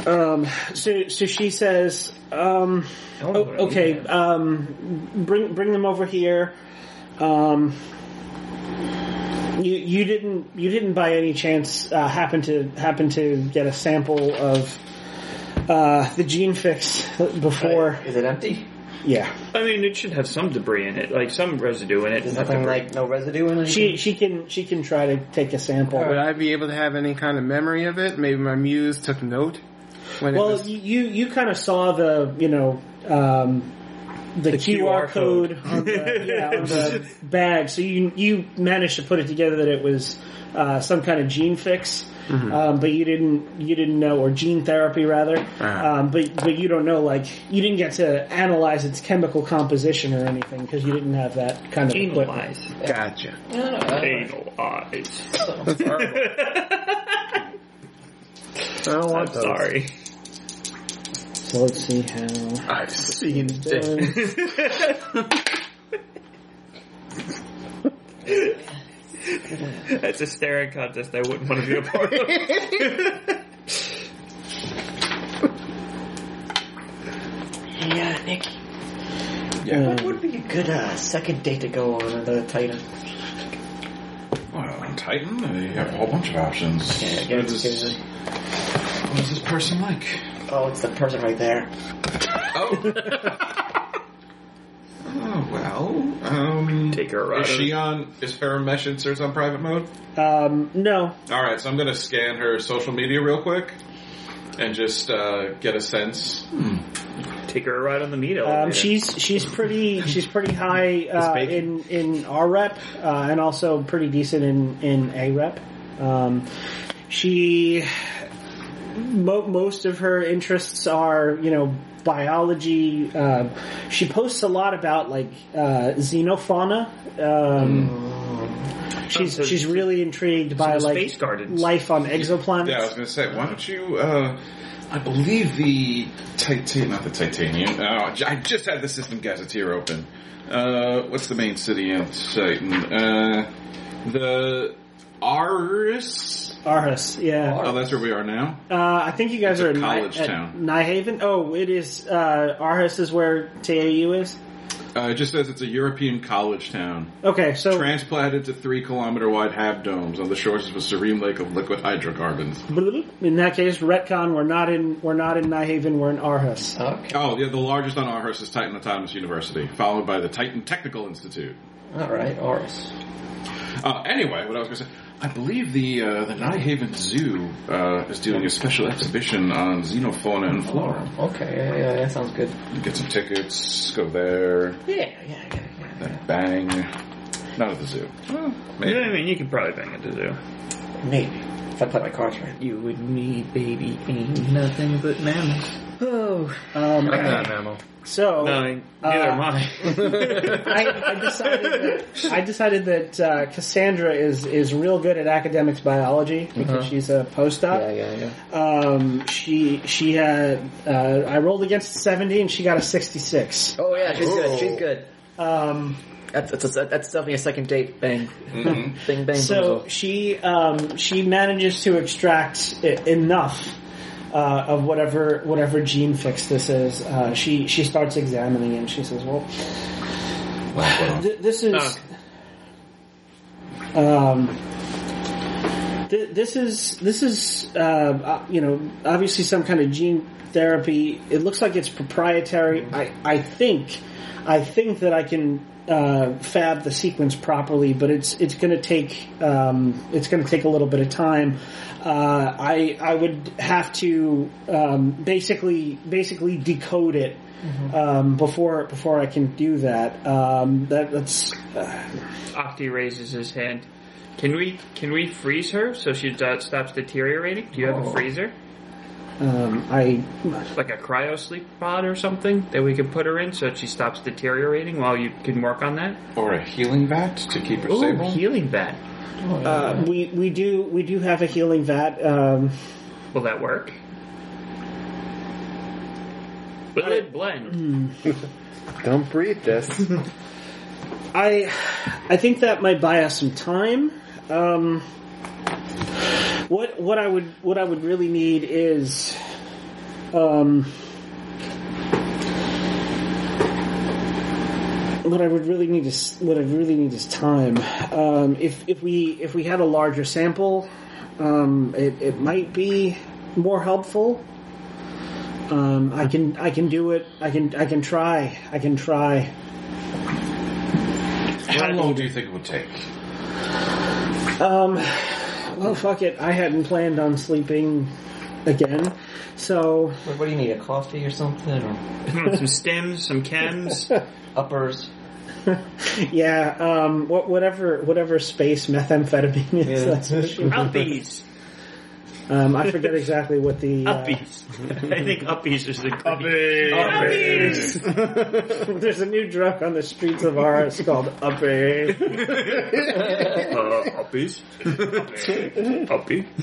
Um, so, so she says, um, oh, okay, um, bring, bring them over here. Um, you, you didn't, you didn't by any chance, uh, happen to, happen to get a sample of, uh, the gene fix before. Is it empty? Yeah. I mean, it should have some debris in it, like some residue in it. There's not nothing debris. like no residue in it. She, she can, she can try to take a sample. Would I be able to have any kind of memory of it? Maybe my muse took note when it Well, was. you, you kind of saw the, you know, um, the, QR, QR code, code. on, the, yeah, on the bag, so you you managed to put it together that it was uh, some kind of gene fix, um, but you didn't you didn't know or gene therapy rather, um, but but you don't know like you didn't get to analyze its chemical composition or anything because you didn't have that kind of equipment. Analyze. Gotcha. No, no, no. Analyze. That's horrible. I don't want those. Sorry. <laughs> So let's see how. I've seen Um, dick. <laughs> That's a staring contest I wouldn't want to be a part of. Yeah, Nikki. Yeah. Mm. What would be a good uh, second date to go on the Titan? Well, on Titan, uh, you have a whole bunch of options. Yeah, What give is us- this- give us what is this person like? a- Oh, it's the person right there. Oh. <laughs> Oh well, um, Take her Is rider. she on? Is her mesh inserts on private mode? um, no, All right, so I'm gonna scan her social media real quick and just uh, get a sense. Take her a ride on the meat elevator. Um, she's she's pretty she's pretty <laughs> high uh, in in R rep uh, and also pretty decent in in A rep. Um, she mo- most of her interests are you know biology. Um, she posts a lot about like uh, xenofauna. Um, She's Oh, so- she's really intrigued by the like space gardens. life on exoplanets. Yeah, I was gonna say, why don't you? Uh, I believe the titanium, not the titanium. Oh, j- I just had the system gazetteer open. Uh, what's the main city on Titan? Uh, the Aris. Arhus, yeah. Oh, that's where we are now. Uh, I think you It's guys a are in college Ny- at town. Nyhaven. Oh, it is. Uh, Arhus is where TAU is. Uh, it just says it's a European college town. Okay, so transplanted to three kilometer wide half domes on the shores of a serene lake of liquid hydrocarbons. in that case, retcon. We're not in. We're not in Nyhaven. We're in Arhus. Okay. Oh, yeah, the largest on our is Titan Autonomous University, followed by the Titan Technical Institute. All right, Oris. Uh, anyway, what I was going to say, I believe the uh, the Nyhaven Zoo uh, is doing a special exhibition on xenofauna and flora. Okay, yeah, yeah, that sounds good. Get some tickets, go there, Yeah, yeah, yeah, yeah. then bang. Not at the zoo. Well, You know maybe. what I mean? You could probably bang it to do. Maybe. If I play my cards right. You and me, baby, ain't nothing but mammals. Oh, Um, I'm not a mammal. <laughs> so No, neither am I. <laughs> I, I decided. That, I decided that uh, Cassandra is is real good at academics biology because she's a yeah, postdoc. Uh-huh. yeah, yeah. Um, she she had. Uh, I rolled against seventy and she got a sixty six. Oh yeah, she's good. She's good. Um, That's that's, that's definitely a second date. Bang, <laughs> bing, bang. So boom, she um, she manages to extract I- enough uh, of whatever whatever gene fix this is. Uh, she she starts examining it and she says, "Well, th- this is um, th- this is this is uh, uh, you know obviously some kind of gene therapy. It looks like it's proprietary. I I think I think that I can uh, fab the sequence properly, but it's it's going to take um, it's going to take a little bit of time. Uh, I I would have to um, basically basically decode it. Um, before before I can do that, um, that that's uh, Octi raises his hand. Can we can we freeze her so she uh, stops deteriorating? Do you have a freezer, um, I like a cryo sleep pod or something that we could put her in so she stops deteriorating while you can work on that? Or a healing vat to keep her Ooh, stable. healing bat. Uh, we we do we do have a healing vat. Um, Will that work? Blend, blend. Don't breathe this. I I think that might buy us some time. Um, what what I would what I would really need is um, what I would really need is what I really need is time. Um, if if we if we had a larger sample, um, it it might be more helpful. Um, I can I can do it. I can I can try. I can try. How long do you think it would take? Um, well, fuck it. I hadn't planned on sleeping again, so <laughs> What, what do you need? A coffee or something? Or some stems, some chems. uppers? yeah. Um, wha- whatever, whatever space methamphetamine is. Yeah. That's what she- <laughs> Uppies. um, I forget exactly what the uh, Uppies. <laughs> I think uppies is the uppies. <laughs> Uppies. there's a new drug on the streets of ours called Uppy. Uh, uppies. Uppy. <laughs>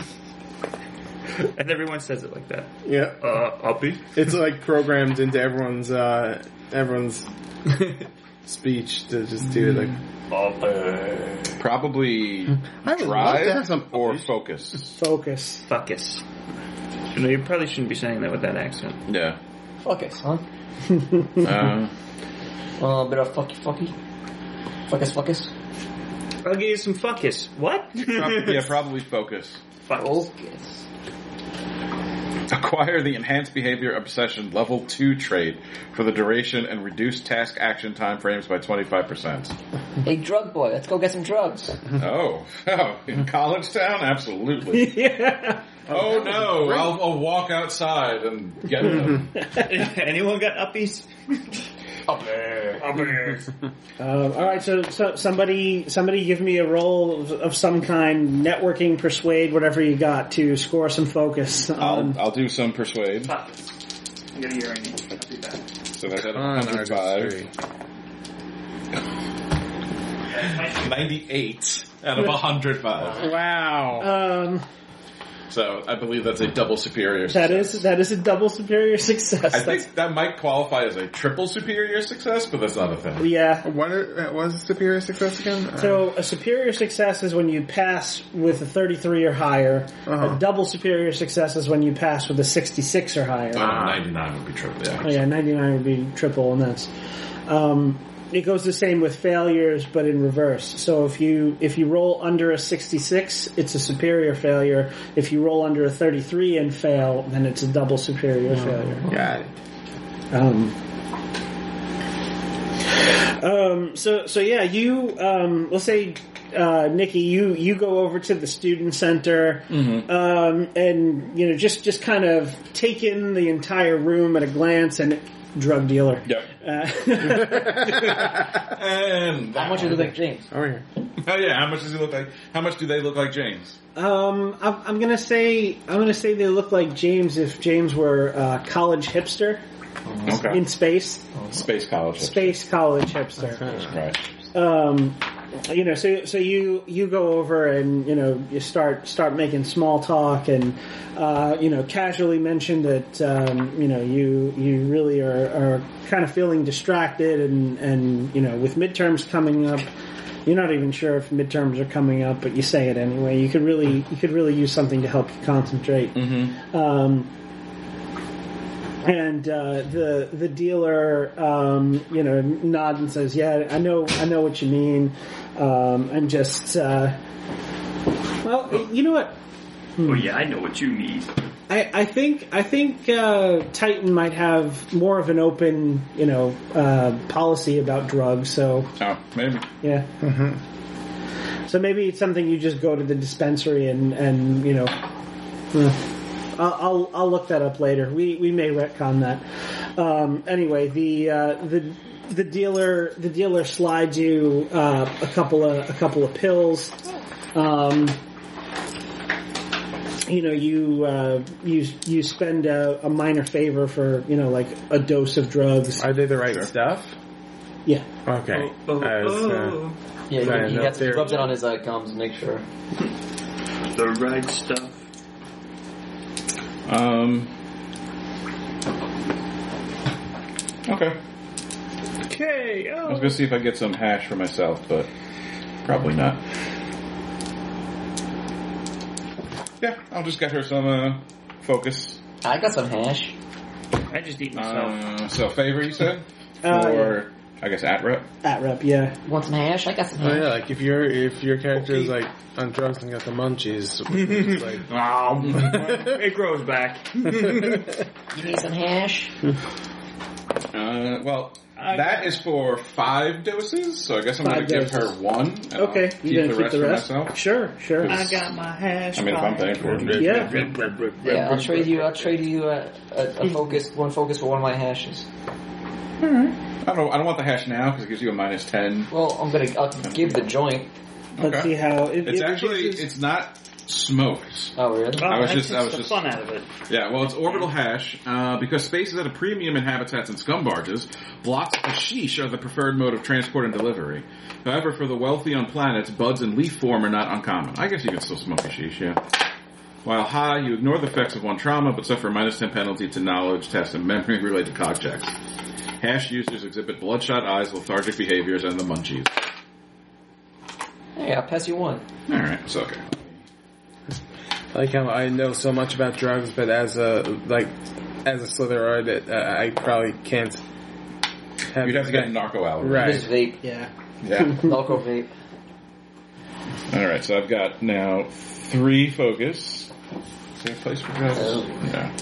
And everyone says it like that. <laughs> yeah. Uh, uppy. It's like programmed into everyone's uh, everyone's <laughs> speech to just do like. Mm. Probably Hmm. I would love to have drive some. or focus. Focus. <laughs> Fuckus. You know, you probably shouldn't be saying that with that accent. <laughs> Yeah. Fuck it, huh? Uh, Uh, bit of fucky fucky. Fuckus fuckus. I'll give you some fuckus. What? <laughs> prob- yeah, probably focus. Fuckus. Focus. Acquire the enhanced behavior obsession level two trait for the duration and reduce task action time frames by twenty five percent. Hey, drug boy, let's go get some drugs. Oh, <laughs> oh, in college town, <laughs> absolutely. yeah. Oh no, I'll, I'll walk outside and get them. Anyone got uppies? Uppies. Um, all right. So, so somebody, somebody, give me a roll of, of some kind. Networking, persuade, whatever you got to score some focus. on- <laughs> I'll I'll do some persuade. I'm gonna hear it. I'll do that. So that's at Con 105. artistry. 98 out of 105. Wow. um, So I believe that's a double superior. That success. is that is a double superior success. I think that might qualify as a triple superior success, but that's not a That's- thing. yeah. What are, uh, was superior success again? Uh, So a superior success is when you pass with a 33 or higher. Uh-huh. A double superior success is when you pass with a 66 or higher. Oh, 99 would be triple. Oh Yeah. yeah, 99 would be triple, and that's. Um, it goes the same with failures, but in reverse. So if you if you roll under a 66, it's a superior failure. If you roll under a 33 and fail, then it's a double superior Uh-huh. failure. Uh, got it. Um, um, so, so yeah, you, um, let's say, uh, Nikki, you, you go over to the student center, um, and, you know, just, just kind of take in the entire room at a glance and drug dealer. Yep. Uh, <laughs> And How much do you look like James? Over here. Oh yeah, how much does he look like? How much do they look like James? um, I'm, I'm gonna say, I'm gonna say they look like James if James were, uh, college hipster Okay. in space. Space college. Space college hipster. Right. um, you know, so so you you go over and you know you start start making small talk and uh, you know casually mention that um, you know you you really are, are kind of feeling distracted and and you know with midterms coming up. You're not even sure if midterms are coming up, but you say it anyway. You could really, you could really use something to help you concentrate. Um, and uh, the the dealer, um, you know, nods and says, "Yeah, I know, I know what you mean." Um, and just, uh, well, you know what? Oh yeah, I know what you need. I, I think I think uh, Titan might have more of an open, you know, uh, policy about drugs. So Oh, maybe. yeah. So maybe it's something you just go to the dispensary and, and you know. uh, I'll, I'll I'll look that up later. We we may retcon that. Um, anyway, the uh, the the dealer the dealer slides you uh, a couple of a couple of pills. Um, you know, you uh, you you spend a, a minor favor for you know like a dose of drugs. Are they the right stuff? Yeah. Okay. I was, uh, Yeah, Right, he, he, no, has, he there. rubs it on his uh, gums to make sure. The right stuff. Um. Okay. Okay. I was Oh. gonna see if I get some hash for myself, but probably not. Yeah, I'll just get her some uh, focus. I got some hash. I just eat myself. Uh, so favor, you said, Uh, or I guess at rep. At rep, yeah. Want some hash? I got some Oh hash. yeah, like if your if your character is like on drugs and got <laughs> the munchies, it's like Uh, um. <laughs> it grows back. You need some hash? Uh, well, I- that is for five doses, so I guess I'm going Five to give her doses. one. and I'll Okay, keep, you the gonna rest for myself. Sure, sure. 'cause, my hash. I mean, if I'm paying for it, Yeah. Yeah, I'll trade you. I'll trade you a, a, a focus, one focus for one of my hashes. I don't. I don't want the hash now because it gives you a minus ten. Well, I'm gonna. I'll give the joint. Let's Okay. see how it, It's it actually reduces- it's not smoked. Oh, really? Well, I was that just- takes I was the just- fun out of it. Yeah, well, it's orbital hash uh, because space is at a premium in habitats and scum barges. Blocks of hashish are the preferred mode of transport and delivery. However, for the wealthy on planets, buds and leaf form are not uncommon. I guess you can still smoke hashish, yeah. While high, you ignore the effects of one trauma, but suffer a minus 10 penalty to knowledge, test, and memory related cog checks. Hash users exhibit bloodshot eyes, lethargic behaviors, and the munchies. Hey, I'll pass you one. Alright, so okay. like how I know so much about drugs, but as a like as a Slytheroid, it, uh, I probably can't. Have You'd have to get narco out. Just right. vape. yeah. Yeah. <laughs> Local vape. All right, so I've got now three focus. Is there a place for those? Oh. No.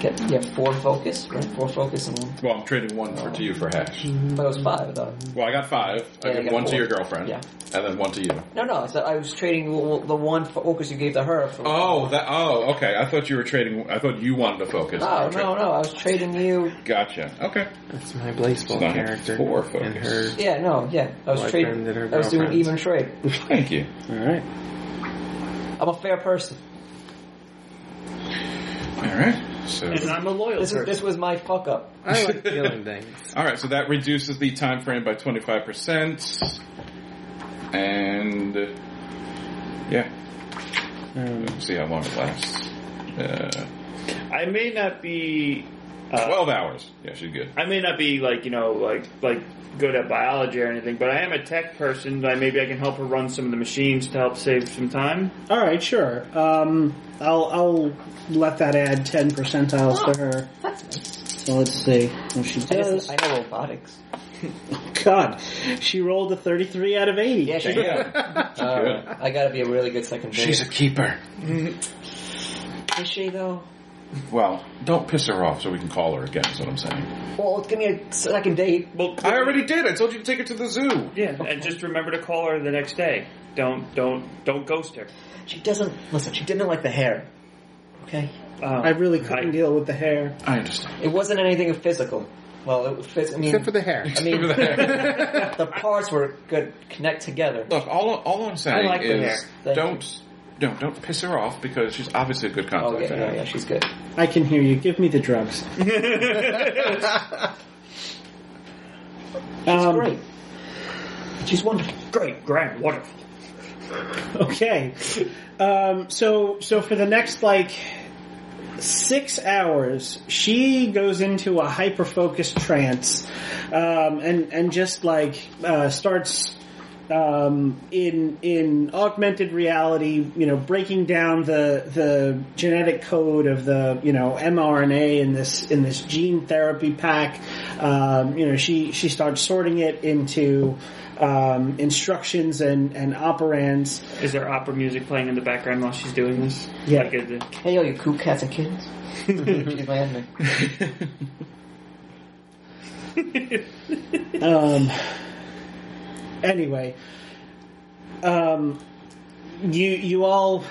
Get you have four focus, right? Four focus and one. Well, I'm trading one for to you for hash. But it was five though. Well, I got five. Yeah, I I give got one to four. your girlfriend, Yeah. and then one to you. No, no. So I was trading w- w- the one focus you gave to her. For Oh, that. Oh, okay. I thought you were trading. I thought you wanted to focus. Oh no, no. I was trading you. Gotcha. Okay. That's my baseball So now I have character four and her focus. Yeah, no, yeah. I was Well, I trading. branded her I was doing girlfriend. even trade. Thank you. All right. I'm a fair person. All right. So. And I'm a loyal This is person. this was my fuck up. I like killing things. All right. So that reduces the time frame by twenty five percent, and yeah, Let's see how long it lasts. Uh, I may not be. Uh, Twelve hours. Yeah, she's good. I may not be like you know like like good at biology or anything, but I am a tech person. That maybe I can help her run some of the machines to help save some time. All right, sure. Um, I'll I'll let that add ten percentiles to her. So let's see what she Oh. I, does. just, I know robotics. God, she rolled a thirty-three out of eighty. Yeah, <laughs> she did. Uh, I gotta be a really good second <laughs> base. She's a keeper. Is she though? Well, don't piss her off so we can call her again, is what I'm saying. Well, give me a second date. Well, I already did. I told you to take her to the zoo. yeah, and just remember to call her the next day. Don't don't don't ghost her. She doesn't listen. She didn't like the hair. Okay, Uh, I really couldn't I- deal with the hair. I understand. it wasn't anything physical. Well, it was phys- I mean, Except for the hair. I mean, <laughs> the parts were good, connect together. Look, all, all I'm saying like the hair. is Thank don't, no, don't piss her off because she's obviously a good Oh contact. yeah, yeah, yeah. She's good. I can hear you. Give me <laughs> the drugs. um, Great. She's wonderful. great, grand, wonderful. <laughs> Okay. Um, so so for the next like six hours, she goes into a hyper focused trance, um, and and just like uh, starts. Um, in in augmented reality, you know, breaking down the the genetic code of the you know mRNA in this in this gene therapy pack, um, you know, she she starts sorting it into um, instructions and and operands, Is there opera music playing in the background while she's doing this? Yeah. Like, is it- Hey, all you cool cats and kittens. she's my enemy. Um, anyway, um, you you all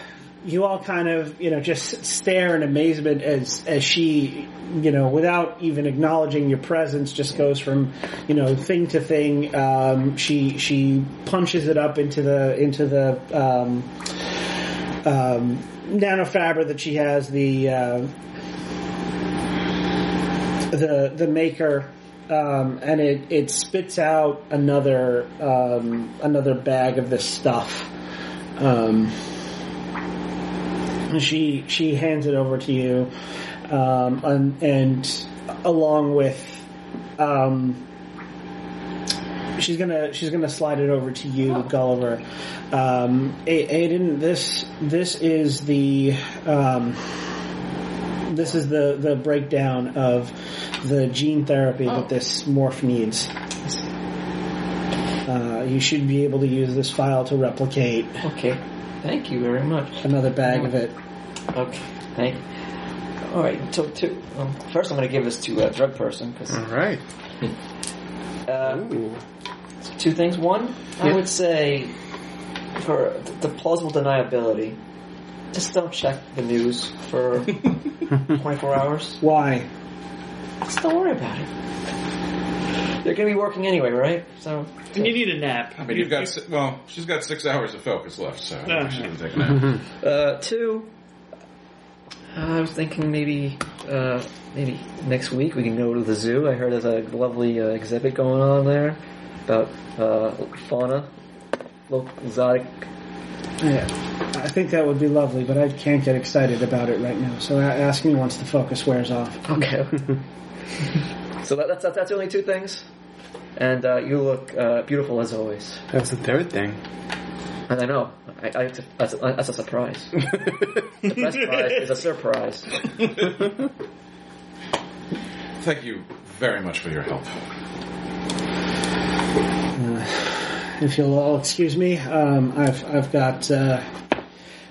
you all kind of you know just stare in amazement as as she you know without even acknowledging your presence just goes from you know thing to thing. Um, she she punches it up into the into the. Um, um, nanofiber that she has the uh, the the maker, um, and it it spits out another um, another bag of this stuff. Um, and she she hands it over to you, um, and, and along with. Um, she's gonna she's gonna slide it over to you, Gulliver. Um, A- Aiden, this this is the um, this is the the breakdown of the gene therapy that this morph needs. Uh, you should be able to use this file to replicate Okay. Thank you very much. another bag of it. Okay. Thank you. All right. So, to, um, first, I'm going to give this to a drug person because All right. uh, Mm. two things. One, I would say for th- the plausible deniability, just don't check the news for 24 hours. Why? Just don't worry about it. You're going to be working anyway, right? So, You need a nap. I mean, you've got si- well, she's got six hours of focus left, so Yeah. she can take a nap. <laughs> uh, two. Uh, I was thinking maybe uh, maybe next week we can go to the zoo. I heard there's a lovely uh, exhibit going on there about uh, fauna, local exotic. Yeah, I think that would be lovely, but I can't get excited about it right now. So a- ask me once the focus wears off. Okay. <laughs> so that, that's that's the only two things. And uh, you look uh, beautiful as always. That's the third thing. <laughs> And I know I, I, that's, a, that's a surprise. the best prize <laughs> is a surprise. Thank you very much for your help. Uh, If you'll all excuse me, um, I've I've got uh,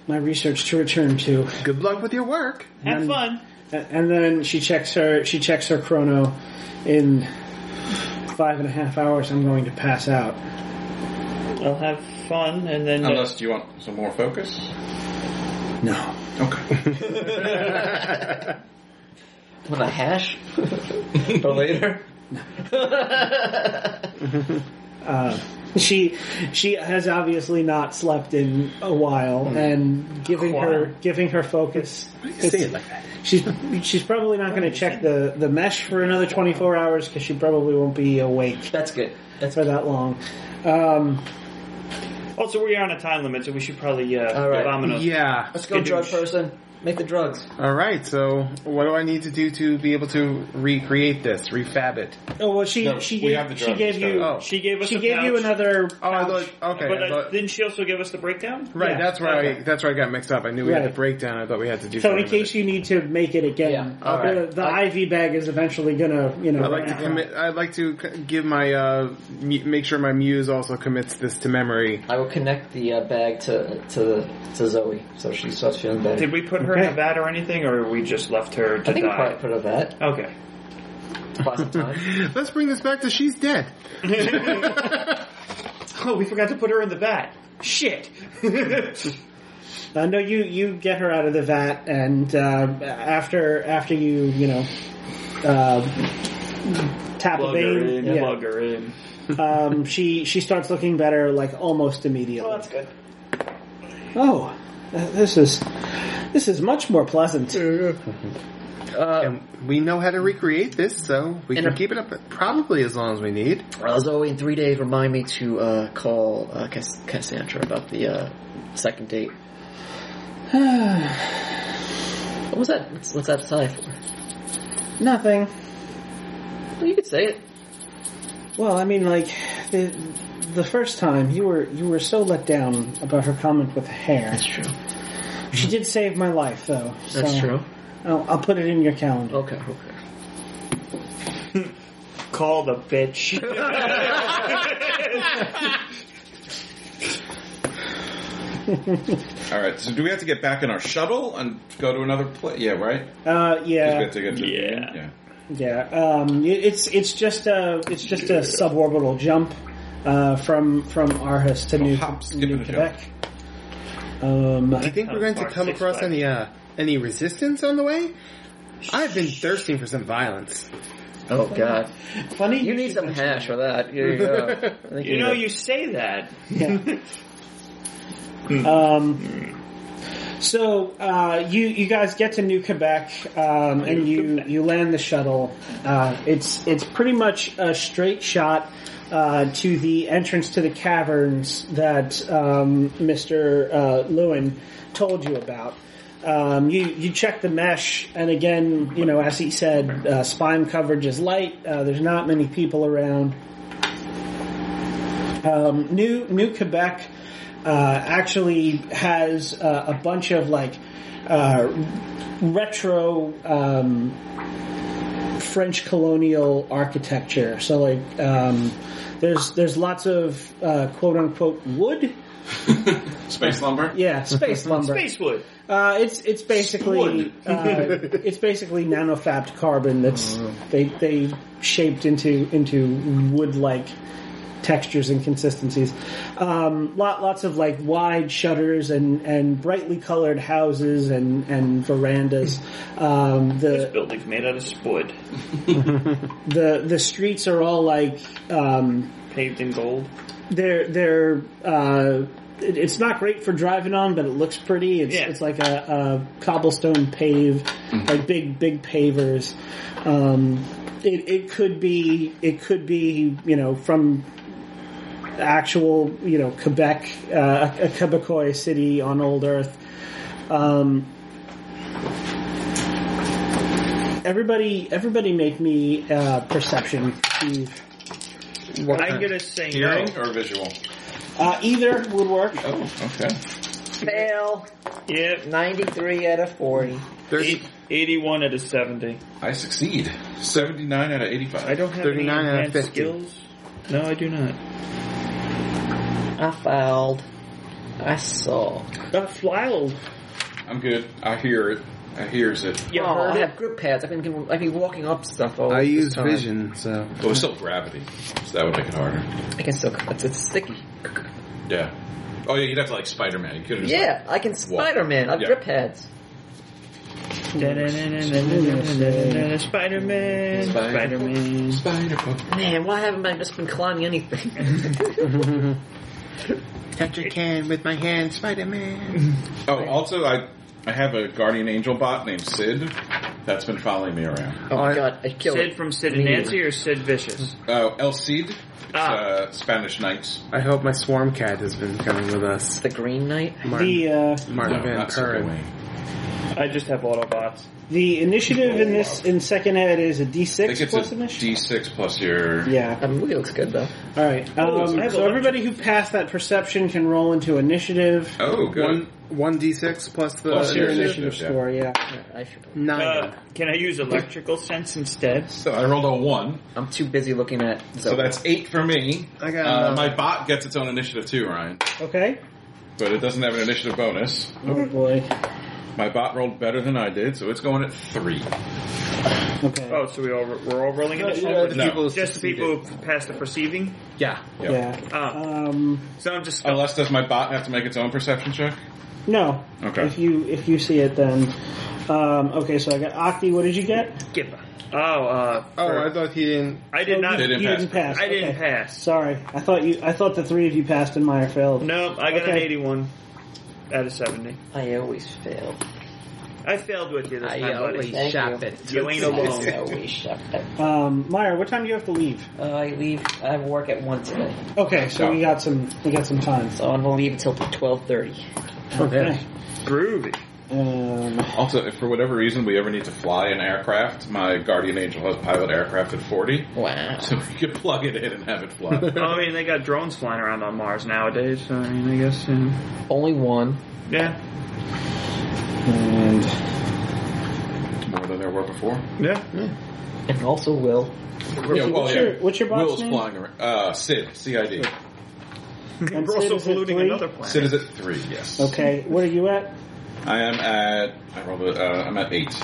my research to return to. Good luck with your work. Have fun. A- And then she checks her she checks her chrono. In five and a half hours, I'm going to pass out. I'll have fun, and then uh, Unless you want some more focus. No. Okay. <laughs> With a hash for later. Uh, she she has obviously not slept in a while, Hmm. and giving her giving her focus. Say it like that. She's she's probably not going to check the the mesh for another 24 hours because she probably won't be awake That's good. That's for that long. Um, also we are on a time limit, so we should probably uh, All right. domino. Yeah. Let's go, drug person. Make the drugs. All right. So, what do I need to do to be able to recreate this, refab it? oh well, she No, she we gave, have the she drugs, gave so- you Oh. She gave us. she a gave you pouch, another. Oh, I thought. Okay. But I uh, thought, didn't she also give us the breakdown? right. yeah, That's where okay. I. That's where I got mixed up. I knew we had Right. the breakdown. I thought we had to do. So in something with case you need to make it again, Yeah, uh, alright. the, the IV bag is eventually gonna you know. I'd like to run out. commit. I'd like to c- give my uh, mu- make sure my muse also commits this to memory. I will connect the uh, bag to to to Zoe, so she starts feeling better. Did we put her in Okay. a vat or anything, or we just left her to I think we probably die? put her <laughs> that. Okay. Buy some time. Let's bring this back to she's dead. Oh, we forgot to put her in the vat. <laughs> Shit. Uh, no, you you get her out of the vat, and uh, after after you you know uh, tap a Plug her vein, in. yeah, Plug her in. <laughs> um, she she starts looking better like almost immediately. That's good. Oh, th- this is this is much more pleasant. Uh, And we know how to recreate this, so we And can a- keep it up probably as long as we need. well, Uh, Zoe, in three days, remind me to uh, call uh, Cass- Cassandra about the uh, second date. what was that? What's, what's that sigh for? <sighs> Nothing. Well, you could say it. Well, I mean, like the the first time you were you were so let down about her comment with the hair. That's true. She did save my life, though. so That's true. I'll, I'll put it in your calendar. Okay. Okay. Call the bitch. All right. So do we have to get back in our shuttle and go to another place? Yeah. Right. 'Cause Uh, we yeah, have to get to- Yeah. yeah. yeah. Um, it- it's it's just a it's just a suborbital jump uh, from from Arhus to New, hop, skip, New and a Quebec. Um, Do you think we're going to Mark come Six across Flags. any uh, any resistance on the way? I've been thirsting for some violence. Oh God. funny You need some hash for that. Here you <laughs> go. I think <laughs> You know, need you say that. Yeah. um, so uh, you you guys get to New Quebec um, and you you land the shuttle. Uh, it's it's pretty much a straight shot. Uh, to the entrance to the caverns that um, Mr. Uh, Lewin told you about. Um, you you check the mesh, and again, you know, as he said, uh, spine coverage is light. Uh, there's not many people around. Um, New New Quebec uh, actually has uh, a bunch of like uh, retro um, French colonial architecture. So like um, there's there's lots of uh, quote unquote wood. Space lumber. Yeah, space lumber. Spacewood. Uh, it's it's basically uh, it's basically nanofabbed carbon that's they they shaped into into wood like textures and consistencies. Um, lot lots of like wide shutters and and brightly colored houses and and verandas. Um, the Buildings made out of wood, the the streets are all like um, paved in gold. they're they're uh, it, it's not great for driving on, but it looks pretty. It's Yeah. it's like a, a cobblestone pave, like big big pavers. Um, it it could be it could be you know from actual you know Quebec uh, a a Quebecois city on old Earth. Um, everybody everybody make me uh, perception. I'm gonna say no. Hearing or visual? Uh, either would work. Oh, okay. Fail. Yep. 93 out of 40. There's 81 out of 70. I succeed. 79 out of 85. I don't have 39 any out of advanced 50. skills. No, I do not. I fouled. I saw. That's wild. I'm good. I hear it. I hears it. You oh, heard I it? have grip pads. I've been, I've been walking up stuff all I this use time. vision, so But it's still gravity, so that would make it harder. I can still. It's, it's sticky. Yeah. Oh yeah, you'd have to like Spider-Man. You could have. Yeah, I can Spider Man. I've Yeah. grip pads. Da-da-da-da-da-da-da-da-da-da. Spider-Man. Spider-Man. Spider-Man. Man, why haven't I just been climbing anything? <laughs> touch a can with my hand, Spider Man. Oh, also I I have a guardian angel bot named Sid that's been following me around. oh my god, I killed Sid it. from Sid and Nancy or Sid Vicious? Oh, El Cid. It's, Ah. Uh, Spanish Knights. I hope my swarm cat has been coming with us. The Green Knight. Martin, The uh, Martin no, Van not Silver Curran. Wing. I just have Autobots. The initiative in this in second ed is a D I think six it's plus a initiative. D6 plus your. yeah. I mean, it looks good though. All right. Oh, Um, so I have so a- everybody who passed that perception can roll into initiative. Oh, good. One one d six plus the Plus Your your initiative initiative, yeah. score. Yeah. I should, nine. Uh, can I use electrical sense instead? So I rolled a one, I'm too busy looking at. so that's eight for me. I got uh, another. my bot gets its own initiative too, Ryan, Okay. but it doesn't have an initiative bonus. Oh boy. My bot rolled better than I did, so it's going at three. Okay. Oh, so we all, we're all rolling initiative? the No. people just the people who passed the perceiving? Yeah. yeah. Yeah. Ah, Um. so I'm just... Unless does my bot have to make its own perception check? No. Okay. If you if you see it, then. Um, okay, so I got Octi. What did you get? skip. Oh, uh... Oh, for- I thought he didn't. I did Oh, not... They didn't you pass. didn't pass. I didn't Okay. pass. Sorry, I thought you. I thought the three of you passed and Meyer failed. No, I got an Okay. 81 out of 70. I always fail. I failed with you this time, buddy. Thank shop you. it. You ain't I alone. always shut <laughs> up. Um, Meyer, what time do you have to leave? Oh, Uh, I leave. I work at 1 today. Okay, so we got some. We got some time. So I'm going to leave until 12.30. Oh, <laughs> Okay. Groovy. Um, Also, if for whatever reason we ever need to fly an aircraft, my guardian angel has pilot aircraft at forty, Wow. so we can plug it in and have it <laughs> fly. Oh, I mean, they got drones flying around on Mars nowadays, so I mean, I guess, yeah. Only one. Yeah. and More than there were before. Yeah. And also Will. Yeah, well, what's yeah. your- what's your bot's Will's name? flying around. Uh, Sid, CID. And <laughs> We're also Sid, is it polluting three? another planet. Sid is at three. Yes. Okay, what are you at? I am at. I rolled a, uh, I'm at eight.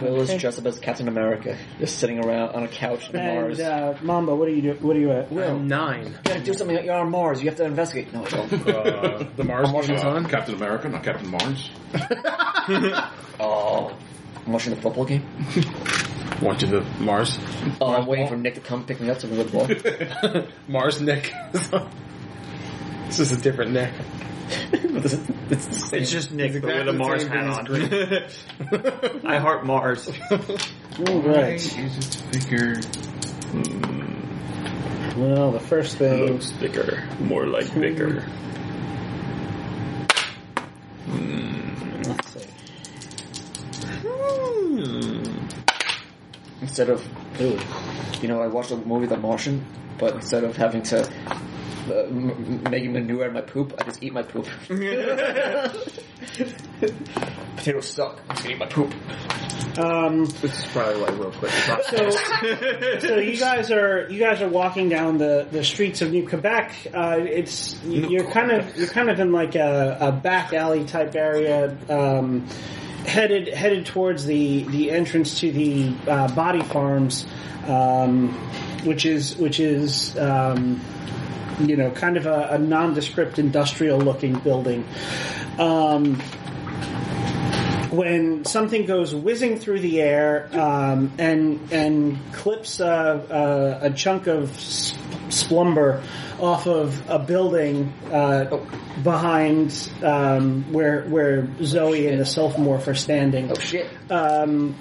Will is dressed up as Captain America, just sitting around on a couch in Mars. And uh, Mamba, what are you do? What are you at? Will, Nine. you gotta do something. You're on Mars. You have to investigate. No, I don't. <laughs> Uh, the Mars Uh, on. Captain America, not Captain Mars. <laughs> oh, I'm watching the football <laughs> game. Want you to Mars? Oh, I'm waiting for Nick to come pick me up so we can go <laughs> to the <laughs> Mars Nick. this is a different Nick. ball. This is- it's the same. It's just Nick, exactly but with a the Mars same hat thing on. <laughs> I <laughs> heart Mars. All right. Figure. Well, the first thing. bigger. More like bigger. Let's see. Instead of, "Ooh, you know, I watched a movie The Martian, but instead of having to uh, m- m- make manure out of my poop, I just eat my <laughs> poop. Mm-hmm. Potatoes suck. I'm just gonna eat my poop. Um, Which is probably why real quick. so, <laughs> so you guys are you guys are walking down the, the streets of New Quebec. Uh, it's you're kind of you're kind of in like a, a back alley type area, um, headed headed towards the, the entrance to the uh, body farms, um, which is which is. Um, you know, kind of a, a nondescript industrial looking building. Um, when something goes whizzing through the air um, and and clips a, a, a chunk of s- splumber off of a building uh, behind um, where where Zoe and the self-morph are standing. Oh shit. Uh, Um,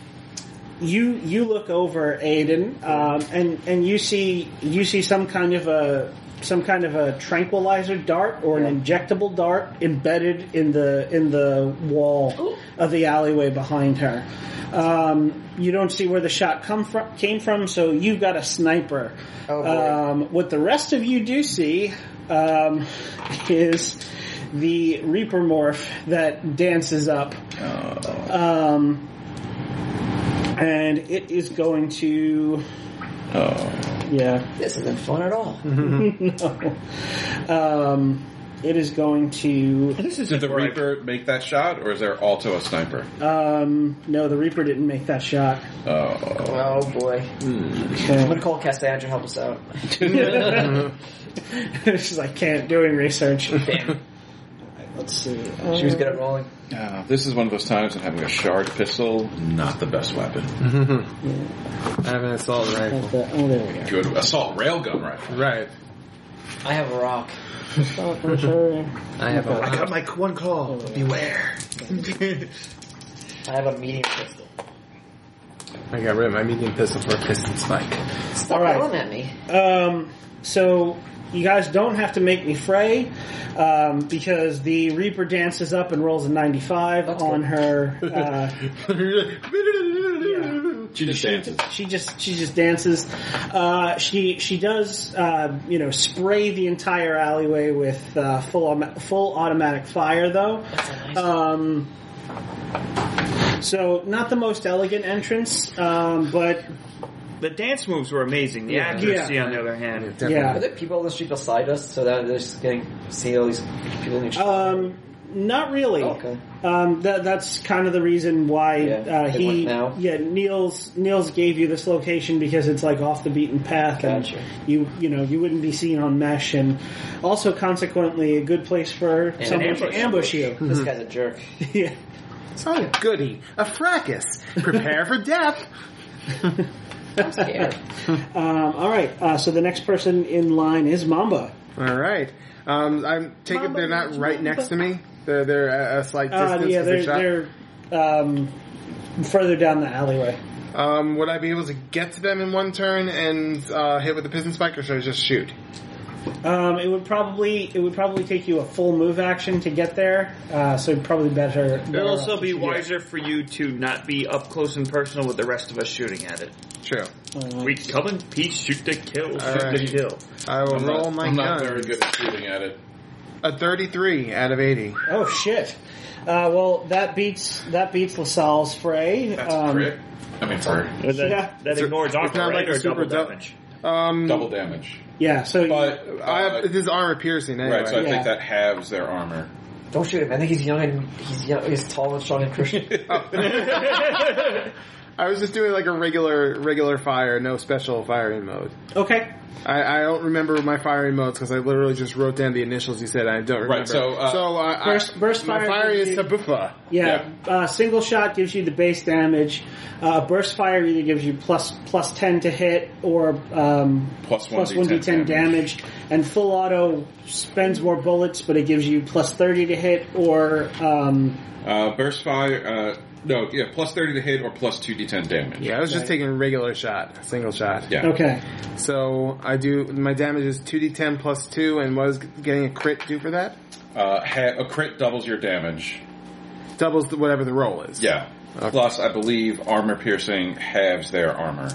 you you look over Aiden, um, and and you see you see some kind of a some kind of a tranquilizer dart or an injectable dart embedded in the in the wall of the alleyway behind her. Um, you don't see where the shot come from came from, so you got a sniper. Oh, boy. um, what the rest of you do see um, is the Reaper morph that dances up. Um, and it is going to. Oh. Yeah. This isn't fun at all. no. Um, it is going to. This is Did the Reaper make that shot, or is there also a sniper? Um, no, the Reaper didn't make that shot. <laughs> Uh, Oh. Oh boy. Okay. I'm gonna call Cassandra to help us <laughs> out. She's like, can't doing research. Damn. Let's see. She was good at rolling. Uh, this is one of those times when having a shard pistol, not the best weapon. I have an assault rifle. Oh, there we go. Good assault railgun rifle. Right. I have a rock. <laughs> I have a. I got my one call. Beware. <laughs> I have a medium pistol. I got rid of my medium pistol for a piston spike. Stop All right. yelling at me. Um, so you guys don't have to make me fray um, because the Reaper dances up and rolls a 95 on <laughs> her. Uh, yeah. She just dances. She just she just dances. Uh, she she does uh, you know spray the entire alleyway with uh, full autom- full automatic fire though. Um, so not the most elegant entrance, um, but The dance moves were amazing. The accuracy, on the other hand, yeah. Are there people on the street beside us so that they're just getting see all these people in each Um, not really. Okay. Um, that, that's kind of the reason why Yeah, uh, they he, went now. yeah, Niels Niels gave you this location because it's like off the beaten path, Gotcha. and you you know you wouldn't be seen on mesh, and also consequently a good place for someone to ambush <laughs> you. This guy's a jerk. yeah. It's not a goodie. A fracas. Prepare for death. <laughs> I'm scared. Um, all right. Uh, so the next person in line is Mamba. All right. Um, I'm taking Mamba, they're not mamba, right next to me. They're they're at a slight Uh, distance. yeah, with the shot. they're they're um, further down the alleyway. Um, would I be able to get to them in one turn and uh, hit with the piston spike, or should I just shoot? Um, it would probably it would probably take you a full move action to get there, uh, so it'd probably better. better it'll also off be to shoot. wiser for you to not be up close and personal with the rest of us shooting at it. True. Uh, We come in peace, shoot to kill, shoot to right. kill. I will I'm roll not, my I'm gun. not very good at shooting at it. A 33 out of 80. oh shit! Uh, well, that beats that beats LaSalle's fray. That's um, crit. I mean, for That, Yeah. that ignores it's not awkward like right, a or super double dou- damage. <laughs> Um, double damage. Yeah. So you- But uh, I have, this is armor piercing anyway. right, so I Yeah. think that halves their armor. Don't shoot him. I think he's young and he's young, he's tall and strong and <laughs> Christian. I was just doing like a regular regular fire, no special firing mode. okay. I, I don't remember my firing modes because I literally just wrote down the initials you said. I don't remember. Right, so, uh, so uh, Burst- I, burst my fire fire gives is you- Tabufa. Yeah. Uh, single shot gives you the base damage. Uh, burst fire either gives you plus plus ten to hit or um, Plus plus 1d10 one d ten damage. and full auto spends more bullets, but it gives you plus thirty to hit or. Um, Uh, burst fire. Uh, no, yeah, plus thirty to hit or plus two d10 damage. Yeah, I was just taking a regular shot, single shot. Yeah. Okay. So I do my damage is two d10 plus two, and what does getting a crit do for that? Uh, ha- a crit doubles your damage. Doubles the, whatever the roll is. Yeah. Plus, I believe armor piercing halves their armor.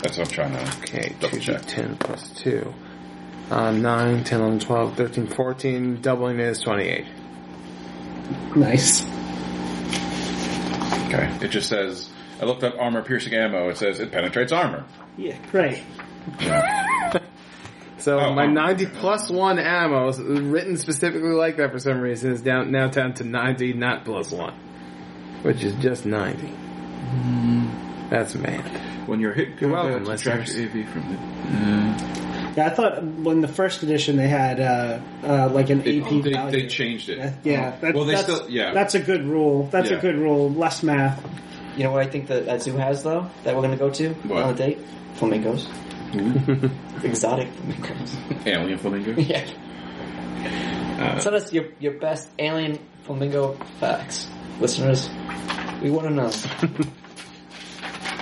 That's what I'm trying to Okay, double check. 2d10 plus 2. Uh, 9, 10, 11, 12, 13, 14. Doubling is 28. Nice. Okay. It just says I looked up armor piercing ammo. It says it penetrates armor. Yeah, great. So Oh, my oh. 90 plus 1 ammo, s- written specifically like that for some reason, is down, now down to 90, not plus 1. Which is just 90. Mm-hmm. That's mad. <laughs> When you're hit, go You're welcome, back, subtract listeners. AV from the. Yeah, I thought when the first edition they had uh, uh, like an They, AP they, value. they changed it. That- yeah, that, Well, they that's, still- yeah. that's a good rule. That's Yeah. a good rule. Less math. You know what I think that, that zoo has though that we're gonna go to What? on a date? Flamingos. Mm-hmm. Exotic <laughs> flamingos. Alien Uh, flamingo. yeah. Send us your, your best alien flamingo facts, listeners. We want to know.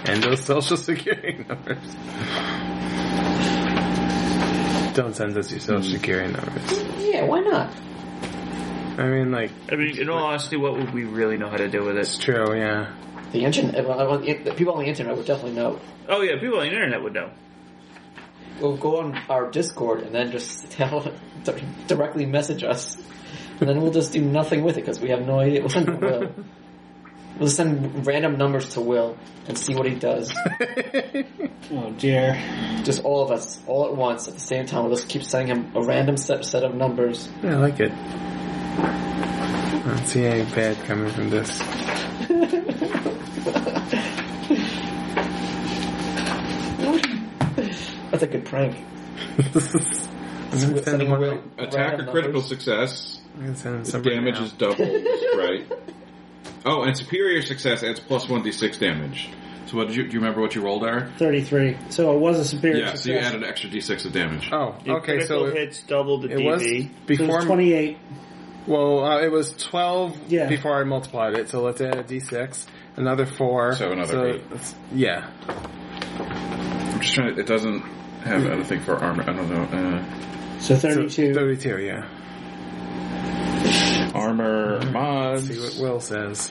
And those social <laughs> security numbers. Don't send us your Mm. social security numbers. Yeah, why not? I mean, like, I mean, in all honesty, what would we really know how to do with it's this? true, yeah. <laughs> The internet. Well, I want- it- the people on the internet would definitely know. Oh yeah, people on the internet would know. We'll go on our Discord and then just <laughs> tell directly message us, and then we'll just do nothing with it because we have no idea. We'll send Will. We'll send random numbers to Will and see what he does. Oh dear. Just all of us, all at once, at the same time. We'll just keep sending him a random set, set of numbers. Yeah, I like it. I don't see any bad coming from this. That's a good prank. I'm gonna send Sending one- Will Attack random or critical numbers. success. I'm gonna send him The somebody damage now. is doubled, right? Oh, and superior success adds plus one d six damage. So what did you do? You remember what you rolled, Eric? 33. So it was a superior Yeah. So you success. added an extra d six of damage. Oh, Your okay, so critical it, hits double the it DB. was it before. was 28. Well, uh, it was 12 Yeah. before I multiplied it, so let's add a d6. Another 4. So another eight. it's- Yeah. I'm just trying. to... It doesn't have anything for armor. I don't know. So So 32. 32, yeah. Uh, armor mods. See what Will says.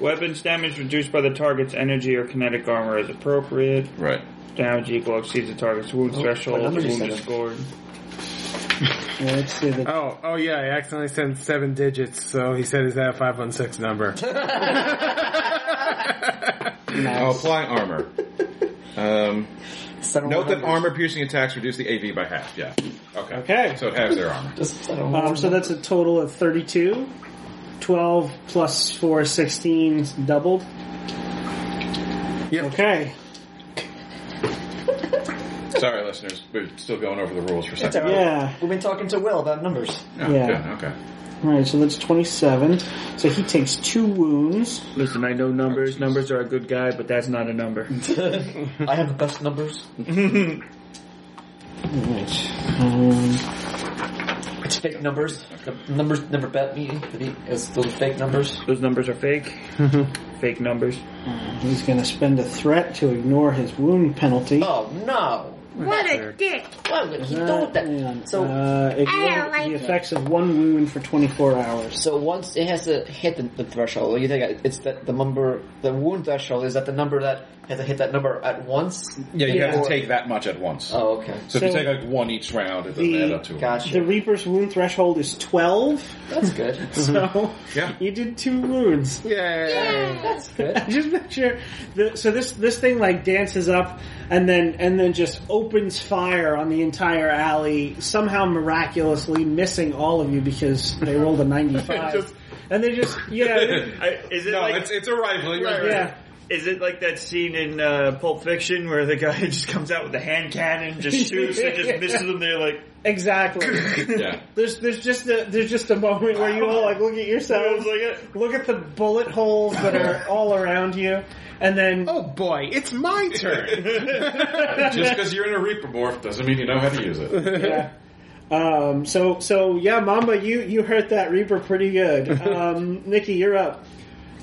Weapons damage reduced by the target's energy or kinetic armor as appropriate. Right. Damage equal exceeds the target's wound Oh, what threshold. number The did you wound is say? scored. Yeah, let's see the Oh, oh yeah, I accidentally sent 7 digits, so he said, is that a 516 number? I'll apply armor. Um, Send him note that numbers. armor piercing attacks reduce the AV by half. Yeah. Okay. Okay. So it halves their armor. Just send him Um, so that's a total of 32. 12 plus 4, 16 's doubled. Yep. Okay. Sorry, listeners. We're still going over the rules for a It's second. all right. Yeah. We've been talking to Will about numbers. Yeah, Yeah. yeah, Okay. Alright, so that's 27. So he takes two wounds. Listen, I know numbers. numbers are a good guy, but that's not a number. I have the best <laughs> numbers. Alright. Um, It's fake numbers. The numbers never bet me. to be- It's those fake numbers. Those numbers are fake. <laughs> fake numbers. he's going to spend a threat to ignore his wound penalty. Oh no! what a dick! Why would he do Uh, hang that? on. So, uh, ignore the effects of one wound for 24 hours. so once it has to hit the, the threshold, you think it's that the number, the wound threshold is that the number that has to hit that number at once? Yeah, you have Or- to take that much at once. Oh, okay. So, if you So- take like one each round, it doesn't The- add up to. it. Gotcha. The Reaper's wound threshold is 12, That's good. so Yeah. you did two wounds. Yeah. That's <laughs> good. <laughs> Just picture the, so this this thing like dances up and then and then just opens fire on the entire alley, somehow miraculously missing all of you because they rolled a ninety five, Just- and they just yeah I, is it No, like it's it's a rifling. <laughs> yeah is it like that scene in uh, Pulp Fiction where the guy <laughs> just comes out with a hand cannon, just shoots, and just misses them? They're like, exactly. Yeah. There's there's just a there's just a moment where you all like look at yourselves, <laughs> look at the bullet holes that are <laughs> all around you, and then Oh boy, it's my turn! <laughs> <laughs> Just because you're in a Reaper morph doesn't mean you know how to use it. <laughs> yeah. Um, so so yeah, Mamba, you you hurt that Reaper pretty <laughs> good. Um, Nikki, you're up. <laughs>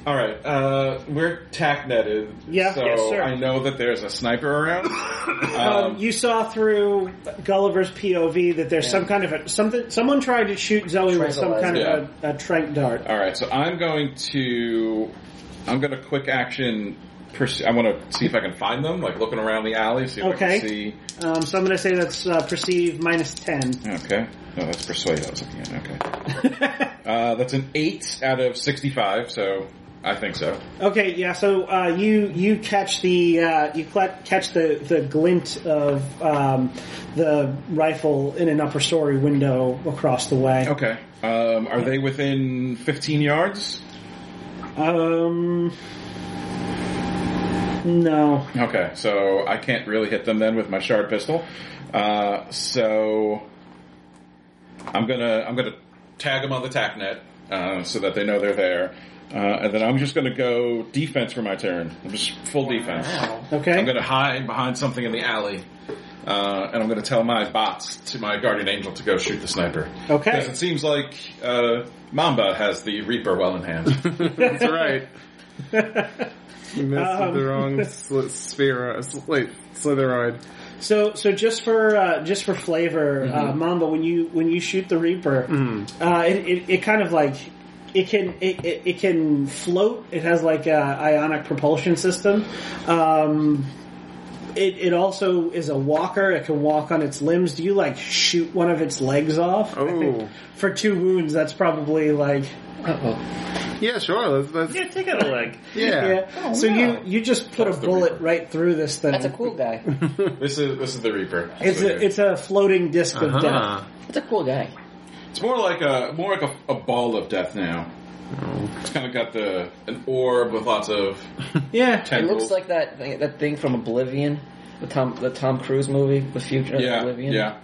All right, uh, we're tack netted. Yeah, so yes, sir. I know that there's a sniper <laughs> around. Um, Um, you saw through Gulliver's POV that there's some kind of a something. Someone tried to shoot Zoe with some kind of a, a trank dart. all right, so I'm going to I'm gonna quick action. Pers- I want to see if I can find them. Like looking around the alley, see if I Okay. can see. Um, so I'm going to say that's uh, perceive minus 10. Okay. No, that's persuade. I was looking at. Okay. <laughs> uh, that's an eight out of sixty-five. So I think so. Okay, yeah. So uh, you you catch the uh, you cla catch the the glint of um, the rifle in an upper story window across the way. Okay. Um, are they within fifteen yards? Um, no. Okay, so I can't really hit them then with my shard pistol. Uh, so I'm gonna I'm gonna tag them on the tack net uh, so that they know they're there, uh, and then I'm just gonna go defense for my turn. I'm just full defense. Okay. I'm gonna hide behind something in the alley. Uh, and I'm going to tell my bots to my guardian angel to go shoot the sniper. Okay. Because it seems like uh, Mamba has the Reaper well in hand. <laughs> That's <laughs> right. You messed with the <laughs> wrong sli- sphere, uh, sli- Slitheroid. So, so just for uh, just for flavor, uh, Mamba, when you when you shoot the Reaper, uh, it, it, it kind of like it can it, it, it can float. It has like a ionic propulsion system. Um, it, it also is a walker. It can walk on its limbs. Do you like shoot one of its legs off? I think Oh. for two wounds, that's probably like Yeah, sure. Let's, let's, yeah. Yeah, take out a leg. yeah. so no. you you just put That's a the bullet Reaper. right through this thing. That's a cool guy. this is this is the Reaper. That's It's what it a, is. it's a floating disk of death. Uh-huh. That's a cool guy. It's more like a more like a, a ball of death now. It's kind of got the an orb with lots of Yeah. It tendrils. looks like that thing, that thing from Oblivion, the Tom the Tom Cruise movie, The Future yeah, of Oblivion. yeah.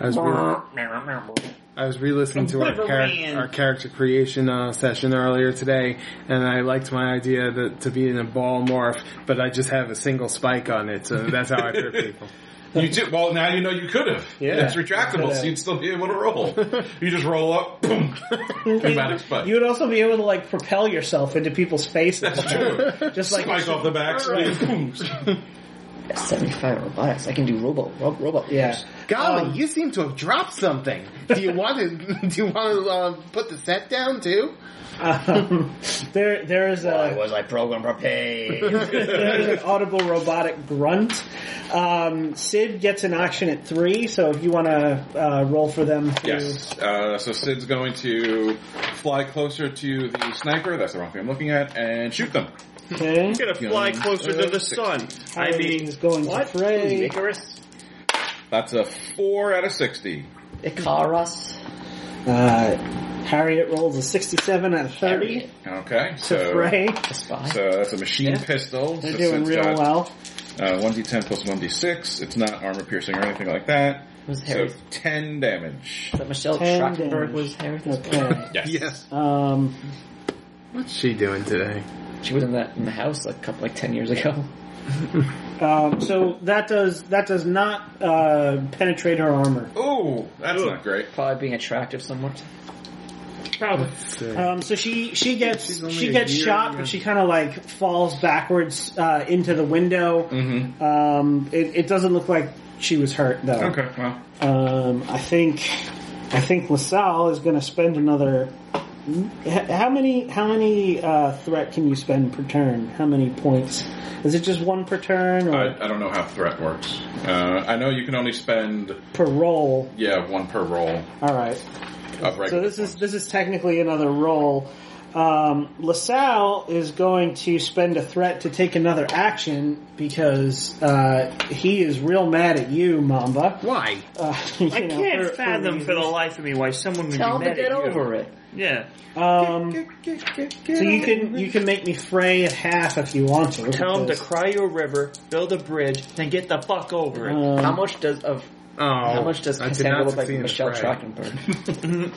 I was re- I was re-listening to our, char- Wolverine. our character creation uh, session earlier today, and I liked my idea that to be in a ball morph, but I just have a single spike on it, so that's how I <laughs> hurt people. You too. Well, now you know you could have. Yeah. it's retractable, so you'd still be able to roll. you just roll up, boom, pneumatic spike. You would also be able to like propel yourself into people's faces, <laughs> just like spike off the back, boom. seventy five robotics. I can do robo rob, robot. yeah. Golly, Um, you seem to have dropped something. Do you want to? <laughs> Do you want to uh, put the set down too? Um, there, there is Why a was I programmed for pay? there is an audible robotic grunt. Um, Sid gets an action at three, so if you want to uh, roll for them, to- Yes. Uh, so Sid's going to fly closer to the sniper. That's the wrong thing I'm looking at, and shoot them. Okay. I'm gonna fly closer to the sun. I mean, is going what? to fray. Icarus? That's a four out of sixty. Icarus. Uh, Harriet rolls a sixty-seven out of thirty <laughs> Okay, to so fray. The spy. So that's a machine pistol. They're so doing it's real got, well. Uh, 1d10 plus 1d6. It's not armor piercing or anything like that. Who's So Harry's- 10 damage. that Michelle Ten Trachtenberg damage. was Harry. <laughs> Okay. Yes. Um, What's she doing today? She was in that in the house like a couple like ten years ago. <laughs> um, so that does that does not uh, penetrate her armor. Oh, that's not great. Probably being attractive somewhat. Probably. Um, so she she gets she gets shot, but she kind of like falls backwards uh, into the window. Mhm. Um, it, it doesn't look like she was hurt though. Okay, well. Um, I think I think LaSalle is going to spend another. h- How many how many uh, threat can you spend per turn? How many points? Is it just one per turn or I, I don't know how threat works. Uh, I know you can only spend, per roll? yeah, one per roll All right. of regular. So this is this is technically another roll. Um, LaSalle is going to spend a threat to take another action because uh, he is real mad at you, Mamba. Why? Uh, <laughs> I can't fathom for the life of me why someone would Tell be him to mad get at you. over it. Yeah. Um, so you can you can make me fray at half if you want to. Tell him to because, cry your river, build a bridge, then get the fuck over it. um, How much does of Oh, how much does I did Cassandra not look like succeed in Michelle Fry. <laughs> Trachtenberg?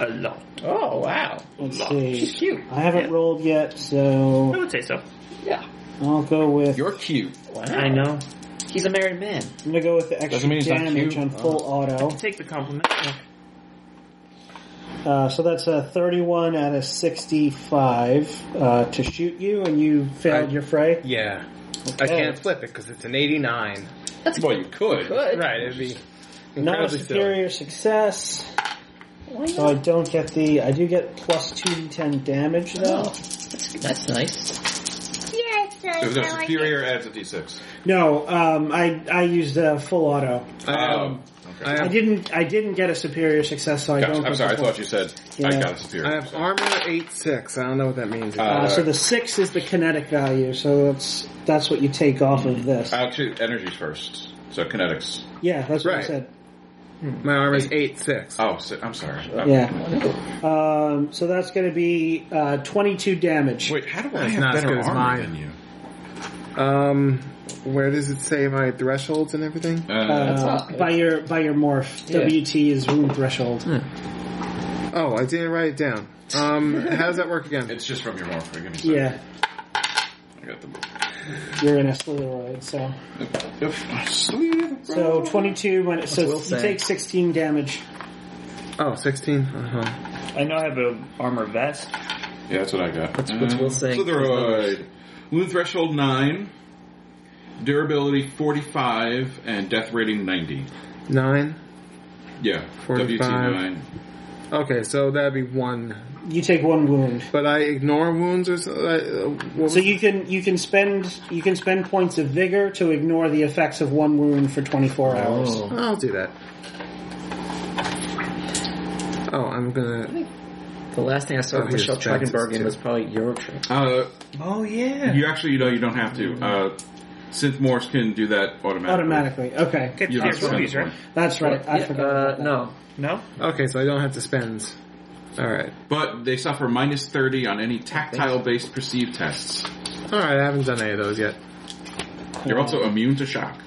A lot. oh wow, let's see. she's cute. I haven't rolled yet, I so would say so. Yeah, I'll go with You're cute. wow. I know. He's a married man. I'm gonna go with the extra Doesn't mean it's not damage cute. Oh. on full auto. Take the compliment. Uh, so that's a 31 out of 65 uh, to shoot you, and you failed I- your fray. Yeah, I Okay. can't flip it because it's an eighty-nine. well, you could. Good. Right, it'd be Not a incredibly silly. superior Oh. Oh, success. So I don't get the. I do get plus 2d10 damage though. That's nice. Yes, I, No, I like superior it. adds a d6. No, um, I I used a full auto. Um, okay. I didn't. I didn't get a superior success, so I Gotcha. don't. I'm get sorry, I the full- thought you said I Yeah. got a superior. I have armor eight six. I don't know what that means. Uh, Uh, so the six is the kinetic value, so that's that's what you take off of this. Actually, energy's first. So kinetics. yeah, that's what I right. said. My armor is eight six. Oh, so, I'm sorry. Okay. Yeah. Um, so that's going to be uh, twenty-two damage. Wait, how do I That's have not as better good as armor mine. than you? Um, where does it say my thresholds and everything? Uh, uh, by your by your morph, WT is wound threshold. Oh, I didn't write it down. Um, how does that work <laughs> again? it's just from your morpher. Give me a second. Yeah, I got the you're in a Slitheroid, so morph. so twenty-two. When it, so Will you say. take sixteen damage. Oh, 16. Uh-huh. I know I have a armor vest. Yeah, that's what I got. Uh, That's what Will's saying. Slitheroid. uh, Wound threshold 9. Durability 45 and death rating 90. 9. Yeah, 45. WT 9. Okay, so that'd be 1. You take one wound. But I ignore wounds or uh, something? So you can you can spend you can spend points of vigor to ignore the effects of one wound for 24 hours. Oh. I'll do that. Oh, I'm gonna. The last thing I saw Oh, of Michelle here's taxes, Trachtenberg in too. was probably Eurotrip. Uh, Oh yeah. you actually, you know, you don't have to. Uh, Synth Morse can do that automatically. Automatically. Okay. You don't have to spend a point. That's right. I Yeah, forgot. uh, about that. no. No. Okay, so I don't have to spend. Alright. But they suffer minus 30 on any tactile based perceived tests. Alright, I haven't done any of those yet. You're also immune to shock.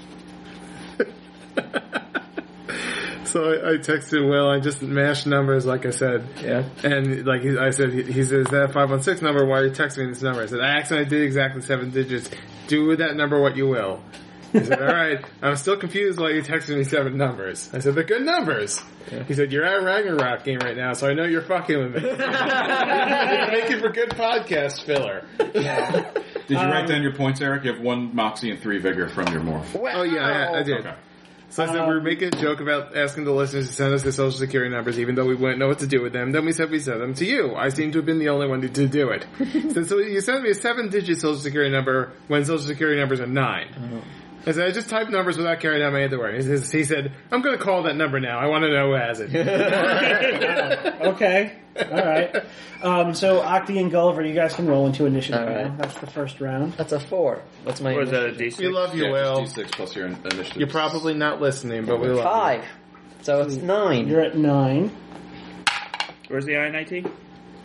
So I, I texted Will, I just mashed numbers like I said. Yeah. And like he, I said, he, he says that five one six number. Why are you texting me this number? I said I accidentally did exactly seven digits. Do with that number what you will. He said, "All right, I'm still confused why you texted me seven numbers." I said, "They're good numbers." He said, "You're at a Ragnarok game right now, so I know you're fucking with me. you're making for good podcast filler." Did you write down your points, Eric? You have one Moxie and three Vigor from your Morph. Oh yeah, I, I did. Okay. So I said we were making a joke about asking the listeners to send us their social security numbers, even though we wouldn't know what to do with them. Then we said we sent them to you. I seem to have been the only one to, to do <laughs> it. so, so you sent me a seven-digit social security number when social security numbers are nine. I said I just typed numbers without carrying out my underwear. He, says- he said I'm going to call that number now. I want to know who has it. <laughs> Okay. All right. Um, so Octi and Gulliver, you guys can roll into initiative All right. now. That's the first round. That's a four. What's my Or is that a D6? <laughs> we love you, yeah, Will. just D6 plus your in- initiative. You're probably not listening, but we love five? So it's nine. You're at nine. Where's the INIT?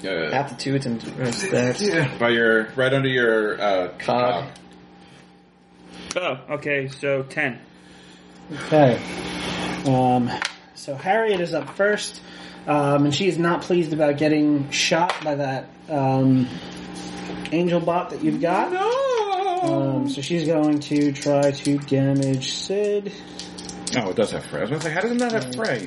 Uh, aptitudes and uh, stats. yeah, by your right under your uh, Cog. Oh, okay. So ten. Okay. Um, so Harriet is up first, um, and she is not pleased about getting shot by that um, angel bot that you've got. Um, so she's going to try to damage Sid. Oh, it does have fray. I was going to say, how does it not have fray?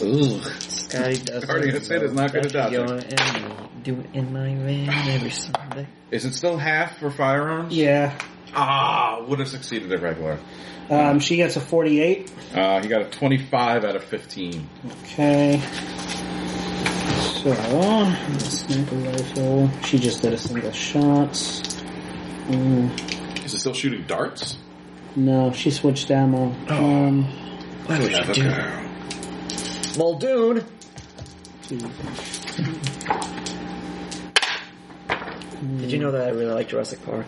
Ugh. Scotty does. Already gonna say this, not gonna dodge it. it. Do it in my van every Sunday. Is it still half for firearms? Yeah. Ah, would have succeeded at regular. Um, she gets a 48. Uh, he got a 25 out of 15. Okay. So, the sniper rifle. She just did a single shot. Mm, Is it still shooting darts? no, she switched ammo. Um, Why would you do that? Muldoon. Did you know that I really like Jurassic Park?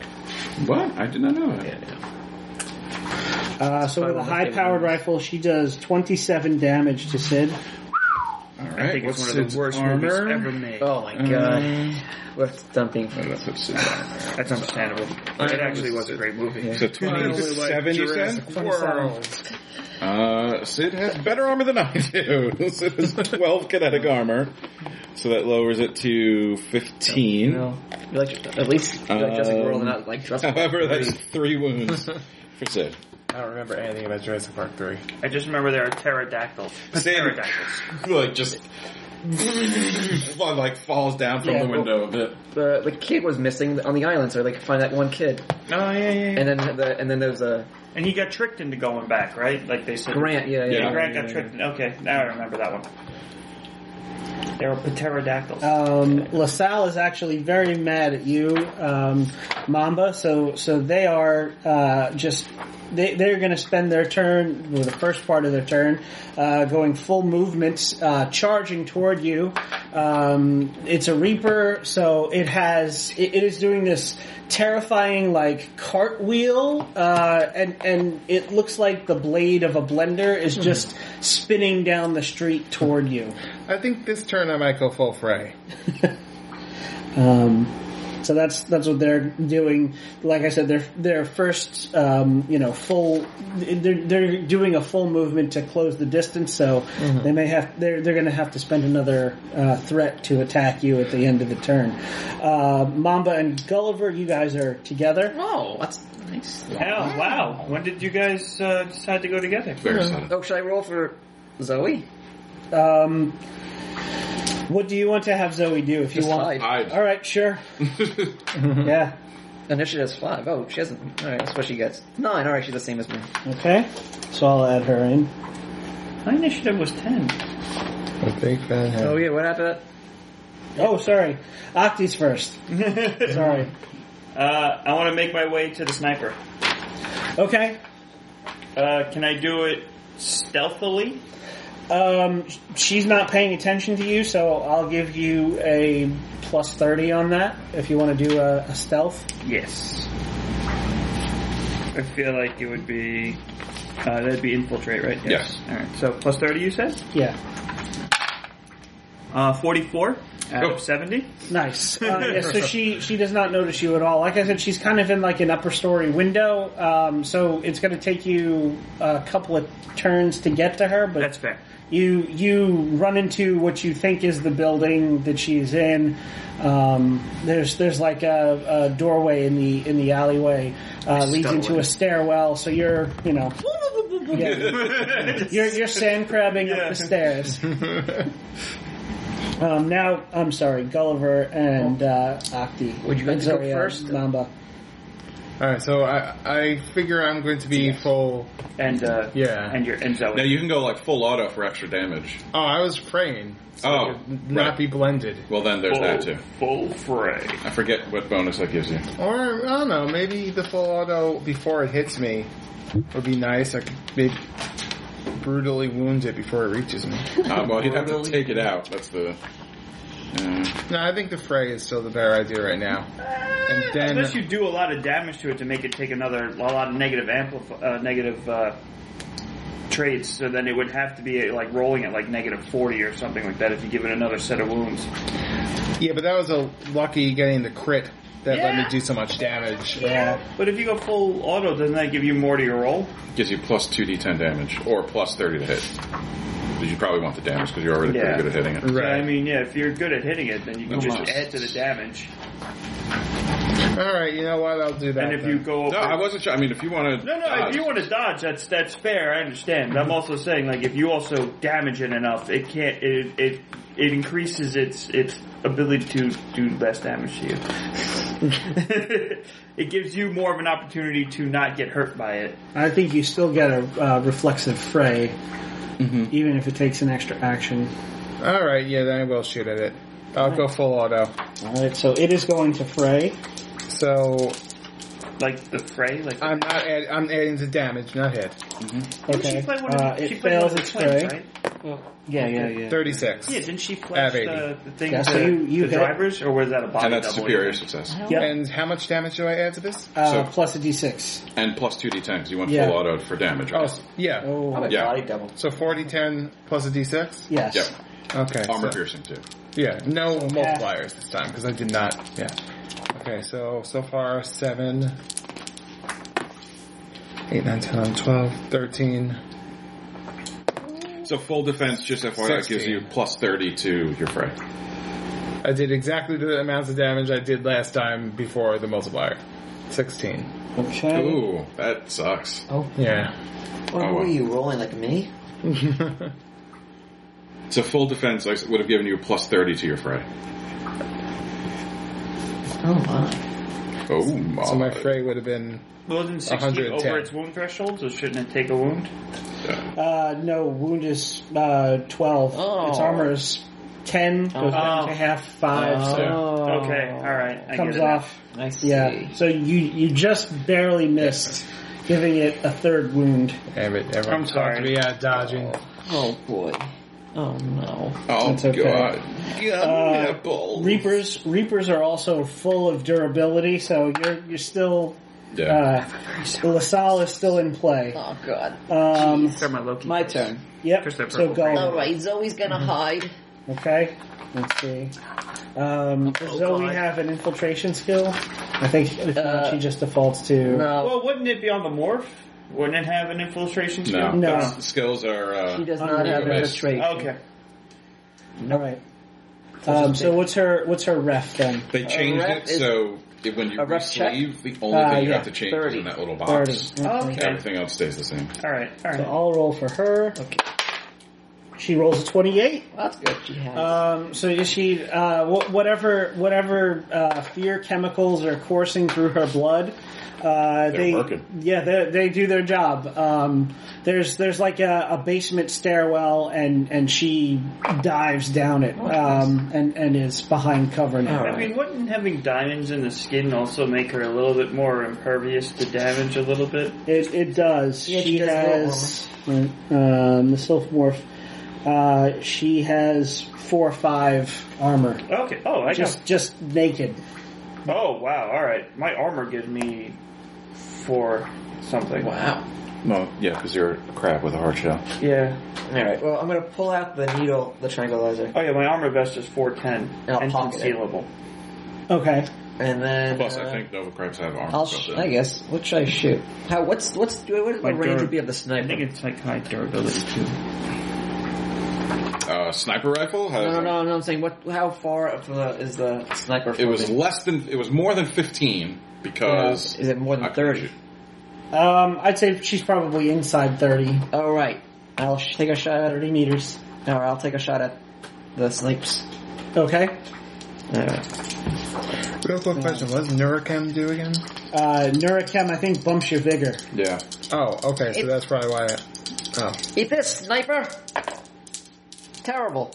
What? I did not know that. Uh, so with a high powered rifle, she does 27 damage to Sid. All I right. think it's What's one of Sid's the worst armor? movies ever made. Oh my god. What's dumping for That's what's Sid's armor. That's understandable. It actually was a great movie. So I only like 27, you said? Jurassic World. Uh, Sid has better armor than I do. <laughs> Sid has 12 kinetic armor. So that lowers it to 15. No. You Uh, like at least you like Jurassic Um, World and not like Jurassic Park. However, that's three <laughs> wounds for Sid. I don't remember anything about Jurassic Park three. I just remember there are pterodactyls. Sid, <laughs> Pterodactyls. like, just, like, falls down from Yeah, the window a bit. The the kid was missing on the island, so they could find that one kid. Oh yeah, yeah. yeah. And then the and then there was a And he got tricked into going back, right? Like they said. Grant. Yeah, yeah. Yeah, Grant got tricked. Okay, now I remember that one. They're pterodactyls. Um, LaSalle is actually very mad at you, um, Mamba. So, so they are uh, just they they're going to spend their turn, well, the first part of their turn, uh, going full movement, uh, charging toward you. Um, it's a Reaper, so it has it, it is doing this terrifying like cartwheel, uh, and and it looks like the blade of a blender is just spinning down the street toward you. I think this turn I might go full fray. <laughs> Um, so that's that's what they're doing. Like I said, their their first um, you know full they're they're doing a full movement to close the distance. So they may have they're they're going to have to spend another uh, threat to attack you at the end of the turn. Uh, Mamba and Gulliver, you guys are together. Oh, that's nice. Hell, wow. When did you guys uh, decide to go together? Bears on it. Oh, should I roll for Zoe? Um, what do you want to have Zoe do if you <laughs> want? I- <laughs> All right, sure. yeah. Initiative's five. Oh, she hasn't. All right, that's what she gets. Nine. All right, she's the same as me. Okay. So I'll add her in. My initiative was <laughs> 10. A big fan. Oh yeah, what happened? Oh, sorry. Octi's first. sorry. Uh, I want to make my way to the sniper. Okay. Uh, can I do it stealthily? Um, sh- she's not paying attention to you, so I'll give you a plus 30 on that if you want to do a, a stealth. Yes. I feel like it would be. Uh, that'd be infiltrate, right? Yes. All right. So plus thirty, you said. Yeah. Uh, Forty-four out Oh. of seventy. Nice. Uh, yeah, so she she does not notice you at all. Like I said, she's kind of in like an upper story window, um, so it's going to take you a couple of turns to get to her. But That's fair. you you run into what you think is the building that she's in. Um, there's there's like a, a doorway in the in the alleyway uh, leads into a stairwell. So you're you know yeah. you're you're sand crabbing up the stairs. Um, now I'm sorry, Gulliver and uh, Octi. Would you like to go Zoria, first? Mamba? Alright, so I, I figure I'm going to be full. <laughs> And uh, Yeah. And your and Zoe. Now you can go like full auto for extra damage. Oh, I was praying. So Oh, it would not right. be blended. Well, then there's that too. Full fray. I forget what bonus that gives you. Or, I don't know, maybe the full auto before it hits me would be nice. I could maybe brutally wound it before it reaches me. Uh, well, you'd have to take it out. That's the. Uh, <laughs> No, I think the fray is still the better idea right now. And then, Unless you do a lot of damage to it to make it take another a lot of negative amplif- uh, negative uh, traits, so then it would have to be uh, like rolling at like negative forty or something like that if you give it another set of wounds. yeah, but that was a lucky getting the crit that let me do so much damage. Yeah. But if you go full auto, doesn't that give you more to your roll? gives you plus 2d10 damage, or plus 30 to hit. But you probably want the damage because you're already Yeah. pretty good at hitting it. So, Right. I mean, yeah, if you're good at hitting it, then you can No just loss. add to the damage. All right, you know what? I'll do that. and if then. you go No, over, I wasn't sure. I mean, if you want to. no, no, if you want to dodge, that's that's fair. I understand. Mm-hmm. But I'm also saying like if you also damage it enough, it can't it it, it increases its its ability to do less damage to you. <laughs> it gives you more of an opportunity to not get hurt by it. I think you still get a uh, reflexive fray, even if it takes an extra action. All right, yeah, then I will shoot at it. I'll go full auto. All right, so it is going to fray. So Like the fray, like Uh, I'm not. Add, I'm adding to damage, not hit. Didn't Okay, she play one of, uh, the- she it played one fails of the its twins, fray. right? Yeah, yeah, yeah. Thirty-six. Yeah, didn't she flash baby. the, the thing? Yeah, to so you- you hit. the drivers, or was that a body And that's double? superior success. Yep. And how much damage do I add to this? Uh, So- plus a d6. And plus 2d10 because you went Yeah. full auto for damage. Oh, Right? s- yeah. Oh, I'm a Yeah. body double. So 40, 10 plus a d6. yes. Yep. Okay. Armor so- piercing too. Yeah. No half. multipliers this time because I did not. Yeah. Okay. So so far seven, eight, nine, ten, eleven, twelve, thirteen. So full defense, just FYI, gives 16. you plus 30 to your fray. I did exactly the amounts of damage I did last time before the multiplier. Sixteen. Okay. Ooh, that sucks. Oh. Yeah. What Oh, were well. you rolling like me? So full defense like, would have given you a plus 30 to your fray. Oh my! Oh, my. So my fray would have been Wasn't 60 110. over its wound threshold, so shouldn't it take a wound? Oh. Uh, no, wound is uh, 12. Its armor is ten, goes down to half five, so Okay, alright. I Oh, comes Oh. get it now. off. Oh. I see. Yeah, so you you just barely missed, giving it a third wound. Damn it, everyone I'm taught to sorry. be uh, dodging. Oh boy. Oh no. Oh That's okay. god. Uh, Yeah, balls. Reapers Reapers are also full of durability, so you're you're still Yeah. uh, Lasal is still in play. Oh god. Um, They're my Loki. My turn. yep. First that So purple All go. right, Zoe's gonna Mm-hmm. hide. Okay. Let's see. Um, does Oh, Zoe God. have an infiltration skill? I think if not, Uh, she just defaults to. No, Well, wouldn't it be on the morph? Wouldn't it have an infiltration No. skill? No. Those skills are uh, she does not have Nice. a trait. Okay. All right. Um, so what's her what's her ref then? They changed rep it is- so it, when you a rep check? re-sleeve, the only Uh, thing you yeah, have to change is 30. in that little Thirty. box. Okay. Everything else stays the same. Alright, So alright. I'll roll for her. Okay. She rolls a twenty-eight. Well, that's good. She Uh, has. Um, so is she uh, wh- whatever whatever uh, fear chemicals are coursing through her blood? Uh, they working. yeah they, they do their job. Um, there's there's like a, a basement stairwell and and she dives down it um, and and is behind cover now. I mean, wouldn't having diamonds in the skin also make her a little bit more impervious to damage a little bit? It, it does. Yeah, she she has does um, the self morph. Uh, she has four or five armor, Okay. Oh, I just just naked. just. Oh, wow. All right. My armor gives me four something. Wow. No, yeah, because you're a crab with a hard shell. Yeah. All right. Well, I'm gonna pull out the needle, the tranquilizer, Oh, yeah. My armor vest is four ten And I'll and pocket it. concealable. Okay. and then Plus, I uh, think Nova Crabs have armor. I'll. built Sh- in. I guess. What should I shoot? How? What's what's do I- what is My the range dur- would be of the sniper? I think it's like high durability too. uh, sniper rifle? Has no, no, no, no. I'm saying what? How far of the is the sniper? It was from less than. It was more than fifteen because Is it more I than couldn't thirty? shoot. Um, I'd say she's probably inside 30, All right. I'll sh- take a shot at 30 meters. All right, I'll take a shot at the snipes. Okay. All right. Real quick question: What does Neurochem do again? Uh, Neurochem, I think, bumps your vigor. Yeah, Oh, okay, so It- that's probably why. I, oh, Eat this, sniper. Terrible.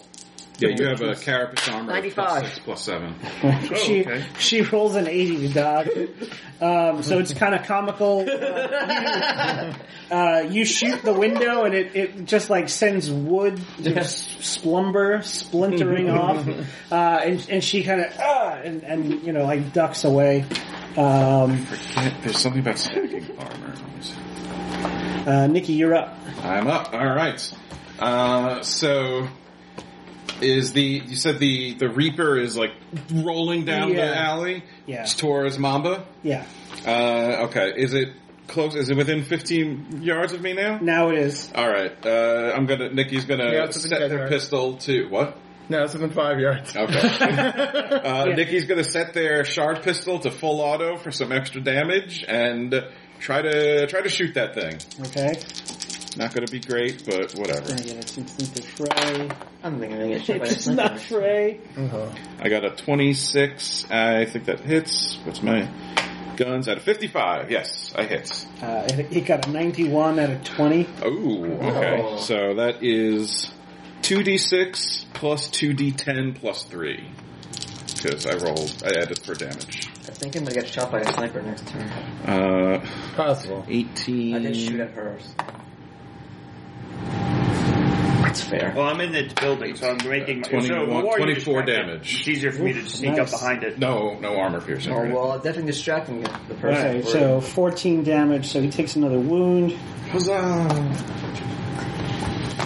yeah. You have a carapace armor. of 95. Plus six, plus seven. she, okay. she rolls an 80 to dodge. um, so it's kind of comical. Uh, you, uh, you shoot the window and it, it just like sends wood to s- splumber, splintering off. Uh, and, and she kind of, uh, and, and, you know, like ducks away. Um, Forget- There's something about stacking <laughs> armor. Let me see. uh, Nikki, you're up. I'm up. All right. Uh, so is the you said the the Reaper is like rolling down Yeah. the alley Yeah. towards Mamba? Yeah. Uh, okay. Is it close? Is it within 15 yards of me now? Now it is. All right. Uh, I'm gonna. Nikki's gonna Yeah, it's set within their yards. pistol to what? No, it's within five yards. <laughs> <laughs> Okay. Uh, Yeah. Nikki's gonna set their shard pistol to full auto for some extra damage and try to try to shoot that thing. Okay. Not gonna be great, but whatever. I get its instinctive fray. I don't think I'm gonna get shot by a It's sniper. not fray. I got a 26. I think that hits. What's my guns at a 55? Yes, I hit. Uh, it, it got a 91 out of 20. Oh, okay. Oh. So that is 2d6 plus 2d10 plus 3. Because I rolled, I added for damage. I think I'm gonna get shot by a sniper next turn. Uh, possible. 18. I did shoot at hers. That's fair. Well, I'm in the building, so I'm making my, 21 so the warrior 24 distracted. damage. It's easier for me to sneak nice. up behind it. No, no armor piercing. Oh right? well, I'm definitely distracting the person. Okay, so 14 damage, so he takes another wound. Huzzah!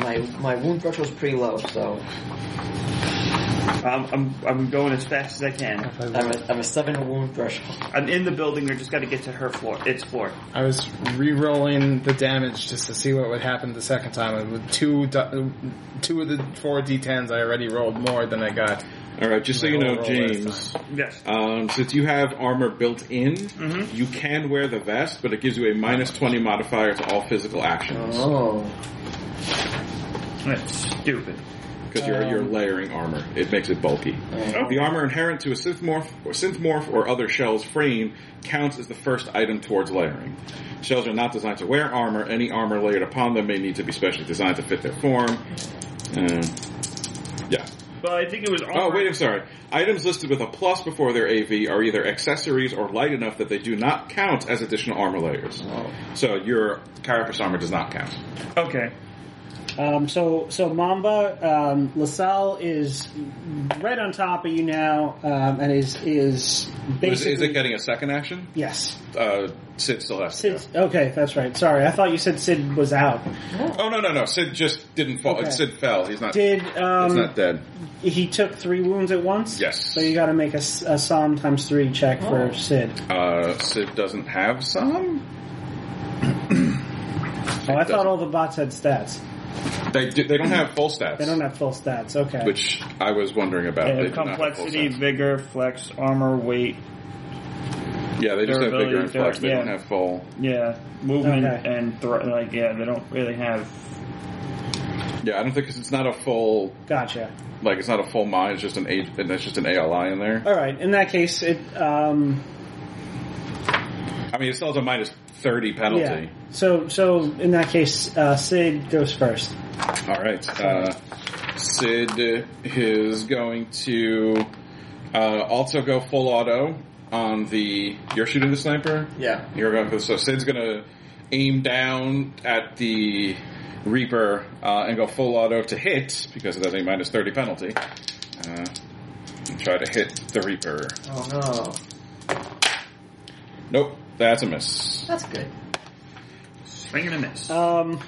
my my wound threshold is pretty low, so Um, I'm, I'm going as fast as I can. I'm a, I'm a seven wound threshold. I'm in the building. I just got to get to her floor. Its floor. I was re-rolling the damage just to see what would happen the second time, and with two, do- two of the four d10s, I already rolled more than I got. Alright, just so you know, Roll last James, Yes. um, since you have armor built in, Mm-hmm. you can wear the vest, but it gives you a minus 20 modifier to all physical actions. Oh, That's stupid. Oh. Because you're, you're layering armor. It makes it bulky. Alright. The armor inherent to a synthmorph or, synthmorph or other shell's frame counts as the first item towards layering. Shells are not designed to wear armor. Any armor layered upon them may need to be specially designed to fit their form. Uh, Um, yeah. Well, I think it was. Oh, wait, I'm sorry. Items listed with a plus before their AV are either accessories or light enough that they do not count as additional armor layers. So your Carapace armor does not count. Okay. Um, so, so Mamba, um, LaSalle is right on top of you now, um, and is is Is, basically is it getting a second action? yes. Uh, Sid still has to go. Sid, okay, that's right. Sorry, I thought you said Sid was out. Oh, no, no, no. Sid just didn't fall. Okay. Sid fell. He's not, Did he's um, not dead. he took three wounds at once? Yes. So you got to make a, s- a Psalm times three check for Oh. Sid. Uh, Sid doesn't have <clears throat> some? Oh, I thought all the bots had stats. They, do, they don't have full stats, They don't have full stats. Okay. which I was wondering about. They They have do not have full Uh, complexity, vigor, flex, armor, weight. stats. Yeah, they just have durability, bigger and flex. They yeah. don't have full. Yeah, movement Okay. and threat. Like, yeah, they don't really have. Yeah, I don't think 'cause it's not a full Gotcha. Like it's not a full mod; it's just an A, and that's just an ALI in there. All right. In that case, it. Um, I mean, it still has a minus thirty penalty. Yeah. So, so in that case, uh, Sid goes first. All right, uh, Sid is going to uh, also go full auto on the. You're shooting the sniper. Yeah. You're going to, so Sid's going to aim down at the Reaper uh, and go full auto to hit because it has a minus thirty penalty. Uh, and try to hit the Reaper. Oh no. Nope, that's a <laughs> miss. That's good. Swing and a miss. Um,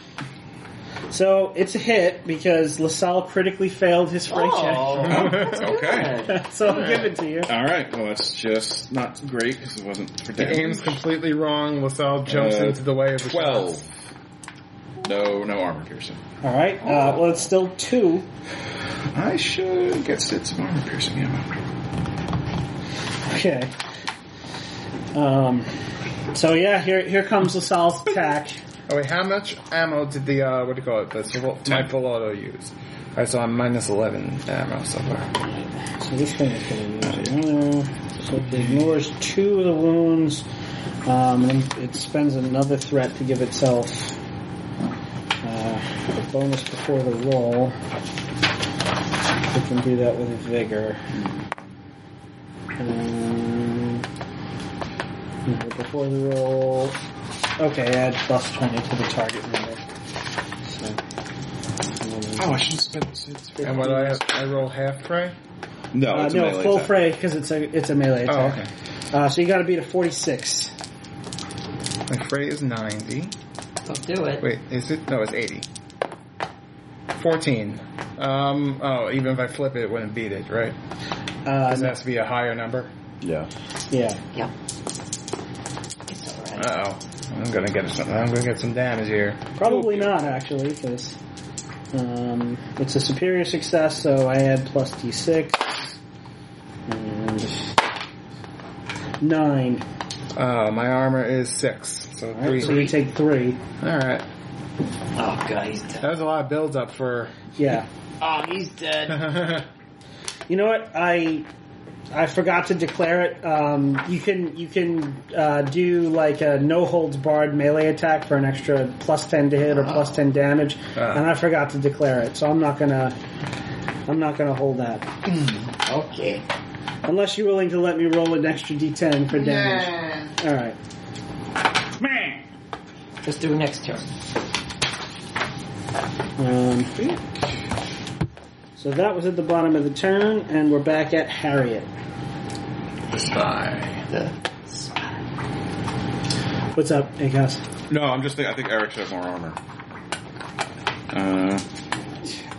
so it's a hit because LaSalle critically failed his fray Oh. Oh, <laughs> okay. check. <laughs> so I'll give it to you. All right. Well, that's just not great because it wasn't for The damage. aim's completely wrong. LaSalle jumps Uh, into the way of the Twelve. shots. No, no armor piercing. All right. Uh, well, it's still two. I should get Sid some armor piercing ammo. Okay. Um, so yeah, here here comes LaSalle's attack. Oh wait, how much ammo did the uh, what do you call it? The survi- my full auto use? All right, so I'm minus eleven ammo so far. So this thing is going to use another. So it ignores two of the wounds. Um, and it spends another threat to give itself uh, a bonus before the roll. It can do that with vigor. Uh, Um, vigor before the roll. Okay, add plus 20 to the target number. So, Oh, I should have spent Sid's. And what do I have? I roll half prey. No, uh, Oh, it's a no, melee full attack. fray because it's a it's a melee Oh, attack. okay. Uh, so you got to beat a forty six. My fray is ninety. Don't do it. Wait, is it? No, it's eighty. Fourteen. Um. Oh, even if I flip it, it wouldn't beat it, right? Uh, Because it has to be a higher number. Yeah. yeah. Yeah. It's alright. Uh oh. I'm gonna get some. I'm gonna get some damage here. Probably not actually because um, it's a superior success. So I add plus d six and nine. Uh, my armor is six, so All right, three. so you take three. All right. Oh god, he's dead. That was a lot of build up for. Yeah. Oh, he's <laughs> dead. You know what? I I forgot to declare it. Um, you can you can uh, do like a no holds barred melee attack for an extra plus ten to hit or plus ten damage, Ah. and I forgot to declare it, so I'm not gonna I'm not gonna hold that Okay. unless you're willing to let me roll an extra d10 for damage. Nah. All right. Man, Just do it next turn. Um, so that was at the bottom of the turn, and we're back at Harriet. The What's up, Acast? No, I'm just. Think, I think Eric should have more armor. Uh,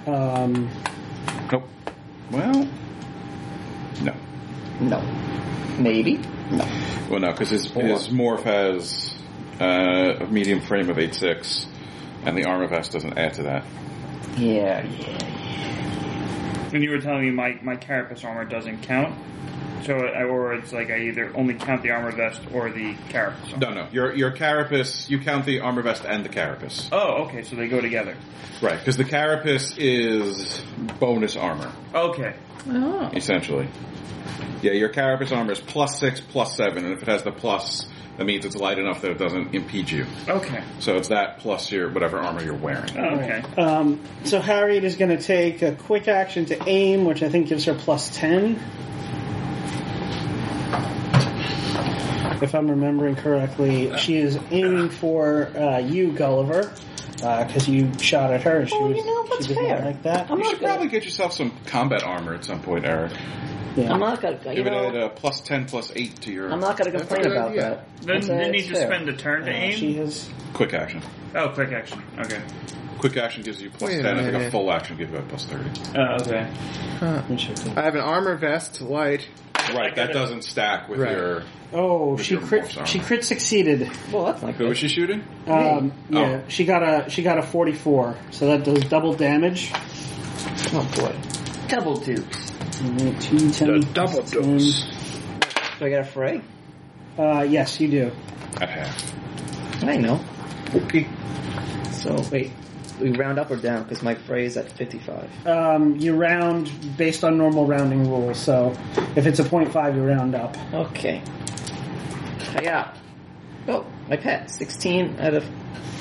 Um, nope. Well, no. no. Maybe. No. Well, no, because his, his morph has uh, a medium frame of eight six, and the armor vest doesn't add to that. Yeah, yeah. and you were telling me my my carapace armor doesn't count. So, I- or it's like I either only count the armor vest or the carapace. No, no. Your your carapace. You count the armor vest and the carapace. Oh, okay. So they go together. Right, because the carapace is bonus armor Okay. Oh. essentially. Yeah, your carapace armor is plus six, plus seven, and if it has the plus, that means it's light enough that it doesn't impede you. Okay. oh, So it's that plus your whatever armor you're wearing. Alright. Um, so Harriet is going to take a quick action to aim, which I think gives her plus ten, if I'm remembering correctly. She is aiming for uh, you, Gulliver, because you shot at her. and She Oh, was, she did not like that. you should probably get yourself some combat armor at some point, Eric. Yeah. I'm not gonna. You Give know, it a, uh, plus ten, plus eight to your. I'm not gonna That's a complain good about idea. that. Then, That's, uh, then you it's just fair. spend a turn to Uh, aim. she has Quick action. Oh, quick action. Okay. Quick action gives you plus Wait a ten. I think a minute. full action gives you a plus thirty. Oh, okay. I have an armor vest, light. Right, that doesn't stack with Right. your. Oh, With she your crit. morphs armor. She crit succeeded. Well, that's not Who good. was she shooting? Um, Oh. yeah, she got a she got a forty four, so that does double damage. Oh boy. Double dukes. Nineteen, ten, double dose. Do I get a fray? Uh, yes, you do. At half. I know. So wait, we round up or down? Because my fray is at fifty-five. Um, you round based on normal rounding rules. So if it's a point five, you round up. Okay. I got. Oh, my pet. 16 out of.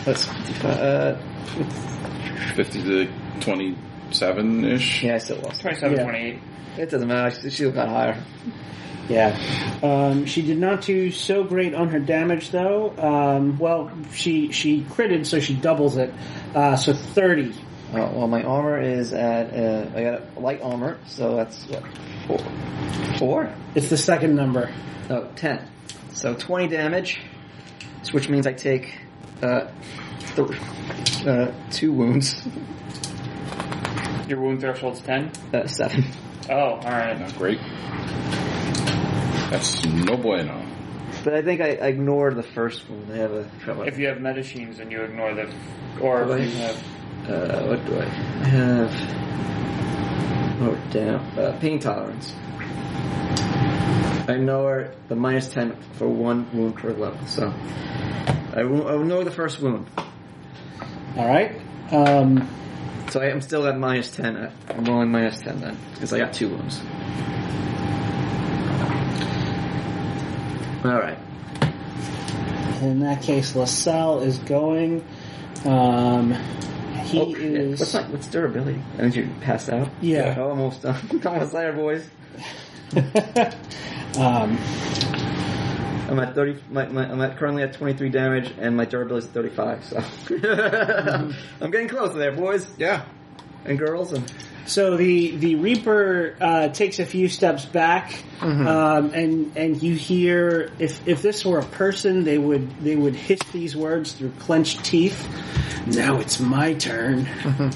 That's 55. Uh, Fifty to twenty-seven ish. yeah, I still lost. 27, Yeah. 28. It doesn't matter. She, she got higher. Yeah. Um, she did not do so great on her damage, though. Um, well, she she critted, so she doubles it. Uh, so thirty. Oh, well, my armor is at. Uh, I got light armor, so that's what? Four? Four? It's the second number. Oh, 10. So 20 damage, which means I take uh, th- uh, two wounds. Your wound threshold's 10? Uh, seven. Oh, alright. Not great. That's no bueno. But I think I, I ignored the first wound. I have a trouble. If you have medicines and you ignore the. Or if you have. Uh, what do I have? Oh, damn. Uh, pain tolerance. I lower the minus 10 for one wound per level, so. I wo- I lower the first wound. All right. Um, So I am still at minus 10. uh, I'm rolling minus 10 then, because I got two wounds. Alright. in that case, LaSalle is going. Um, he Oh, shit. is. <laughs> <laughs> What's, my, what's durability? I need you passed out? Yeah. Oh, almost done. <laughs> almost there, boys. um, I'm at thirty. My, my, I'm at currently at twenty three damage, and my durability is thirty five. So <laughs> I'm getting close there, boys Yeah. and girls. And so the the Reaper uh, takes a few steps back, um, and and you hear if if this were a person, they would they would hiss these words through clenched teeth. Now it's my turn, Um,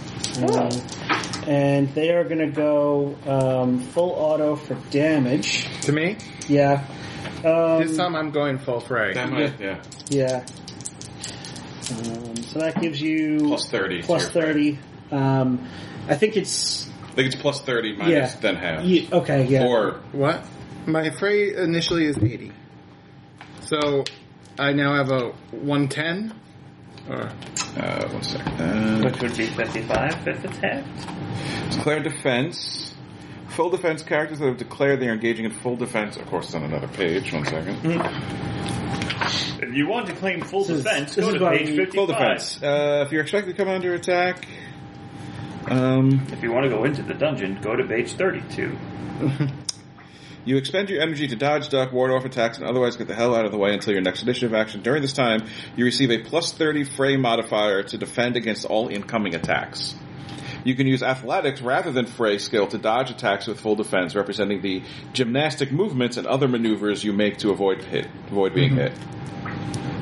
and they are going to go um, full auto for damage. To me, Yeah. Um, this time I'm going full fray. That might, yeah. Yeah. Um, so that gives you Plus 30 to plus your fray. thirty. Um, I think it's I think it's plus thirty minus Yeah. then half. ye- okay. Yeah. Or What? My fray initially is 80. So I now have a 110. Or uh, one second. Uh, Which would be 55 if it's half. Declare defense. Full defense characters that have declared they are engaging in full defense. Of course, it's on another page. One second. If you want to claim full This is- defense, this go is to about page the- 55. Full defense. Uh, if you're expected to come under attack, um, If you want to go into the dungeon, go to page 32. you expend your energy to dodge, duck, ward off attacks, and otherwise get the hell out of the way until your next initiative action. During this time, you receive a plus 30 fray modifier to defend against all incoming attacks. You can use athletics rather than fray skill to dodge attacks with full defense, representing the gymnastic movements and other maneuvers you make to avoid hit, avoid being Mm-hmm.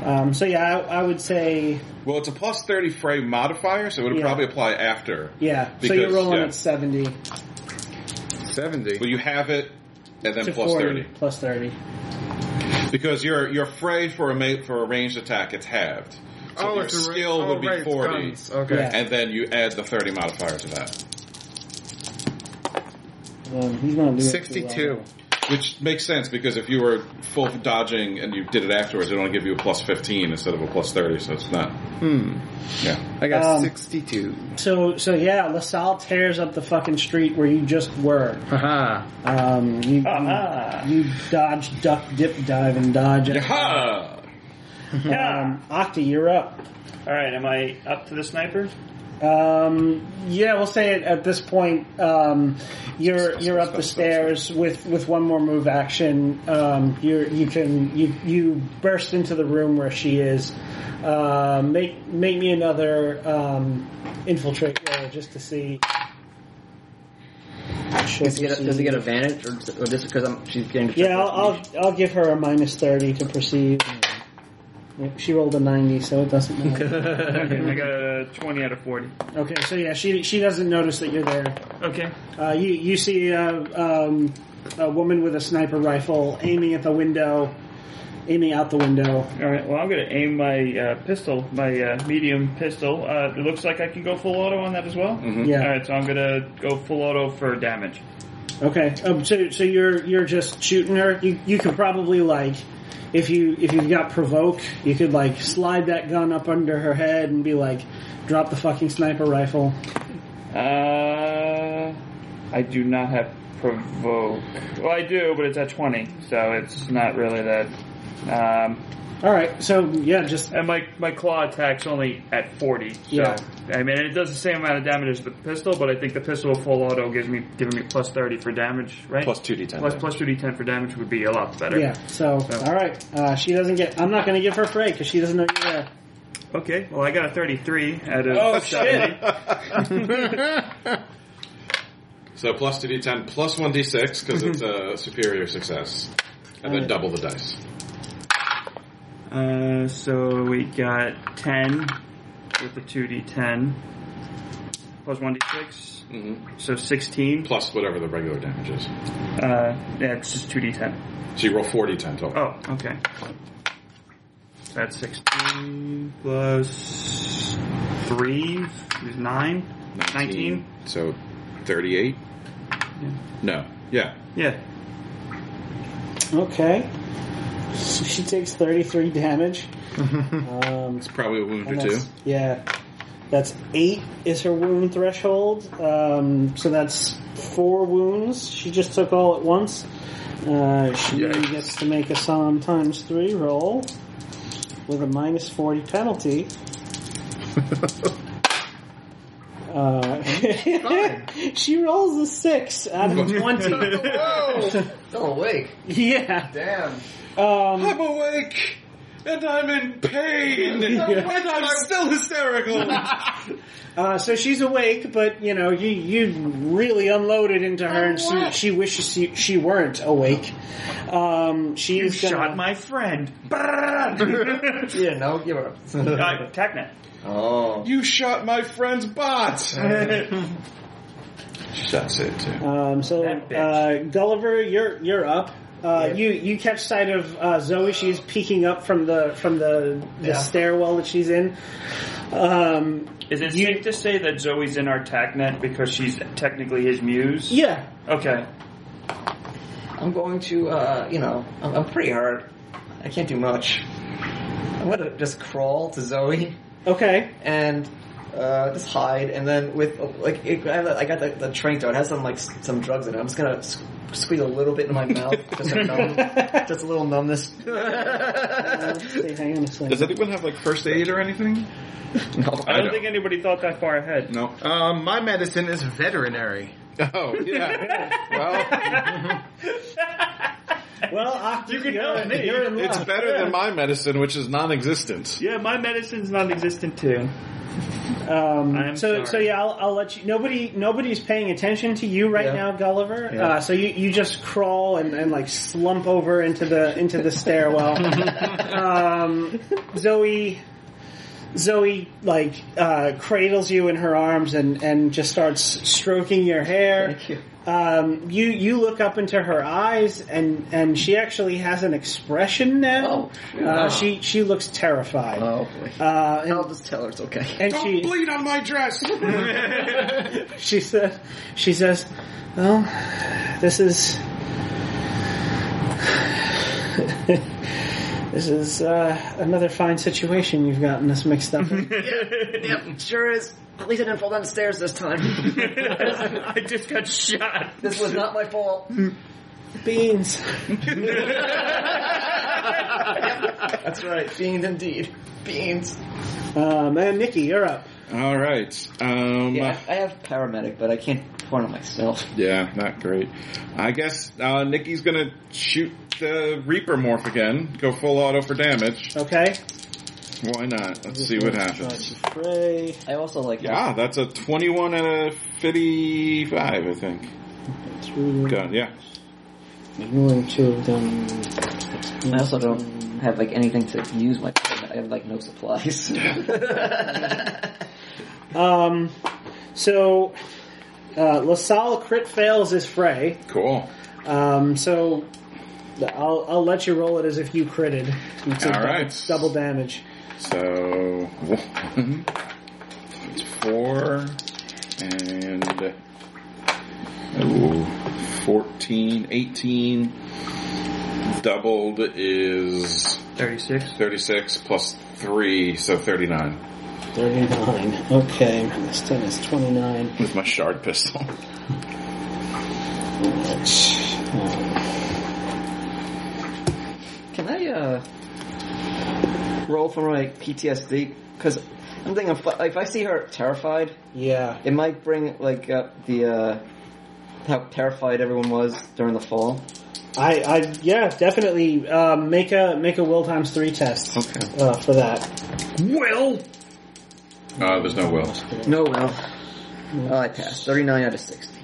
hit. Um, so yeah, I, I would say Well, it's a plus 30 fray modifier, so it would Yeah. probably apply after. yeah. so Because, you're rolling yeah. at seventy 70. Well, you have it, and then to plus 40, 30. Plus thirty. Because your your fray for a ma- for a ranged attack, it's halved. So your it's a ra- skill oh, would be right, it's 40, guns. Okay. Yeah. and then you add the 30 modifier to that. Um, he's not doing too well. 62. Which makes sense because if you were full dodging and you did it afterwards, it only give you a plus 15 instead of a plus 30, so it's not. Hmm. Yeah. I got Um, 62. So, so yeah, LaSalle tears up the fucking street where you just were. Haha. Um, you, you, you dodge, duck, dip, dive, and dodge. Yaha! Um, Octa, you're up. All right, am I up to the <laughs> sniper? Um, yeah, we'll say it at this point. Um, you're you're up the stairs with, with one more move action. Um, you you can you you burst into the room where she is. Uh, make make me another um, infiltrate roll just to see. Does he get, does he get advantage, or, or just because I'm, she's getting? to check Yeah, I'll, I'll I'll give her a minus thirty to proceed. Yeah, She rolled a ninety, so it doesn't <laughs> matter. okay, I got a 20 out of 40. okay, so yeah, she she doesn't notice that you're there. Okay. Uh, you you see a, um, a woman with a sniper rifle aiming at the window, aiming out the window. All right. Well, I'm going to aim my uh, pistol, my uh, medium pistol. Uh, it looks like I can go full auto on that as well. Mhm. Yeah. All right. So I'm going to go full auto for damage. Okay, um, so so you're you're just shooting her. You you could probably like if you if you've got provoke, you could like slide that gun up under her head and be like, drop the fucking sniper rifle. Uh, I do not have provoke. Well, I do, but it's at 20, so it's not really that. Um, All right, so yeah, just and my my claw attack's only at 40. So, Yeah. I mean, it does the same amount of damage as the pistol, but I think the pistol full auto gives me giving me plus 30 for damage, right? Plus 2d10 Plus damage. plus 2d10 for damage would be a lot better. Yeah. So, all right, uh, she doesn't get. I'm not going to give her fray because she doesn't know you're there. Okay, well, I got a 33 out of Oh, 70. So plus 2d10, plus 1d6, because it's <laughs> a superior success. And then double the dice. Uh, so we got 10 with the 2d10 plus 1d6. Mhm. So 16. Plus whatever the regular damage is. Uh, yeah, it's just 2d10. So you roll 4d10 total. Oh, okay. That's 16 plus 3 is 9. 19. So 38? No. Yeah. Yeah. Okay. So she takes 33 damage. um, it's probably a wound And or two. that's- Yeah. That's eight is her wound threshold. Um, so that's four wounds she just took all at once. Uh, she gets to make a Psalm times three roll with a minus 40 penalty. Uh, <laughs> she rolls a six out of 20. <laughs> <laughs> Whoa. Still awake. Yeah. Damn. Um, I'm awake! And I'm in <laughs> pain! Yeah. And I'm still hysterical! Uh, so she's awake, but you know you you really unloaded into her, and she, she wishes she, she weren't awake. Um, she You is gonna- shot my friend. <laughs> <laughs> yeah, no, give her. uh, Technet. Oh. you shot my friend's bot! That's it, too. Um, so uh, Gulliver, you're you're up. Uh, You you catch sight of uh, Zoe. She's peeking up from the from the, the Yeah. stairwell that she's in. Um, Is it safe to say that Zoe's in our TACnet because she's technically his muse? Yeah. Okay. I'm going to, uh, you know, I'm, I'm pretty hurt. I can't do much. I'm going to just crawl to Zoe. Okay. And uh, just hide, and then with like it, I have the- I got the, the drink though. It has some like s- some drugs in it. I'm just gonna s- squeeze a little bit in my mouth, just a numb, just a little numbness. hang on a second. Does anyone have like first aid or anything? No, I I don't don't. think anybody thought that far ahead. No. Um, my medicine is veterinary. <laughs> Oh, yeah. well, Octa, you can you're, help me. you're in It's luck. better Yeah. than my medicine, which is non-existent. Yeah, my medicine's non-existent too. Um, I'm so, sorry. so yeah, I'll, I'll let you. Nobody, nobody's paying attention to you right Yeah. now, Gulliver. Yeah. Uh, so you, you just crawl and, and like slump over into the into the <laughs> stairwell. um, Zoe, Zoe, like uh, cradles you in her arms and and just starts stroking your hair. Thank you. Um, you you look up into her eyes and and she actually has an expression now. wow. uh, she she looks terrified. Oh boy. Uh, and, I'll just tell her it's okay. and Don't she bleed on my dress. <laughs> she said, she says, well, this is, <laughs> this is uh, another fine situation you've gotten us mixed up <laughs> in. yep, sure is. At least I didn't fall down the stairs this time. <laughs> <laughs> I just got shot. This was not my fault. <laughs> Beans. That's right, beans indeed. Beans. Um, and Nikki, you're up. All right. Um, Yeah, I have paramedic, but I can't point on myself. yeah, not great. I guess uh, Nikki's gonna shoot the Reaper morph again. Go full auto for damage. Okay. Why not? Let's see what happens. Spray. I also like Yeah, that's a 21 and a 55, I think. Gun, yeah. Ignoring two of them. I also don't have like anything to use my. I have like no supplies. <laughs> Um, so, uh, LaSalle crit fails his fray. Cool. Um, so, I'll, I'll let you roll it as if you critted. It's a All dou- right. it's double damage. So one, <laughs> it's four, and ooh, 14, 18. Doubled is 36. 36 plus 3, so 39 39. Okay, minus 10 is 29. with my shard pistol. <laughs> Can I uh, roll for my PTSD? Because I'm thinking if, if I see her terrified, yeah, it might bring like up the uh, how terrified everyone was during the fall. I, I yeah, definitely um, make a make a will times three test uh, for that. Will. Uh, there's no will. No, well, oh, I passed. Thirty-nine out of sixty.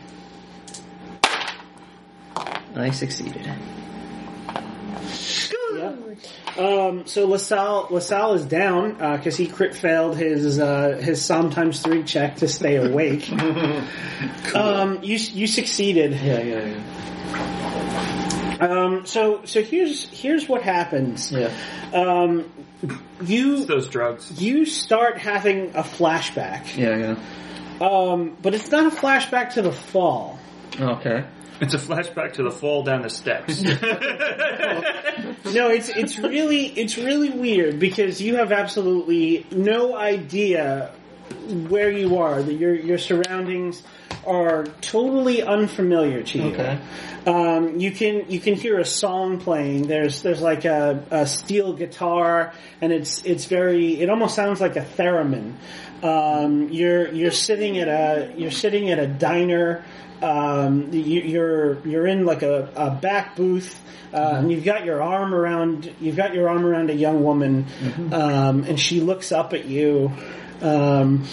I succeeded. Yeah. Um, so LaSalle LaSalle is down because he crit failed his uh, his sometimes three check to stay awake. <laughs> um, you you succeeded. Yeah, yeah, yeah. Um, so so here's here's what happens. Yeah. Um, you those drugs. You start having a flashback, Yeah, yeah. um, but it's not a flashback to the fall. Okay. It's a flashback to the fall down the <laughs> steps. No, it's it's really it's really weird because you have absolutely no idea where you are. That your your surroundings are totally unfamiliar to you. Okay. Um, you can you can hear a song playing. There's there's like a, a steel guitar, and it's it's very it almost sounds like a theremin. Um, you're you're sitting at a you're sitting at a diner. Um, you, you're you're in like a, a back booth, uh, and you've got your arm around you've got your arm around a young woman, um, and she looks up at you. Um,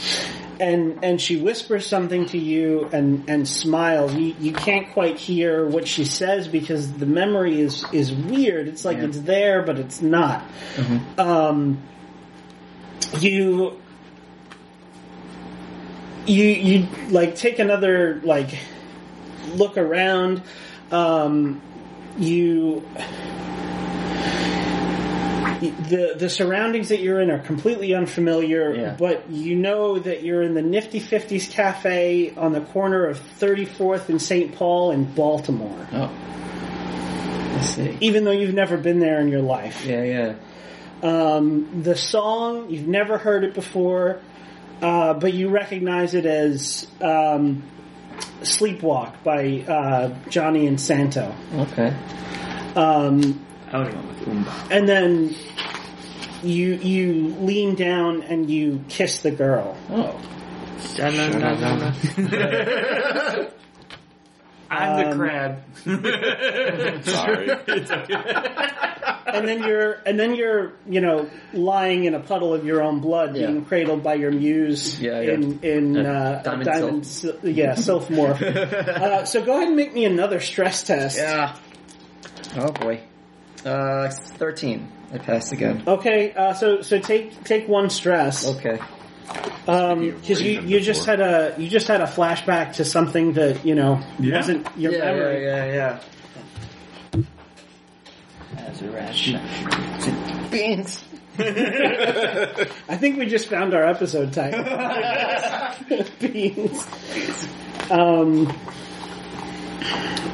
and and she whispers something to you and and smiles. You you can't quite hear what she says because the memory is is weird. It's like it's there but it's not. Um, you you you like take another like look around. Um, you the the surroundings that you're in are completely unfamiliar, Yeah. but you know that you're in the Nifty Fifties Cafe on the corner of 34th and St. Paul in Baltimore. Oh, I Oh. see. Even though you've never been there in your life, Yeah, yeah. um, the song you've never heard it before, uh, but you recognize it as um, "Sleepwalk" by uh, Johnny and Santo. Okay. Um, I would have gone with Oomba. and then you you lean down and you kiss the girl. Oh. I'm the Um, crab. Sorry. It's okay. and then you're and then you're you know lying in a puddle of your own blood, Yeah. being cradled by your muse Yeah, yeah. in in Uh, uh, diamond a diamond, sil- <laughs> yeah, self morph. uh, so go ahead and make me another stress test. <laughs> Yeah. Oh boy. Uh, thirteen. I passed again. Okay, uh, so so take take one stress Okay. because you you just had a you just had a flashback to something that you know Yeah. wasn't your yeah, memory. yeah, yeah, yeah. As a ration. Beans. I think we just found our episode title. Beans. Um,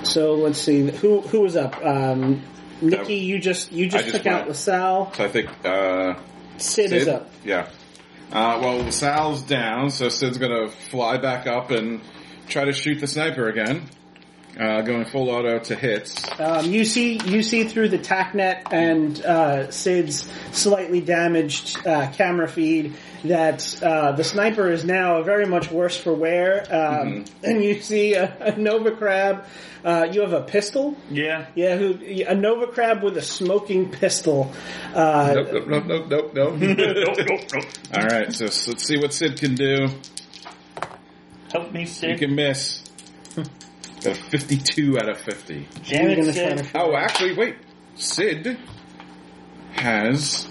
so let's see who who was up. Um, Nikki, you just you I just, just took went. out LaSalle. So I think uh, Sid is up. Yeah. Uh, well, Sal's down, so Sid's gonna fly back up and try to shoot the sniper again. Uh, going full auto to hits. Um, you see, you see through the tack net and uh, Sid's slightly damaged uh, camera feed that uh, the sniper is now very much worse for wear. Um, Mm-hmm. And you see a, a Nova Crab. Uh, you have a pistol. <laughs> Yeah. Yeah, who a Nova Crab with a smoking pistol. Uh, nope, nope, nope, nope, nope, Hmm. nope. All right, so s- let's see what Sid can do. Help me, Sid. You can <laughs> miss. Got a 52 out of 50. Damn it, Sid. Oh, actually, wait. Sid has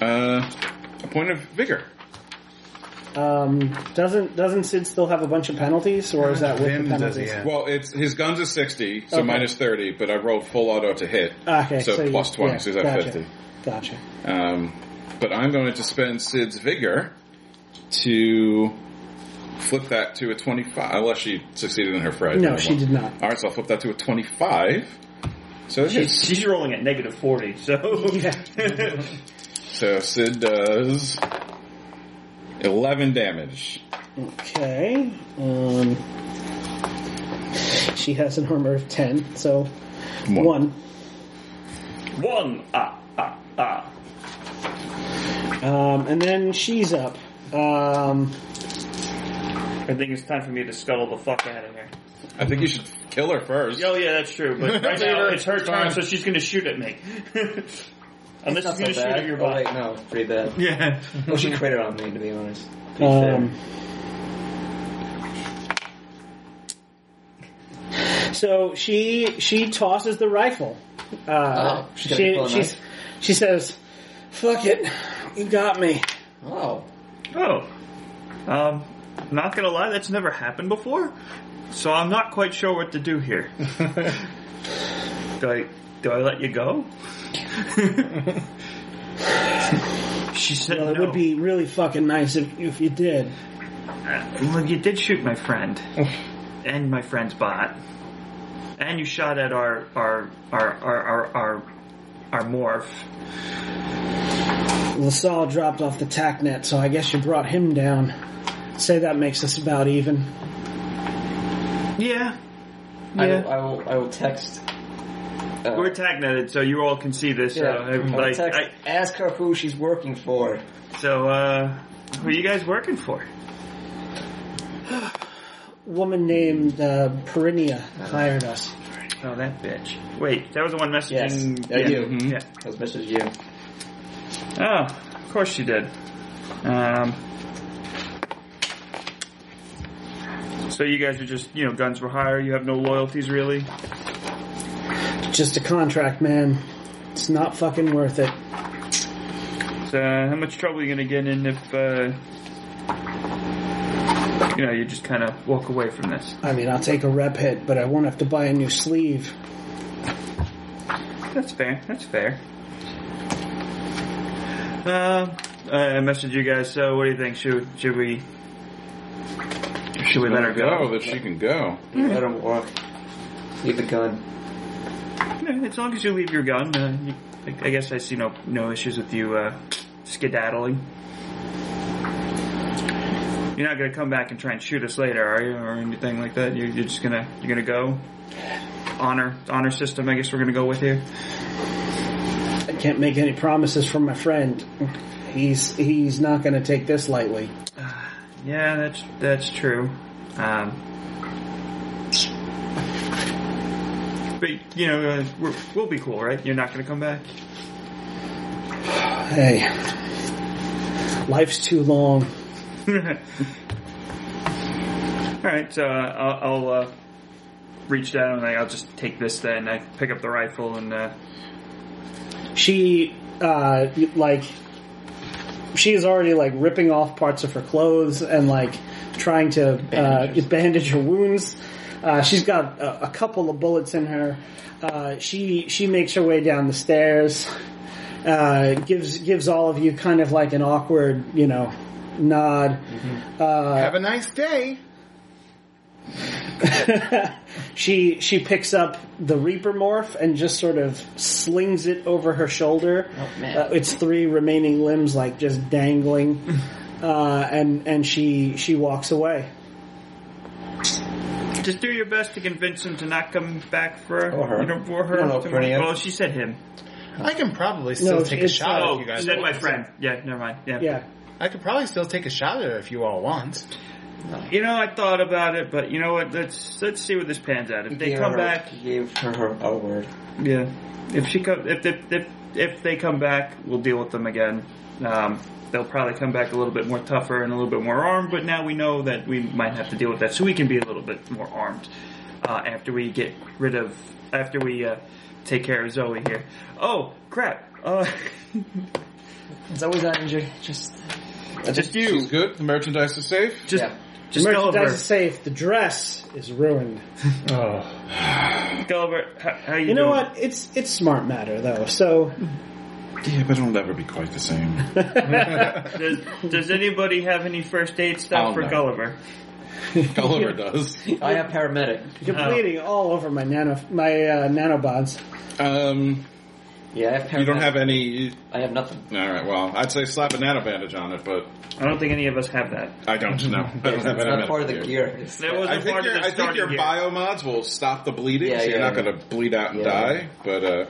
uh, a point of vigor. Um, doesn't doesn't Sid still have a bunch of penalties, or Uh, is that with the penalties? Well, it's his guns is sixty, so Okay. minus thirty. But I rolled full auto to hit, Ah, Okay, so, so you- plus twenty, yeah, so he's at gotcha. fifty. Gotcha. Um, but I'm going to spend Sid's vigor to flip that to a twenty-five, unless she succeeded in her Friday. No, she did not. All right, so I'll flip that to a twenty-five. So it She's, hits. she's rolling at negative 40, so. So Sid does eleven damage. Okay. Um, she has an armor of 10, so One. one. <laughs> One. Ah, ah, ah. Um, and then she's up. Um, I think it's time for me to scuttle the fuck out of here. I think you should kill her first. Oh, yeah, that's true, but right Leave now her. it's her turn, Fine. so she's gonna shoot at me. It's Unless she's not gonna so shoot bad. at your oh, butt. wait, no, it's pretty bad. Yeah. well, she critted on me, to be honest. To be um, fair. so she she tosses the rifle. Uh, Oh, she's she gonna pull a she's, she says, "Fuck it, you got me." Oh. Oh. Um, not gonna lie, that's never happened before, so I'm not quite sure what to do here. do I do I let you go? she said Well, it no. would be really fucking nice if if you did. Well, you did shoot my friend, and my friend's bot, and you shot at our our our our our our, our morph. LaSalle dropped off the tack net, so I guess you brought him down. Say that makes us about even. Yeah. I, Yeah. will, I will. I will text. Uh, We're tag netted, so you all can see this. yeah, I so, will but I- text. I- ask her who she's working for. so, uh, who are you guys working for? Woman named uh, Perinia hired us. Oh, that bitch. Wait, that was the one messaging. Yes, that yeah. Mm-hmm. you. Mm-hmm. Yeah. That's message you. Oh, of course she did. Um, so you guys are just, you know, guns were higher. You have no loyalties, really. Just a contract, man. It's not fucking worth it. So how much trouble are you gonna get in if, uh, you know, you just kind of walk away from this? I mean, I'll take a rep hit, but I won't have to buy a new sleeve. That's fair. That's fair. Uh, I messaged you guys. So what do you think? Should should we should we let her Oh, go? that she can go. Let her walk. Leave the gun. Yeah, as long as you leave your gun, uh, you, I, I guess I see no no issues with you uh, skedaddling. You're not gonna come back and try and shoot us later, are you, or anything like that? You, you're just gonna you're gonna go honor honor system. I guess we're gonna go with here. I can't make any promises from my friend. He's he's not going to take this lightly. Yeah, that's that's true. Um, but you know, uh, we're, we'll be cool, right? You're not going to come back. <laughs> Hey, life's too long. All right, so uh, I'll, I'll uh, reach down and I- I'll just take this. Then I pick up the rifle and uh, she uh like she is already like ripping off parts of her clothes and like trying to uh, bandage her wounds uh, she's got a, a couple of bullets in her uh, she she makes her way down the stairs uh, gives gives all of you kind of like an awkward you know nod uh, Have a nice day. <laughs> she she picks up the Reaper morph and just sort of slings it over her shoulder. Oh, man. Uh, its three remaining limbs like just dangling, uh, and and she she walks away. Just do your best to convince him to not come back for Or her. You know, for her. I don't know, to- Prineas. well, she said him. I can probably still No, take a it's, shot uh, at you guys. is that want. my friend? Yeah, never mind. Yeah. Yeah. I could probably still take a shot at her if you all want. You know, I thought about it, but you know what? Let's let's see what this pans out. If they gave come her- back, gave her her a word. yeah. If she come, if if if, if they come back, we'll deal with them again. Um, they'll probably come back a little bit more tougher and a little bit more armed. But now we know that we might have to deal with that, so we can be a little bit more armed uh, after we get rid of after we uh, take care of Zoe here. Oh crap! Uh, <laughs> It's always not injured. Just Just you. She's good. The merchandise is safe. Just, The just merchandise Gulliver. is safe. The dress is ruined. Oh. Gulliver, how, how you, You know doing? what? It's it's smart matter though. So Yeah, but it'll never be quite the same. <laughs> <laughs> does, does anybody have any first aid stuff I'll for know. Gulliver? Gulliver does. I have paramedic. you're bleeding all over my nano my uh, nanobots. Um, Yeah, I have paramedic. you don't have any. I have nothing. All right. Well, I'd say slap a nano bandage on it, but I don't think any of us have that. I don't know. <laughs> I don't It's have any not medical part of the gear. gear. It's- That was I not think part your, of the I think starting your gear. biomods will stop the bleeding, Yeah, so you're yeah. not going to bleed out and Yeah. die. But uh,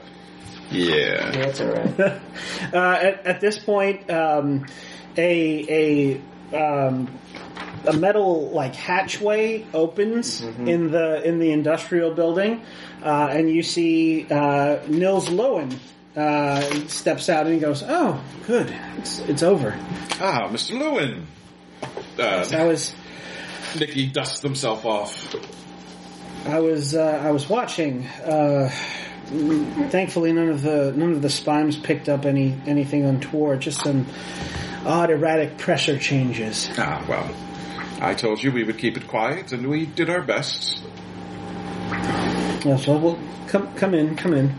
yeah, Yeah, it's alright. <laughs> Uh, at, at this point, um, a a um, a metal like hatchway opens in the in the industrial building, uh, and you see uh, Nils Lowen uh, steps out and he goes, "Oh, good, it's it's over." ah, Mr. Lewin. Uh, I was Nicky dusts himself off. I was uh, I was watching. Uh, thankfully, none of the none of the spimes picked up any anything untoward. Just some odd, erratic pressure changes. Ah, well, I told you we would keep it quiet, and we did our best. Yeah, so well, come come in, come in.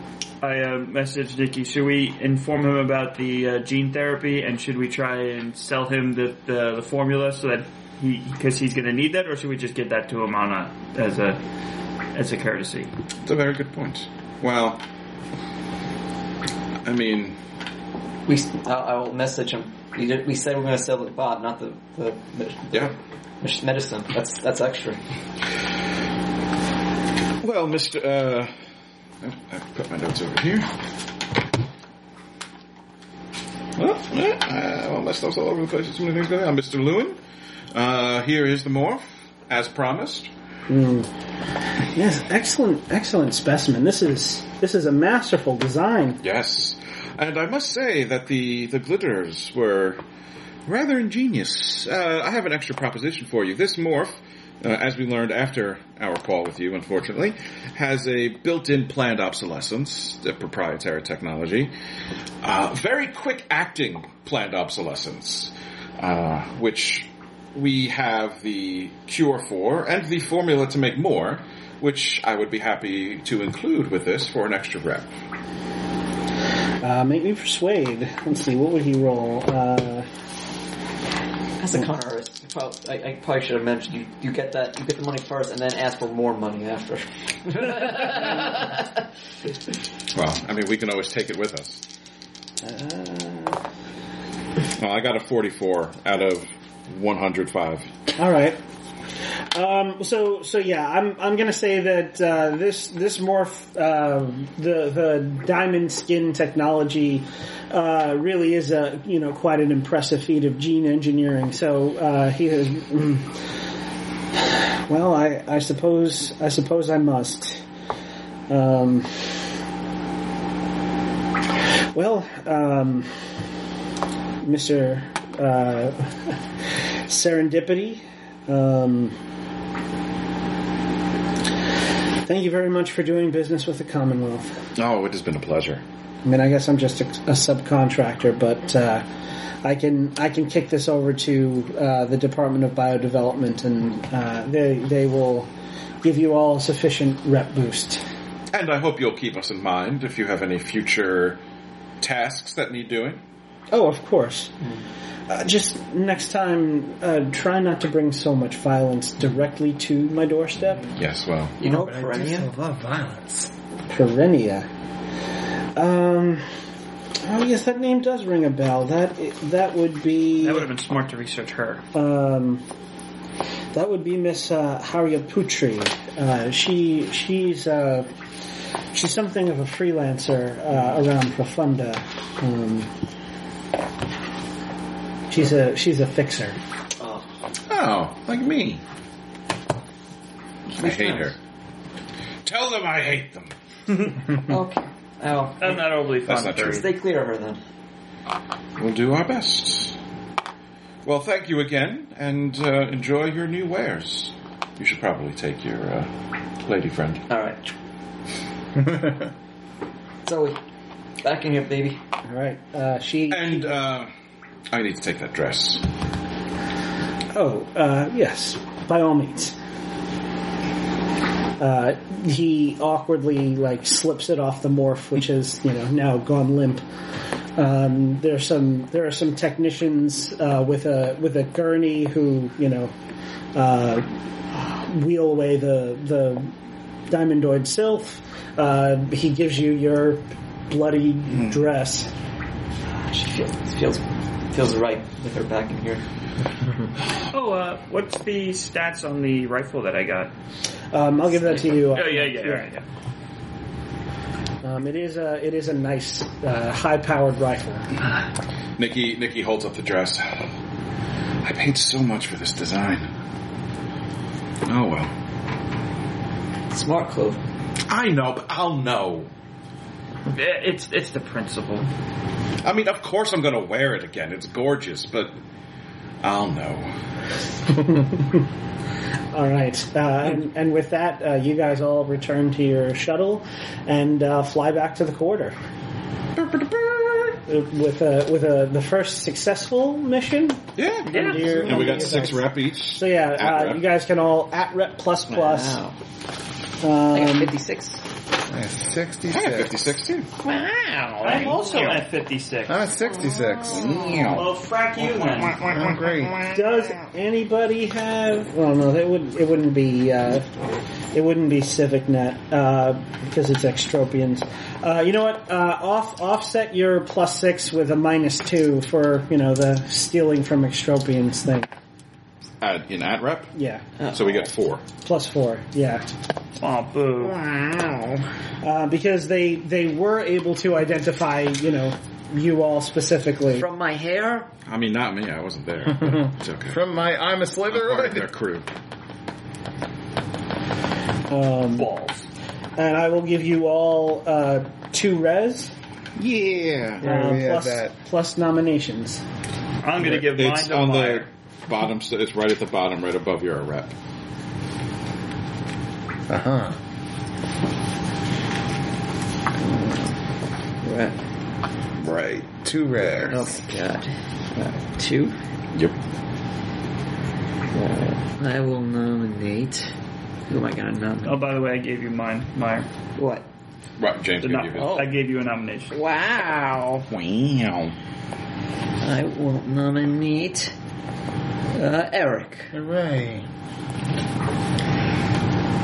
I uh, messaged Nikki. Should we inform him about the uh, gene therapy, and should we try and sell him the the, the formula so that he because he's going to need that, or should we just get that to him on a as a as a courtesy? It's a very good point. Well, I mean, We, I'll, I'll message him. We, did, we said we are going to sell the bot, not the, the, the yeah. med- medicine. That's that's extra. Well, Mr. Uh, oh, I put my notes over here. Well, uh, well, my stuff's all over the place. There's Too many things going on. Mr. Lewin, uh, here is the morph, as promised. Yes, excellent, excellent specimen. This is this is a masterful design. Yes, and I must say that the the glitters were rather ingenious. Uh, I have an extra proposition for you. This morph, uh, as we learned after our call with you, unfortunately, has a built-in planned obsolescence, the proprietary technology, uh, very quick acting planned obsolescence, uh, which we have the cure for and the formula to make more. Which I would be happy to include with this for an extra rep. Uh, make me persuade. Let's see, what would he roll? Uh, As a con artist, you prob- I, I probably should have mentioned you, you get that you get the money first, and then ask for more money after. Well, I mean, we can always take it with us. uh, Well, I got a 44 out of 105. all right. Um, so so yeah, I'm I'm gonna say that uh, this this morph uh, the the diamond skin technology uh, really is a you know quite an impressive feat of gene engineering. So uh, he has. well, I I suppose I suppose I must. Um, well, um, Mister uh, Serendipity. Um, thank you very much for doing business with the Commonwealth. Oh, it has been a pleasure. I mean, I guess I'm just a, a subcontractor, but uh, I can I can kick this over to uh, the Department of Biodevelopment, and uh, they they will give you all a sufficient rep boost. And I hope you'll keep us in mind if you have any future tasks that need doing. Oh, of course. uh, just next time, uh, try not to bring so much violence directly to my doorstep. Yes, well, You know, I do Perennia? still love violence. Perennia. Um. Oh yes, that name does ring a bell. That that would be. That would have been smart to research her. Um, that would be Miss uh, Harriet Putri. Uh, she she's uh, she's something of a freelancer uh, around Profunda. Um, she's a she's a fixer. Oh, like me. I hate her. Tell them I hate them. okay. Oh, I'm not overly fond That's of not her. true. stay clear of her then. We'll do our best. Well, thank you again, and uh, enjoy your new wares. You should probably take your uh, lady friend. All right. <laughs> Zoe, back in here, baby. All right, uh, she And uh, I need to take that dress. Oh, uh, yes, by all means. Uh, he awkwardly like slips it off the morph, which has you know now gone limp. Um, there's some there are some technicians uh, with a with a gurney who you know uh, wheel away the the diamondoid sylph. Uh, he gives you your bloody dress. She feels feels feels right with her back in here. Oh, uh, what's the stats on the rifle that I got? Um, I'll give that to you. Oh yeah, yeah, yeah. Right, yeah. Um, it is a it is a nice uh, high powered rifle. Nikki, Nikki holds up the dress. I paid so much for this design. Oh well. Smart Clove. I know, but I'll know. It's it's the principle. I mean, of course I'm going to wear it again. It's gorgeous, but I'll know. All right, uh, and, and with that, uh, you guys all return to your shuttle and uh, fly back to the quarter Uh, with a with a the first successful mission. Yeah. Yeah. Under your- And we under got your six dice. rep each. So yeah, At uh, rep. you guys can all at rep plus plus. Wow. I got Um, 56. I I have got 66. 56 too. Wow. I'm also at 56. I'm at 66. Oh. Well, frack you then. I'm great. Does anybody have? Well, no, it would it wouldn't be uh, it wouldn't be CivicNet uh, because it's extropians. Uh, you know what? Uh, off offset your plus six with a minus two for you know the stealing from extropians thing. At, in at rep. Yeah, So we got four. plus four. Yeah, Oh, boo. uh, because they they were able to identify you know you all specifically. From my hair? I mean, not me. I wasn't there. <laughs> but It's okay. From my I'm a I'm part of their Slytherin. crew. Um, Balls. and I will give you all uh, two res Yeah. uh, Where we at plus- that? plus nominations. I'm gonna give mine It's to on Meyer. the bottom. So it's right at the bottom, right above your rep. Uh huh. Right. Right. Two rare. Oh my god. Uh, two. Yep. I will nominate. Who am I gonna Oh, nominate? by the way, I gave you mine, Meyer. What? Right. James Did gave not, you his. Oh. I gave you a nomination. Wow. Wow. I will nominate uh, Eric. Hooray.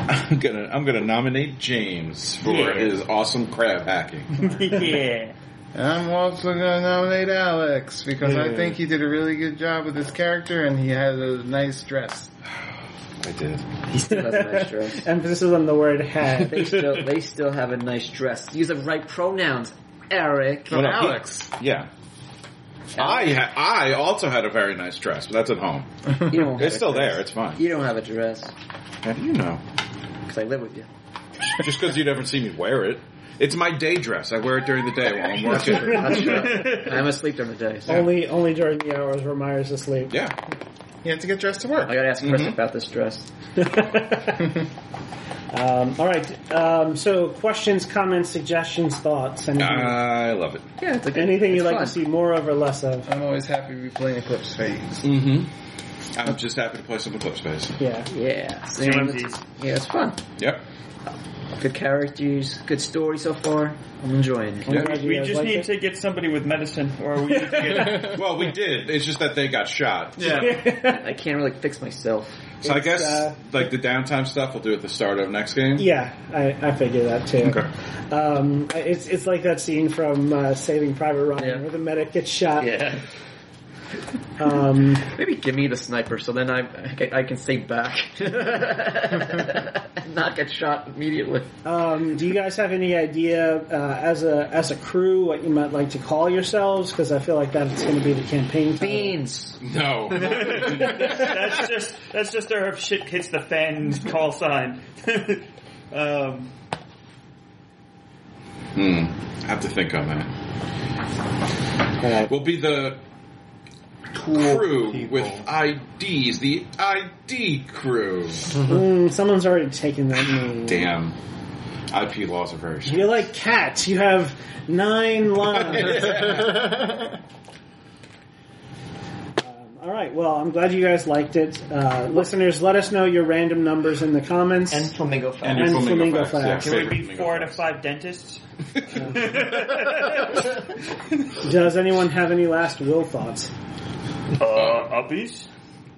I'm gonna I'm gonna nominate James for Yeah. his awesome crab hacking. <laughs> yeah. I'm also going to nominate Alex because I think he did a really good job with his character and he had a nice dress. I did. He still has a <laughs> nice <laughs> dress. Uh, Emphasis on the word <laughs> They had. still, they still have a nice dress. Use the right pronouns. Eric. What up? Alex. Yeah. I ha- I also had a very nice dress, but that's at home. You don't have It's a still dress. there. It's fine. You don't have a dress How do you know? because I live with you. Just because you haven't seen me wear it. It's my day dress. I wear it during the day while I'm working. That's right. I'm asleep during the day. So only only during the hours where Myers asleep. Yeah. You have to get dressed to work. I gotta ask Chris Mhm. about this dress. Um, all right. Um, so questions, comments, suggestions, thoughts, anything, I love it. Yeah, Uh, it's a good, anything you'd it's like fun. Uh, to see more of or less of? I'm always happy to be playing Eclipse Phase. Mm-hmm. I'm just happy to play some Eclipse Space. Yeah. Yeah, same. Jamesies. yeah, it's fun. Yep. Good characters, good story so far. I'm enjoying it. We just need to get somebody with medicine, or we need <laughs> to get. well, we did. It's just that they got shot. Yeah. I can't really fix myself. So I guess like the downtime stuff we'll do at the start of next game. Yeah, I, I figure that too. Um, it's it's like that scene from uh, Saving Private Ryan where the medic gets shot. Yeah. Um, <laughs> Maybe give me the sniper so then I I can- I can stay back <laughs> and not get shot immediately. Um, do you guys have any idea uh, as a as a crew what you might like to call yourselves? Because I feel like that's going to be the campaign. Beans. No. <laughs> that's just that's just our shit hits the fan call sign. <laughs> um, Hmm. I have to think on that. Uh, We'll be the crew with IDs, the ID crew. Hmm. Mm, someone's already taken that name. Damn. IP laws are very strict. You're like cats. You have nine lines. Um, All right. Well, I'm glad you guys liked it. Uh, listeners, let us know your random numbers in the comments. And flamingo flags. And your flamingo flags, flags. yeah. uh, can we be four out of <laughs> five dentists? <laughs> Does anyone have any last will thoughts? Uh, uppies?